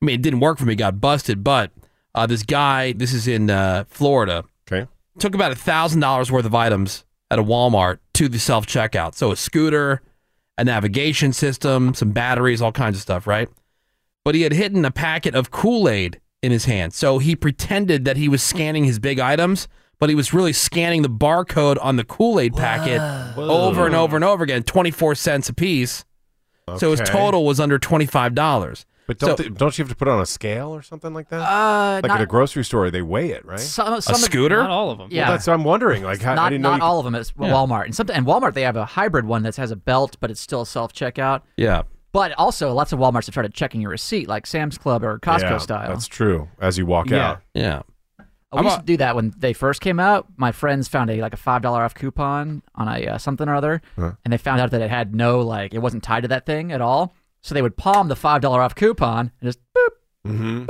D: I mean, it didn't work for me, got busted, but uh, this guy, this is in uh, Florida,
G: okay.
D: took about $1,000 worth of items at a Walmart to the self checkout. So a scooter, a navigation system, some batteries, all kinds of stuff, right? But he had hidden a packet of Kool Aid in his hand. So he pretended that he was scanning his big items, but he was really scanning the barcode on the Kool Aid packet over and over and over again, 24 cents a piece. So his
G: Okay.
D: total was under $25.
G: But don't,
D: So-
E: Oh
G: they- don't you have to put it on a scale or something like that?
H: Uh,
G: like
H: not-
G: at a grocery store, they weigh it, right?
H: Some- some of-
F: Not all Oh, of them.
H: Yeah.
G: Well, that's what I'm wondering. Like, how, I
H: not
G: didn't know
H: not
G: you could-
H: all of them. It's
G: Yeah.
H: Walmart. And, some, and Walmart, they have a hybrid one that has a belt, but it's still self checkout.
D: Yeah.
H: But also, lots of Walmarts have started checking your receipt, like Sam's Club or Costco
G: Yeah,
H: style.
G: That's true. As you walk
H: Yeah.
G: out.
D: Yeah.
H: Oh, we used to do that when they first came out. My friends found a like a five dollar off coupon on a uh, something or other,
G: Huh.
H: and they found out that it had no like it wasn't tied to that thing at all. So they would palm the five dollar off coupon and just boop
G: Mm-hmm.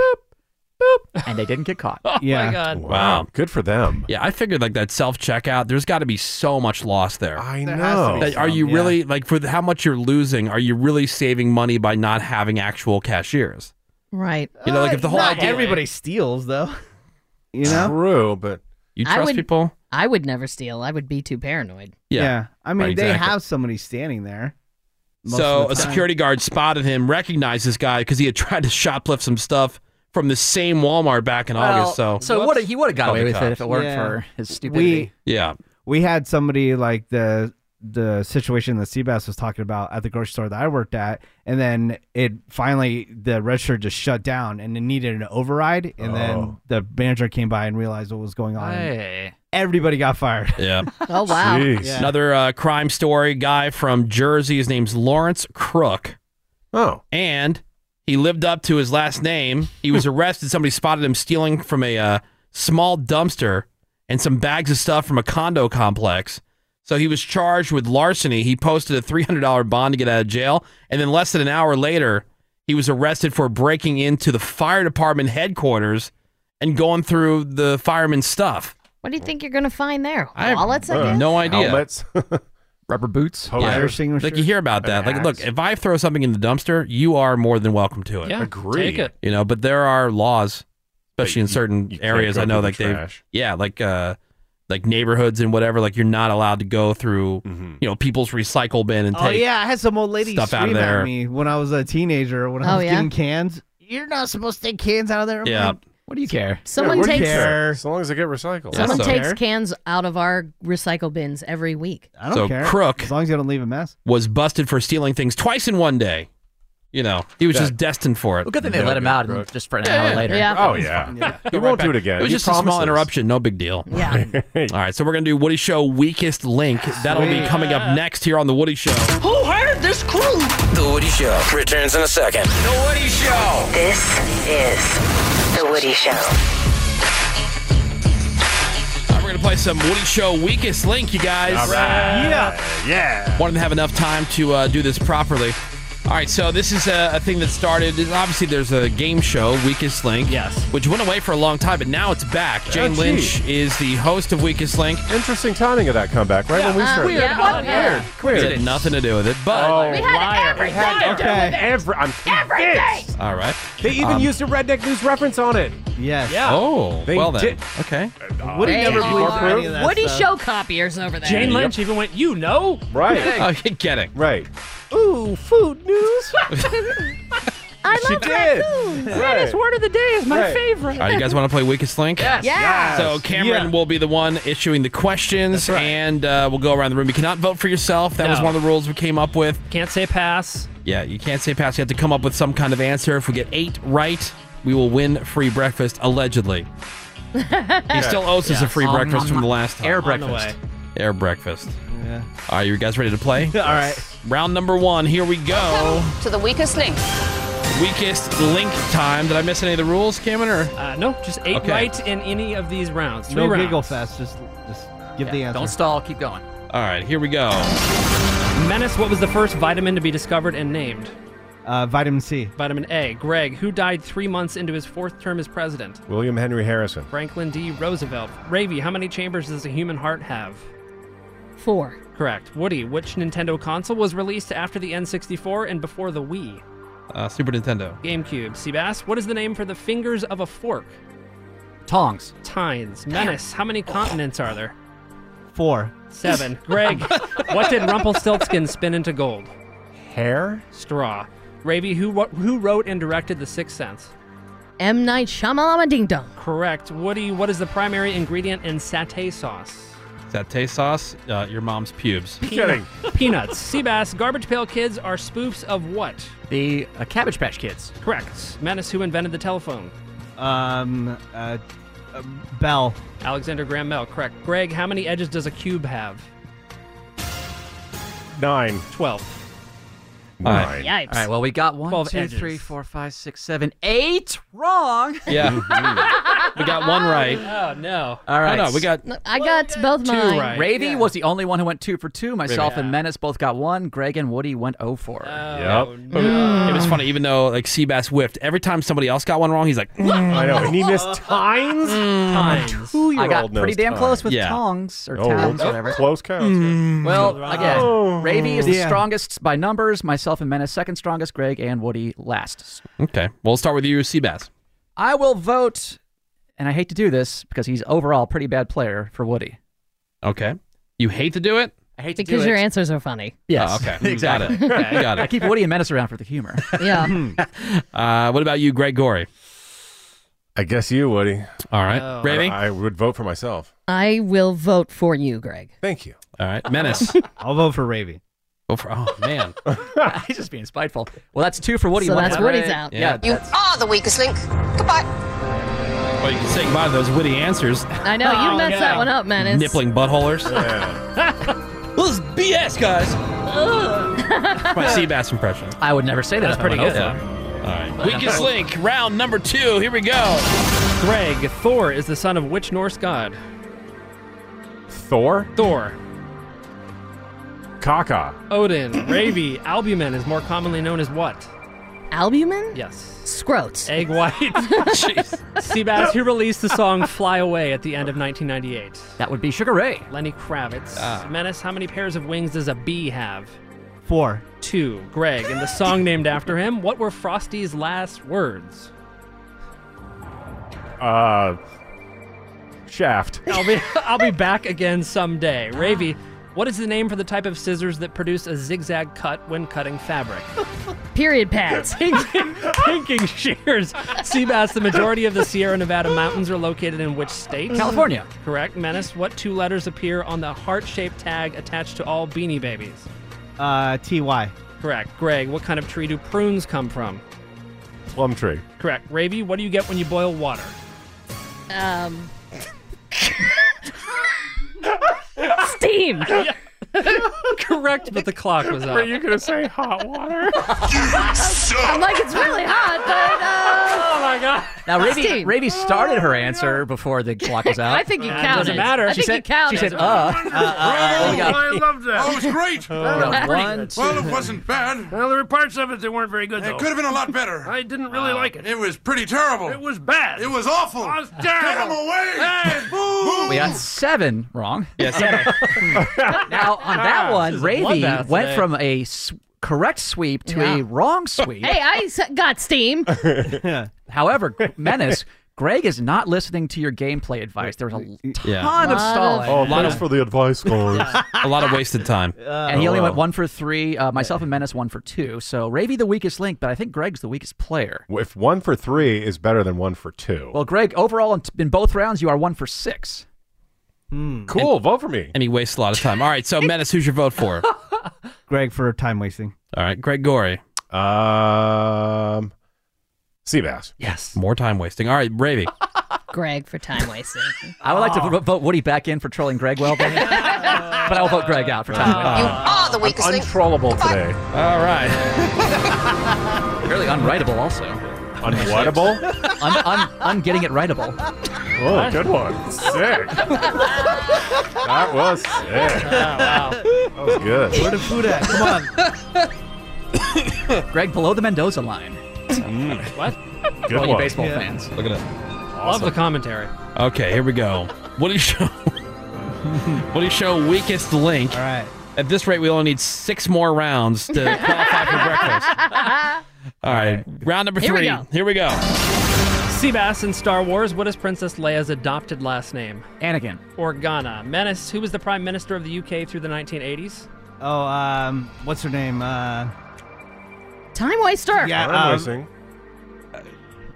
H: boop, and they didn't get
F: *laughs*
H: caught.
E: yeah.
D: Wow.
G: Good for them.
D: Yeah, I figured like that self checkout, there's got to be so much loss there.
G: I
E: There has to
G: know.
E: be
D: That- are
E: some,
D: you
E: yeah.
D: really like for the, how much you're losing? Are you really saving money by not having actual cashiers?
I: Right.
D: You know, like if the whole
E: Not
D: idea,
E: everybody steals though. You know.
G: True, but
D: you
I: I
D: trust
I: would-
D: people.
I: I would never steal. I would be too paranoid.
D: Yeah.
E: I mean,
D: Right,
E: they
D: exactly.
E: have somebody standing there. most
D: So
E: of the
D: a
E: time.
D: security guard spotted him, recognized this guy because he had tried to shoplift some stuff from the same Walmart back in August. So,
H: so what he would have got
D: Called
H: away
D: the
H: with it if
D: cops.
H: it weren't
E: Yeah.
H: for his stupidity.
E: We
D: yeah,
E: we had somebody like the the situation that Seabass was talking about at the grocery store that I worked at, and then it finally the register just shut down and it needed an override, and then
G: Oh.
E: the manager came by and realized what was going on. and
H: Hey.
E: Everybody got fired.
D: *laughs* yeah.
I: *laughs* Oh wow.
G: Jeez.
D: Another uh, crime story guy from Jersey. His name's Lawrence Crook.
G: Oh.
D: and he lived up to his last name. He
G: *laughs*
D: was arrested. Somebody spotted him stealing from a uh, small dumpster and some bags of stuff from a condo complex. So he was charged with larceny. He posted a $300 bond to get out of jail. And then less than an hour later, he was arrested for breaking into the fire department headquarters and going through the fireman's stuff.
I: What do you think you're gonna find there? Wallets, I,
D: uh,
I: guess?
D: no idea.
G: Uh-huh. Helmets. *laughs*
H: Rubber boots.
D: Yeah.
E: Fire
D: Like
E: extinguisher.
D: you hear about that. Like, look, if I throw something in the dumpster, you are more than welcome to it.
F: Yeah.
G: Agree.
F: Take it.
D: you know but there are laws especially in
G: you-
D: certain
G: you can't
D: areas
G: go
D: i know
G: through the
D: like they
G: trash.
D: yeah like uh like neighborhoods and whatever like you're not allowed to go through
G: Mm-hmm.
D: you know people's recycle bin and
E: Oh
D: take
E: yeah, I had some old lady
D: stuff out of
E: scream
D: there.
E: at me when I was a teenager when I
I: Oh,
E: was
I: yeah?
E: getting cans. You're not supposed to take cans out of there. I'm
D: Yeah.
E: like, what do you care?
I: Someone
E: what do you
I: takes
E: care? Sure.
G: As long as they get recycled.
D: Yeah.
I: someone
D: so-
I: takes cans out of our recycle bins every week.
E: I don't
D: So
E: care.
D: Crook-
E: as long as you don't leave a mess.
D: was busted for stealing things twice in one day you know he was just destined for it
H: Well, good thing they let him out and just for an hour later.
I: Yeah.
G: Oh yeah. We won't do it again.
D: it was
G: He
D: just a small
G: promises.
D: interruption no big deal
G: *laughs*
I: Yeah.
D: all right so we're gonna do woody show weakest link that'll be coming up next here on the woody show
M: Who hired this crew?
J: The Woody Show returns in a second. The Woody Show.
O: This is The Woody Show.
D: All right, we're gonna play some woody show weakest link you guys
G: All right.
E: Yeah.
G: Yeah.
D: wanted to have enough time to uh, do this properly. All All right, so this is a, a thing that started. Obviously, there's a game show, Weakest Link. Yes. Which went away for a long time, but now it's back. Jane
G: Oh, gee.
D: Lynch is the host of Weakest Link.
G: Interesting timing of that comeback, right? when we started.
D: Weird. It had nothing to do with it, but.
G: Oh, liar.
D: We had
G: Had
D: everything to do with
G: okay. Every, I'm everything.
D: All right.
G: They even
D: Um,
G: used a redneck news reference on it.
E: Yes.
G: Yeah.
D: Oh,
G: They
D: well then.
G: did-
D: Okay.
G: Woody
I: They
G: never
I: are
G: bleeped any of that
I: Woody
G: stuff.
I: show copiers over there.
F: Jane Lynch even went, you know?
D: Right. oh, get it.
G: Right.
F: Ooh, food news.
I: I
G: She love did. raccoons. Greatest Right. word
F: of the day is
G: my Right.
F: favorite.
D: All right, you guys want to play Weakest Link?
F: Yes. Yes.
D: So Cameron will be the one issuing the questions, and uh, we'll go around the room. You cannot vote for yourself. That was
F: No.
D: one of the rules we came up with.
F: Can't say pass.
D: Yeah, you can't say pass. You have to come up with some kind of answer. If we get eight right, we will win free breakfast, allegedly. He still owes us a free breakfast from the last time.
H: Air breakfast.
D: Air breakfast.
E: Yeah.
D: All right, you guys ready to play? All right. Round number one. Here we go.
K: To the weakest link.
D: Weakest link time. Did I miss any of the rules, Cameron? Or
F: Uh, no, just eight
D: Okay.
F: right in any of these rounds. Three
E: No
F: rounds.
E: giggle fest. Just, just give the answer.
F: Don't
H: stall. Keep going.
D: All right, here we go.
F: Menace, what was the first vitamin to be discovered and named?
E: Uh, vitamin C.
F: Vitamin A. Greg, who died three months into his fourth term as president?
G: William Henry Harrison.
F: Franklin D. Roosevelt. Ravy, how many chambers does a human heart have?
I: Four.
F: Correct. Woody, which Nintendo console was released after the N64 and before the Wii?
D: Uh, Super Nintendo.
F: GameCube. Seabass, what is the name for the fingers of a fork?
H: Tongs.
F: Tines. Menace, how many continents are there?
E: Four.
F: Seven. Greg, what did Rumpelstiltskin spin into gold?
G: Hair?
F: Straw. Ravi, who wro- who wrote and directed The Sixth Sense?
I: M. Night Shyamalama Ding Dong.
F: Correct. Woody, what is the primary ingredient in satay sauce?
D: Satay sauce, uh, your mom's pubes.
F: *laughs* Peanuts. Seabass, Garbage Pail Kids are spoofs of what?
H: The uh, Cabbage Patch Kids.
F: Correct. Menace, who invented the telephone?
E: Um, uh, uh, Bell.
F: Alexander Graham Bell. Correct. Greg, how many edges does a cube have?
G: Nine.
F: Twelve.
G: Nine.
H: All right. Well, we got one,
F: Twelve
H: two,
F: edges.
H: three, four, five, six, seven, eight. Mm-hmm. Wrong.
D: *laughs* Yeah. we got one
B: *laughs*
D: right. *laughs*
F: Oh no.
H: All right.
D: Oh, no, we got-
I: Look, I got both
H: Two
I: mine.
H: right. Ravy was the only one who went two for two. Myself
D: Ravy.
H: and Menace both got one. Greg and Woody went 0 for.
G: Oh.
D: Yep. Uh, It was funny, even though like Seabass whiffed. Every time somebody else got one wrong, he's like, "Mm."
G: I know, and he missed times.
D: Times.
H: I got pretty damn close with tongs
E: Oh,
H: or towns or whatever. Mm.
G: Close counts.
H: Well, again,
G: Oh.
H: Ravy is the
G: Yeah.
H: strongest by numbers. Myself and Menace second strongest. Greg and Woody last.
D: Okay. We'll start with you, Seabass.
H: I will vote, and I hate to do this because he's overall a pretty bad player for Woody.
D: Okay. You hate to do it?
H: I hate to
I: Because
H: do
I: your
H: it.
I: answers are funny.
H: Yes.
D: Oh,
H: *laughs*
D: okay.
H: Exactly.
D: Got it. Got it.
H: I keep Woody and Menace around for
D: *laughs*
H: the humor.
I: *laughs* Yeah.
D: Uh, what about you, Greg Gorey?
G: I guess you, Woody.
D: All right.
H: Oh.
G: I-
D: Ravy?
G: I, would vote for myself.
I: I will vote for you, Greg.
G: Thank you.
D: All right. Menace.
E: *laughs* I'll vote for Ravy.
D: Oh, for, oh
B: *laughs*
D: man.
H: he's just being spiteful. Well, that's two for Woody.
I: So
H: one
I: that's
H: for
I: Woody's
H: Greg.
I: out.
H: Yeah.
K: You are the weakest link. Goodbye.
D: Well, you can say goodbye to those witty answers.
I: I know.
H: Oh,
I: You messed that one up, Menace. *laughs*
D: Nippling buttholers. *laughs* Well, this is BS,
H: *laughs*
D: guys. My Seabass impression.
H: I would never say that.
F: That's pretty good.
D: All right. Weakest link, round number two. Here we go.
F: Greg, Thor is the son of which Norse god?
G: Thor?
F: Thor.
G: Kaka. *clears throat*
F: Odin. Ravi. Albumin is more commonly known as what?
I: Albumin?
F: Yes.
I: Scroats.
H: *laughs*
F: Egg white. Seabass, who released the song Fly Away at the end of 1998?
H: That would be Sugar Ray.
F: Lenny Kravitz.
H: Ah.
F: Menace, how many pairs of wings does a bee have?
E: Four.
F: Two. Greg, and the song named after him, what were Frosty's last words?
G: Uh, shaft.
F: I'll be, *laughs* I'll be back again someday. Ravi, what is the name for the type of scissors that produce a zigzag cut when cutting fabric?
I: Period pads.
F: Pinking, pinking shears. Seabass, the majority of the Sierra Nevada mountains are located in which state?
H: California.
F: Correct. Menace, what two letters appear on the heart shaped tag attached to all beanie babies?
E: Uh, Ty.
F: Correct. Greg, what kind of tree do prunes come from?
G: Plum tree.
F: Correct. Ravi, what do you get when you boil water? *laughs*
I: Um. Steam.
F: *laughs* correct, but the clock was up.
N: Were you gonna say hot water?
I: I'm like, it's really hot, but.
B: *laughs*
I: Uh,
F: oh my god.
H: Now, Ravi,
I: Steve.
H: Ravi started her answer before the clock was out.
I: *laughs* I think you
H: Uh,
I: counted.
H: Doesn't matter.
I: I
H: she
I: think
H: said,
I: you counted.
H: She said, uh.
I: *laughs*
H: uh,
N: Oh,
H: uh, we got-
N: loved *laughs* that.
R: Oh, it was great.
H: got one,
R: well,
H: two.
R: it wasn't bad.
N: Well, there were parts of it that weren't very good.
R: It
N: though.
R: could have been a lot better.
N: *laughs*
R: Uh,
N: I didn't really like it.
R: It was pretty terrible.
N: It was bad.
R: It was awful.
N: It was terrible.
R: Get him away.
N: Hey,
R: Boo.
H: *laughs* we got seven wrong.
D: Yes. Yeah,
H: now, *laughs* on that
D: Ah,
H: one,
D: this is a
H: Ravi
D: bloodbath
H: went
D: today.
H: from a s- correct sweep to a
I: Yeah.
H: wrong sweep.
I: hey, I s- got steam.
H: *laughs* However, Menace, Greg is not listening to your gameplay advice. There was a l- ton
D: Yeah.
H: of
I: Lot of-
H: stalling.
D: Oh, thanks for
G: the advice, guys.
D: *laughs* a lot of wasted time.
H: and he
D: Oh,
H: only
D: well.
H: went one for three. Uh, myself and Menace one for two. So Ravy the weakest link, but I think Greg's the weakest player.
G: If one for three is better than one for two.
H: Well, Greg, overall in, in both rounds, you are one for six.
G: Cool, vote for me.
D: And he wastes a lot of time. All right, so Menace, who's your vote for?
E: Greg for time wasting.
D: All right, Greg Gory.
G: Um, Seabass.
H: Yes.
D: More time wasting. All right, Ravy.
I: Greg for time wasting.
H: I would like to
K: Ah.
H: vo- vote Woody back in for trolling Greg well, but, but I'll vote Greg out for time.
K: Ah.
H: Ah.
K: are the weakest link.
G: Untrollable today.
D: All right.
H: Really unwritable, also.
G: Unwhatable?
H: Un, un, un getting it writable.
G: Oh, good one. Sick.
R: *laughs*
F: *laughs*
G: That was sick. That was good.
E: Where the food at? Come on.
H: *coughs* Greg below the Mendoza line.
F: What?
G: Mm. Good
H: All you
G: one.
H: baseball
F: Yeah.
H: fans.
D: Look at that.
F: Love the commentary.
D: Okay, here we go. What do you show? *laughs* what do you show? Weakest link. All
E: right.
D: At this rate, we only need six more rounds to qualify for breakfast. All right, round number
F: Here we
D: three.
F: go.
D: Here we go.
F: Seabass in Star Wars, what is Princess Leia's adopted last name?
H: Anakin.
F: Organa. Menace, who was the Prime Minister of the UK through the 1980s?
E: Oh, um, what's her name? Uh,
I: time waster.
E: Yeah, um,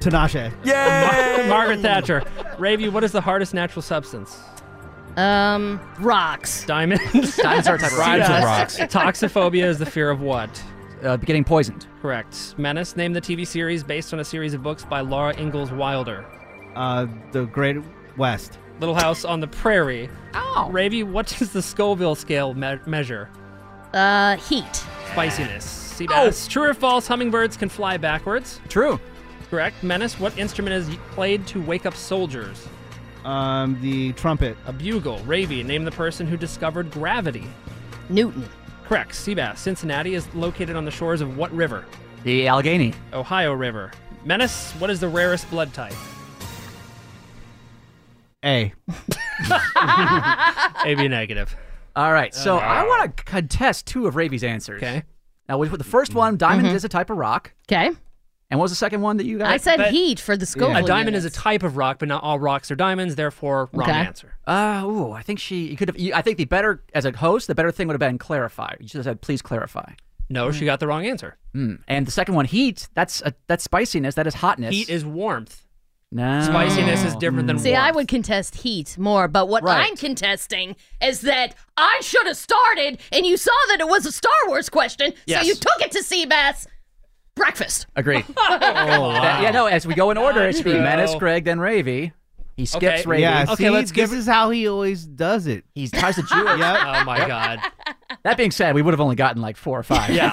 E: Tinashe.
F: Mar- Margaret Thatcher. Ravy, what is the hardest natural substance?
I: Um, rocks.
F: Diamonds.
H: Diamonds are a type of rock. Diamonds are rocks.
F: Toxophobia is the fear of what?
H: Uh, getting poisoned.
F: Correct. Menace, name the TV series based on a series of books by Laura Ingalls Wilder.
E: Uh, the Great West.
F: Little House on the Prairie.
I: Oh.
F: Ow. Ravy, what does the Scoville scale me- measure?
I: Uh, heat.
F: Spiciness. Sea bass. True or false, hummingbirds can fly backwards?
H: Oh! True.
F: Correct. Menace, what instrument is played to wake up soldiers?
E: Um, the trumpet.
F: A bugle. Ravy, name the person who discovered gravity.
I: Newton.
F: Correct. Seabass. Cincinnati is located on the shores of what river?
H: The Allegheny.
F: Ohio River. Menace, what is the rarest blood type?
E: A.
F: AB negative. Uh,
H: All right, so I want to contest two of Ravi's answers.
F: Okay.
H: Now, with with the first one, diamond is a type of rock.
I: Mm-hmm. Okay.
H: And what was the second one that you got?
I: I said
F: But-
I: heat for the Scoville.
F: A diamond
I: units.
F: is a type of rock, but not all rocks are diamonds, therefore, wrong
I: Okay.
F: answer.
H: Uh, ooh, I think she. You could have. You, I think the better as a host, the better thing would have been clarify. You should have said, please clarify.
F: No, she got the wrong answer.
H: Mm. And the second one, heat. That's a, that's spiciness. That is hotness.
F: Heat is warmth.
H: no. Hmm.
F: Spiciness is different than
I: See, I
F: warmth.
I: would contest heat more, but what
H: Right.
I: I'm contesting is that I should have started, and you saw that it was a Star Wars question,
H: Yes.
I: so you took it to Seabass. Breakfast.
F: *laughs*
H: *laughs* Agreed.
F: Oh,
H: That- yeah, no. As we go in order, it should be
F: No.
H: Menace, Greg, then Ravy. He skips
F: Okay.
H: Ravy.
E: Yeah.
F: Okay,
E: see,
F: let's
E: this
F: give-
E: is how he always does it.
H: He
E: *laughs*
H: tries to Jew it.
E: yep.
F: Oh my god.
H: That being said, we would have only gotten like four or five.
F: Yeah.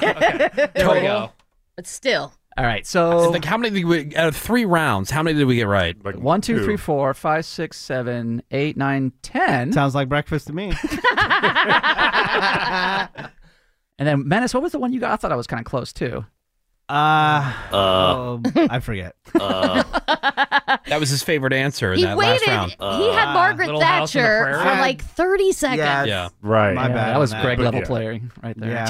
F: *laughs* Okay. There we go.
I: But still,
H: *laughs* All right. So
D: Like, how many did we out of three rounds? How many did we get right?
G: Like
H: one, two, three, four, five, six, seven, eight, nine, ten.
E: Sounds like breakfast to me.
H: *laughs* And then Menace, what was the one you got? I thought I was kind of close too.
E: Uh, um, I
G: *laughs*
E: forget.
G: uh,
D: That was his favorite answer in
I: he
D: that
I: waited.
D: last round.
I: he
G: Uh,
I: had Margaret
F: Uh, Little House on the
I: Thatcher
F: Prairie?
I: for like 30 seconds.
D: Yeah.
G: Right.
E: My bad.
H: that was
E: on
H: Greg
G: But
H: level
G: yeah.
H: player right there.
E: Yeah.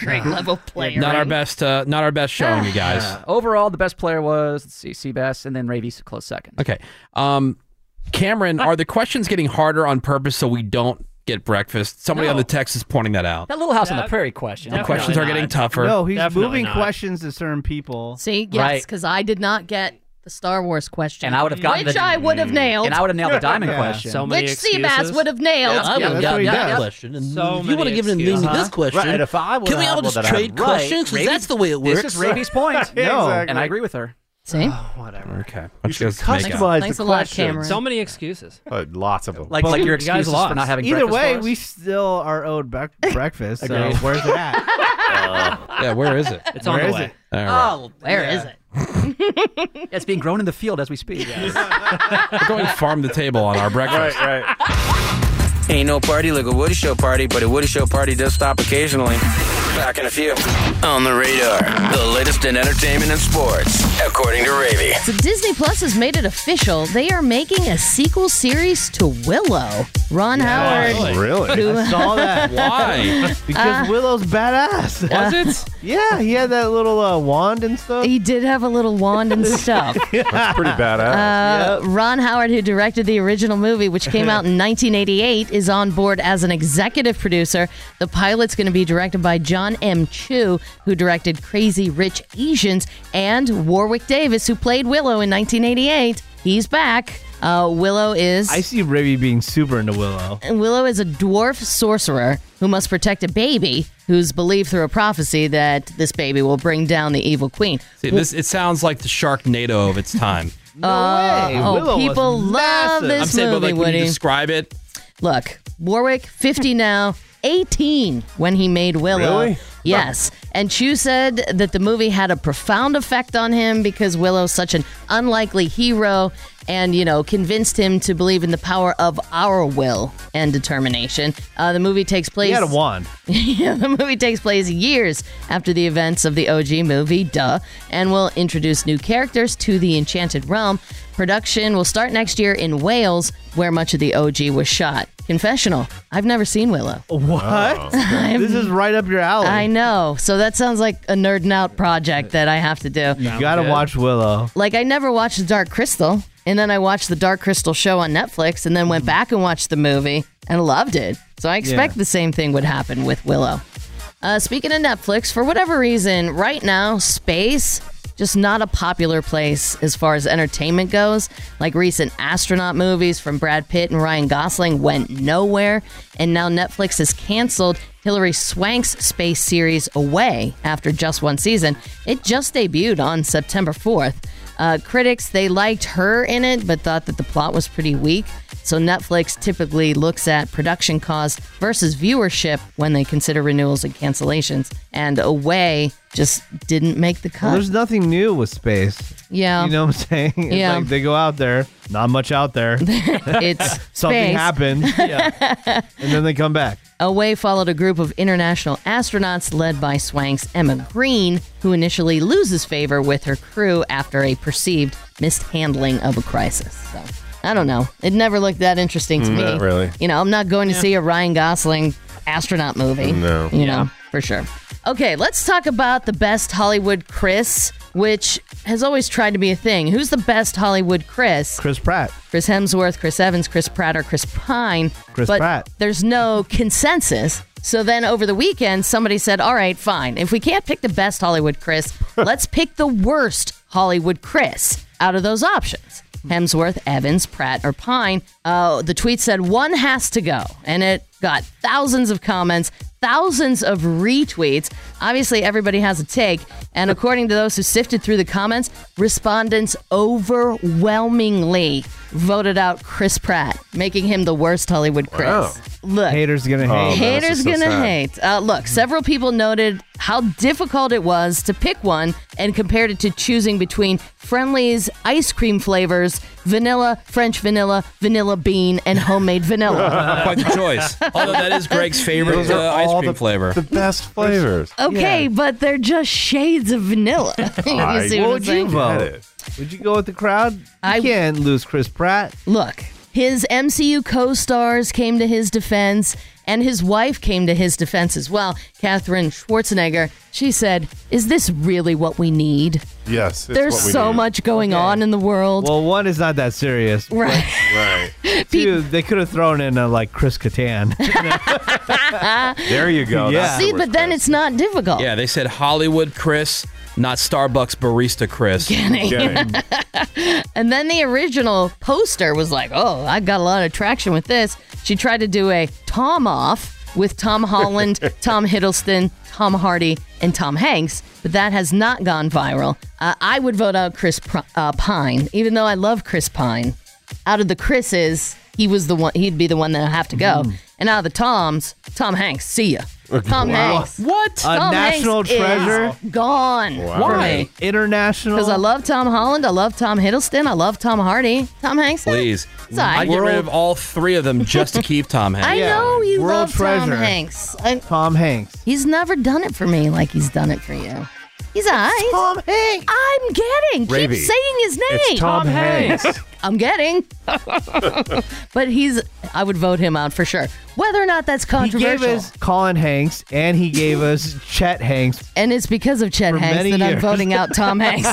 I: Great level player.
H: *laughs*
D: Not our best. Uh, not our best showing, you guys.
E: *sighs*
D: *laughs*
H: Overall, the best player was let's see Seabass, and then Ravi's a close second.
D: Okay. Um, Cameron, are the questions getting harder on purpose so we don't get breakfast? Somebody on
F: No.
D: the text is pointing that out.
H: That little house on
F: That-
H: the prairie question.
D: The questions are
F: not.
D: getting tougher.
E: No, he's
F: Definitely
E: moving
F: not.
E: questions to certain people.
I: See, yes,
H: Right.
I: because I did not get the Star Wars question.
H: And I would have gotten
I: Which
H: the- Mm.
I: I would have nailed.
H: And I would have nailed the
F: *laughs*
H: diamond
E: Yeah.
H: question.
F: So many
I: which
F: excuses.
I: Seabass would have nailed.
W: I would
E: that's
W: have
E: what he
W: gotten that
E: does.
W: question. And
F: So
W: if you would
F: many
W: have given me
F: excuses.
W: this question,
N: Right, if I would
W: can we
N: have
W: all
N: one
W: just
N: that I had
W: trade
N: right,
W: questions? 'Cause that's the way it works.
H: This is Ravi's point.
E: No.
H: And I agree with her.
I: See?
E: Oh,
F: whatever.
D: Okay.
G: You should
I: customize the Thanks a lot, question. Cameron.
F: So many excuses.
G: Uh, lots of them.
H: Like- like your You guys excuses for lost. not having
E: Either
H: breakfast
E: way,
H: for us?
E: we still are owed back
I: *laughs*
E: breakfast. so
D: Agreed.
E: where's it
H: *laughs*
E: at?
D: *laughs*
H: Uh,
D: yeah, where is it?
E: It's on Where the is way. it?
D: All right.
H: Oh, where is *laughs* it? it's being grown in the field as we
D: *laughs*
H: speak.
D: We're going farm to table on our breakfast.
G: Right, right.
J: Ain't no party like a Woody Show party, but a Woody Show party does stop occasionally. Back in a few. On the radar, the latest in entertainment and sports, according to Ravy.
I: So Disney Plus has made it official. They are making a sequel series to Willow. Ron Howard. who-
E: Oh, I saw
H: *laughs*
E: that. Because
I: Uh,
E: Willow's badass.
I: Was
D: it?
E: *laughs* Yeah, he had that little uh, wand and stuff.
I: He did have a little wand
E: *laughs*
I: and stuff.
G: That's pretty badass.
I: Uh, Ron Howard, who directed the original movie, which came out in 1988, is on board as an executive producer. The pilot's going to be directed by John M. Chu, who directed Crazy Rich Asians, and Warwick Davis, who played Willow in 1988. He's back. Uh, Willow is.
E: I see Ribby being super into Willow.
I: And Willow is a dwarf sorcerer who must protect a baby who's believed through a prophecy that this baby will bring down the evil queen.
D: See, this it sounds like the Sharknado of
I: *laughs*
D: its time.
I: Uh,
E: way.
I: Oh,
E: Willow was
I: people love
E: massive.
I: this
D: Uh, I'm saying,
I: movie,
D: but like when
I: Woody.
D: you describe it,
I: Look, Warwick, 50 now, 18 when he made Willow.
D: Really?
I: Yes. And Chu said that the movie had a profound effect on him because Willow's such an unlikely hero and, you know, convinced him to believe in the power of our will and determination. Uh, the movie takes place.
E: He had a wand.
I: *laughs* yeah, the movie takes place years after the events of the OG movie, duh, and will introduce new characters to the Enchanted Realm. Production will start next year in Wales, where much of the OG was shot. Confessional I've never seen Willow.
E: What?
H: Oh.
E: this is right up your alley.
I: I know. So that sounds like a nerd out project that I have to do.
E: you gotta watch Willow.
I: Like, I never watched The Dark Crystal, and then I watched The Dark Crystal show on Netflix, and then went back and watched the movie and loved it. So I expect
B: Yeah.
I: the same thing would happen with Willow. Uh, speaking of Netflix, for whatever reason, right now, space just not a popular place as far as entertainment goes. Like recent astronaut movies from Brad Pitt and Ryan Gosling went nowhere, and now Netflix has canceled Hillary Swank's space series Away after just one season. It just debuted on September 4th. Uh, critics they liked her in it, but thought that the plot was pretty weak. So Netflix typically looks at production cost versus viewership when they consider renewals and cancellations. And Away just didn't make the
E: Well,
I: cut.
E: there's nothing new with space.
I: Yeah.
E: You know what I'm saying? *laughs* It's
I: Yeah.
E: like they go out there, not much out there.
I: *laughs* it's
E: *laughs* Something
I: space. *laughs*
E: happened. And then they come back.
I: Away followed a group of international astronauts led by Swank's Emma Green, who initially loses favor with her crew after a perceived mishandling of a crisis. So, I don't know. It never looked that interesting to
G: Mm,
I: me.
G: not really.
I: You know, I'm not going to see a Ryan Gosling astronaut movie.
G: No.
I: You know, for sure. Okay, let's talk about the best Hollywood Chris, which has always tried to be a thing. Who's the best Hollywood Chris?
E: Chris Pratt.
I: Chris Hemsworth, Chris Evans, Chris Pratt, or Chris Pine.
E: Chris
I: but
E: Pratt.
I: There's no consensus. So then over the weekend, somebody said, all right, fine. If we can't pick the best Hollywood Chris, let's pick the worst Hollywood Chris out of those options. Hemsworth, Evans, Pratt, or Pine. Uh, the tweet said one has to go, and it got thousands of comments, thousands of retweets. Obviously, everybody has a take, and according to those who sifted through the comments, respondents overwhelmingly voted out Chris Pratt, making him the worst Hollywood Chris. Look,
E: haters
G: Oh,
E: gonna hate.
I: Haters gonna hate. *laughs* Uh, look, several people noted how difficult it was to pick one and compared it to choosing between Friendly's ice cream flavors, vanilla, French vanilla, vanilla bean, and homemade vanilla.
D: *laughs*
I: *laughs*
D: quite the choice. Although that is Greg's favorite
G: Those are
D: uh, ice
G: all
D: cream
G: the-
D: flavor.
G: The best flavors.
I: Okay, but they're just shades of vanilla. *laughs* you
E: I-
I: see what
E: what
I: I'm
E: would you
I: saying?
E: vote? Would you go with the crowd? I can't lose Chris Pratt.
I: Look, his MCU co stars came to his defense, and his wife came to his defense as well, Katherine Schwarzenegger. She said, Is this really what we need?
G: Yes.
I: There's so much going on in the world.
E: Well, one is not that serious.
I: Right. *laughs*
G: Right.
E: Two, they could have thrown in a like Chris Catan.
I: *laughs*
G: There you go.
E: Yeah.
I: See, but then it's not difficult.
D: Yeah, they said Hollywood Chris, not Starbucks barista Chris.
I: *laughs* and then the original poster was like, oh, I got a lot of traction with this. She tried to do a Tom off with Tom
E: *laughs*
I: Holland, Tom Hiddleston, Tom Hardy, and Tom Hanks, but that has not gone viral. Uh, I would vote out Chris Pr- uh, Pine, even though I love Chris Pine. Out of the Chris's, he was the one. He'd be the one that'll have to go.
E: Mm.
I: And out of the Toms, Tom Hanks. See ya. Tom
E: Wow.
I: Hanks.
E: What? A
I: Tom Hanks
E: national
I: is
E: treasure?
I: gone.
E: Why? International.
I: Because I love Tom Holland. I love Tom Hiddleston. I love Tom Hardy. Tom Hanks.
D: Please.
I: It's all right.
D: I get rid of all three of them just to keep Tom
I: *laughs*
D: Hanks.
I: I know you
E: World
I: love
E: treasure.
I: Tom Hanks. I,
E: Tom Hanks.
I: He's never done it for me like he's done it for you. He's all right. Tom Hanks. I'm getting.
D: Ravi,
I: Keep saying his name.
D: it's Tom Tom Hanks.
I: *laughs* I'm getting. but he's. I would vote him out for sure. Whether or not that's
E: He
I: controversial.
E: gave us Colin Hanks and he gave us Chet Hanks.
I: and it's because of Chet
E: For
I: Hanks
E: many
I: that I'm
E: years.
I: voting out
E: *laughs*
I: Tom Hanks.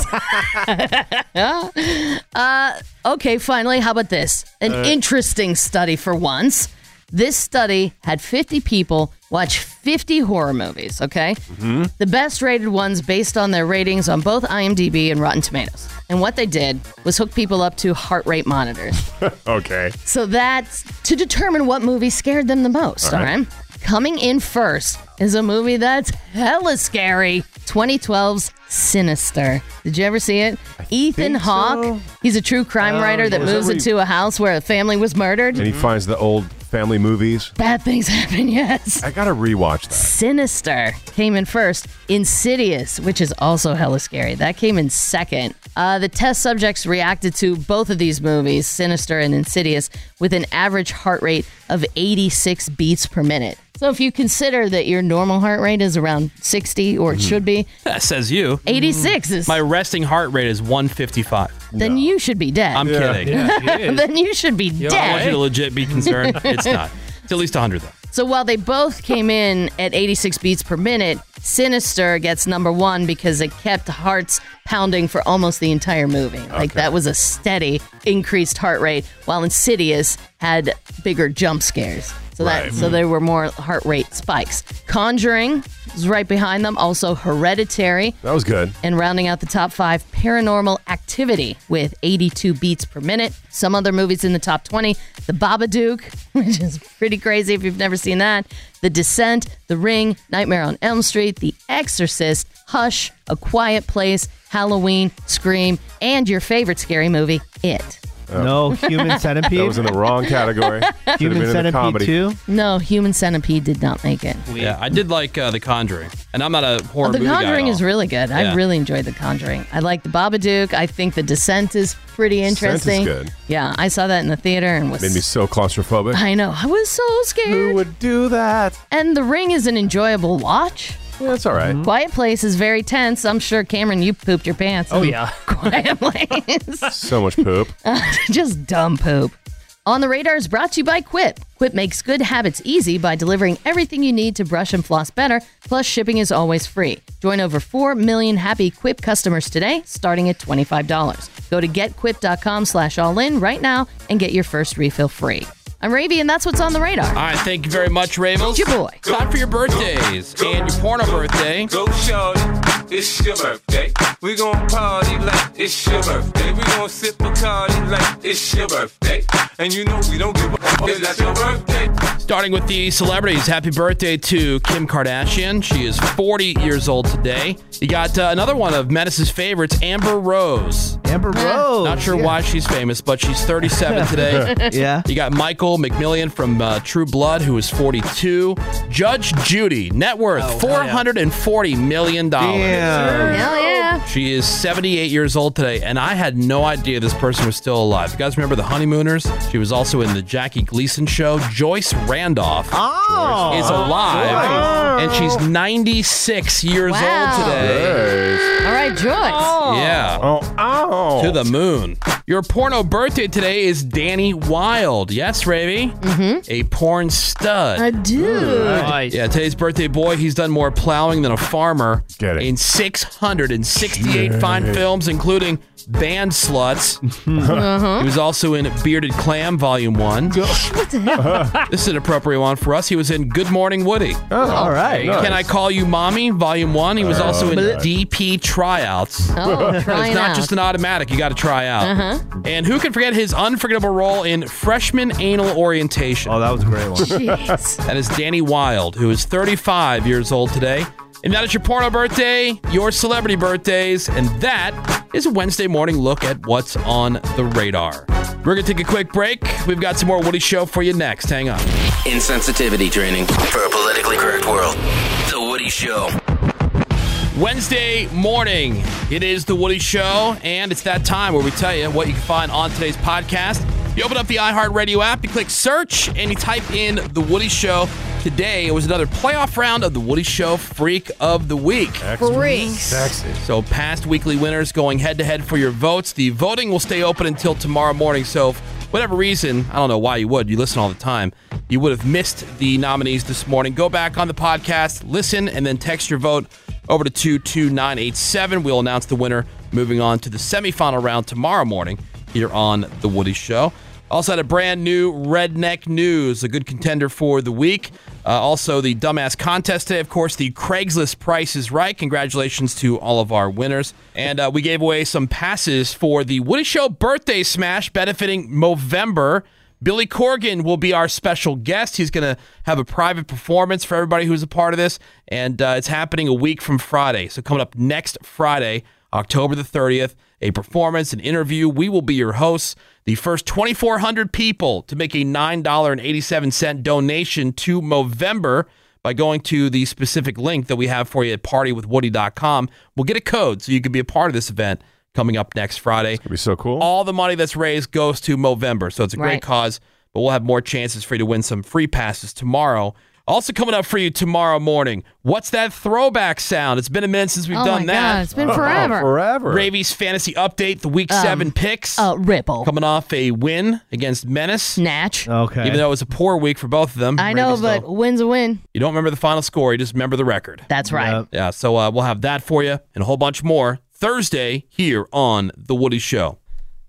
I: *laughs* uh, okay, finally, how about this? An
S: Uh.
I: interesting study for once. This study had 50 people watch 50 horror movies, okay?
E: Mm-hmm.
S: Hmm?
I: The best rated ones based on their ratings on both IMDb and Rotten Tomatoes. And what they did was hook people up to heart rate
E: *laughs*
I: monitors.
G: okay.
I: So that's to determine what movie scared them the most.
G: All
I: All
G: right.
I: right. Coming in first is a movie that's hella scary 2012's Sinister. Did you ever see it? Ethan Hawke. He's a true crime
G: Oh,
I: writer that
G: yeah. Is that
I: moves
G: where you-
I: into a house where a family was murdered.
G: And he finds the old family movies.
I: Bad things *laughs* happen, yes.
G: I gotta rewatch that.
I: Sinister came in first. Insidious, which is also hella scary, that came in second. Uh, the test subjects reacted to both of these movies, Sinister and Insidious, with an average heart rate of 86 beats per minute. So if you consider that your normal heart rate is around 60, or it
D: Mhm.
I: should be,
D: That says you.
I: 86 is-
D: My resting heart rate is 155.
I: then you should be dead.
D: I'm
I: *laughs*
D: kidding.
I: then you should be
D: I want you
I: dead.
D: to legit be
I: *laughs*
D: concerned. It's not. It's at least 100 though.
I: So while they both came in at 86 beats per minute, Sinister gets number one because it kept hearts pounding for almost the entire movie. Like that was a steady increased heart rate, while Insidious had bigger jump scares. So that
S: Right.
I: so there were more heart rate spikes. Conjuring is right behind them. Also Hereditary.
G: That
I: *laughs*
G: was good.
I: And rounding out the top five, Paranormal Activity with 82 beats per minute. Some other movies in the top 20, The Babadook, *laughs* which is pretty crazy if you've never seen that, The Descent, The Ring, Nightmare on Elm Street, The Exorcist, Hush, A Quiet Place, Halloween, Scream, and your favorite scary movie, It.
E: No
G: *laughs*
E: human centipede.
G: Oh. That was in the wrong category.
E: *laughs*
G: Should have
E: Human
G: been in the
E: centipede
G: comedy.
E: too.
I: No, Human Centipede did not make it.
D: Yeah, I did like uh, The Conjuring, and I'm not a horror
I: the
D: movie guy at
I: Conjuring
D: all.
I: is really good.
D: Yeah.
I: I really enjoyed The Conjuring. I like The Babadook. I think The Descent is pretty
G: Descent is
I: interesting.
G: good.
I: Yeah, I saw that in the theater and was
G: Made me so claustrophobic.
I: I know. I was so scared. Who
G: would do that?
I: And The Ring is an enjoyable watch.
G: Yeah, that's all right.
I: Quiet Place is very tense. I'm sure, Cameron, you pooped your pants. *laughs*
G: Oh,
I: in
G: yeah.
I: Quiet Place.
G: So much poop.
I: *laughs* Just dumb poop. On the Radar is brought to you by Quip. Quip makes good habits easy by delivering everything you need to brush and floss better, plus shipping is always free. Join over 4 million happy Quip customers today, starting at $25. Go to getquip.com slash all in right now and get your first refill free. I'm Ravy, and that's what's on the radar.
D: All right, thank you very much, Ravels.
I: Your boy.
D: Time for your birthdays and your porno birthday.
T: Go shorty, it's your birthday. We gon' party like it's your birthday. We gon' sip a party like it's your birthday. And you know we don't give a fuck. It's not your birthday.
D: Starting with the celebrities, happy birthday to Kim Kardashian. She is 40 years old today. You got uh, another one of Menace's favorites, Amber Rose.
E: Amber Rose.
D: Not sure
E: yeah.
D: why she's famous, but she's 37 today.
E: *laughs* Yeah.
D: You got Michael McMillian from uh, True Blood, who is 42. Judge Judy, net worth $440 million.
E: Damn.
I: Hell yeah.
D: She is 78 years old today, and I had no idea this person was still alive. You guys remember The Honeymooners? She was also in the Jackie Gleason show. Joyce Randolph
E: Oh.
D: is alive, and she's 96 years
I: Wow.
D: old today.
I: All right, Joyce.
D: Yeah.
G: Oh,
D: To the moon. Your porno birthday today is Danny Wild. Yes, Ravy? Mm-hmm. A porn stud.
I: A dude.
D: Yeah, today's birthday boy, he's done more plowing than a farmer. Get it. In 668 fine films, including Band Sluts.
I: *laughs* Uh-huh.
D: He was also in Bearded Clam Volume 1.
I: What the hell?
D: this is an appropriate one for us. He was in Good Morning Woody.
I: Oh, all right. nice.
D: Can I Call You Mommy, Volume 1. He was
I: Oh,
D: also in
I: okay.
D: DP Tryouts.
I: Oh,
D: *laughs* it's
I: trying
D: not
I: out.
D: just an automatic. You got to try out.
I: Uh-huh.
D: And who can forget his unforgettable role in Freshman Anal Orientation? Oh,
E: that was a great one.
I: Jeez.
D: that is Danny Wilde, who is 35 years old today. And that is your porno birthday, your celebrity birthdays, and that is a Wednesday morning look at what's on the radar. We're going to take a quick break. We've got some more Woody Show for you next. Hang on.
J: Insensitivity training for a politically correct world. The Woody Show.
D: Wednesday morning, it is The Woody Show, and it's that time where we tell you what you can find on today's podcast. You open up the iHeartRadio app, you click search, and you type in The Woody Show. Today, it was another playoff round of The Woody Show Freak of the Week.
I: Freaks.
D: Sexy. So, past weekly winners going head to head for your votes. The voting will stay open until tomorrow morning. So, if whatever reason, I don't know why you would, you listen all the time, you would have missed the nominees this morning. Go back on the podcast, listen, and then text your vote over to 22987. We'll announce the winner moving on to the semifinal round tomorrow morning here on The Woody Show. Also had a brand new Redneck News, a good contender for the week. Uh, also the Dumbass Contest today, of course, the Craigslist Price is Right. Congratulations to all of our winners. And uh, we gave away some passes for the Woody Show Birthday Smash benefiting Movember. Billy Corgan will be our special guest. He's going to have a private performance for everybody who's a part of this, and uh, it's happening a week from Friday. So coming up next Friday, October the 30th, a performance, an interview. We will be your hosts. The first 2,400 people to make a $9.87 donation to Movember by going to the specific link that we have for you at partywithwoody.com. We'll get a code so you can be a part of this event coming up next Friday. It's going to be so cool. All the money that's raised goes to Movember, so it's a great
I: Right.
D: cause, but we'll have more chances for you to win some free passes tomorrow. Also coming up for you tomorrow morning, what's that throwback sound? It's been a minute since we've
I: Oh
D: done
I: my
D: that.
I: God, it's been Oh, forever. forever.
D: Ravy's fantasy update, the week
I: Um,
D: seven picks.
I: Uh, Ripple.
D: Coming off a win against Menace.
I: Natch.
E: Okay.
D: Even though it was a poor week for both of them.
I: I know,
D: Ravens
I: but
D: still-
I: win's a win.
D: you don't remember the final score, you just remember the record.
I: That's right.
D: Yeah, so uh, we'll have that for you and a whole bunch more Thursday here on The Woody Show.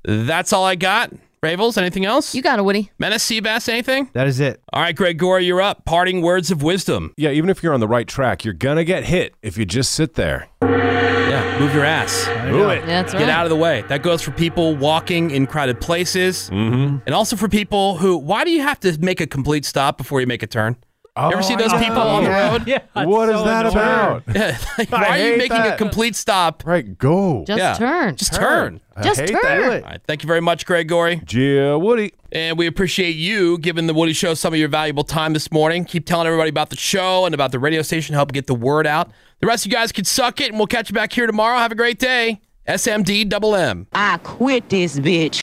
D: That's all I got. Ravels, anything else? You
I: got it, Woody.
D: Menace, Seabass, anything?
E: That is it.
D: All right, Greg Gore, you're up. *laughs* Parting words of wisdom.
G: Yeah, even if you're on the right track, you're going to get hit if you just sit there.
D: Yeah, move your ass.
G: Do it.
I: That's
D: Get
I: right.
D: out of the way. That goes for people walking in crowded places, and also for people who. Why do you have to make a complete stop before you make a turn? you ever see those people
G: Oh,
D: on the road?
G: What is that about?
D: Yeah, like, why are you
G: hate
D: making a
G: that.
D: complete stop?
G: Right, go.
I: Just turn.
D: Just turn.
G: I Just hate turn. that.
D: All right, thank you very much, Greg Gory.
G: Yeah, Woody.
D: And we appreciate you giving the Woody Show some of your valuable time this morning. Keep telling everybody about the show and about the radio station. Help get the word out. The rest of you guys can suck it, and we'll catch you back here tomorrow. Have a great day. SMD double M.
S: I quit this bitch.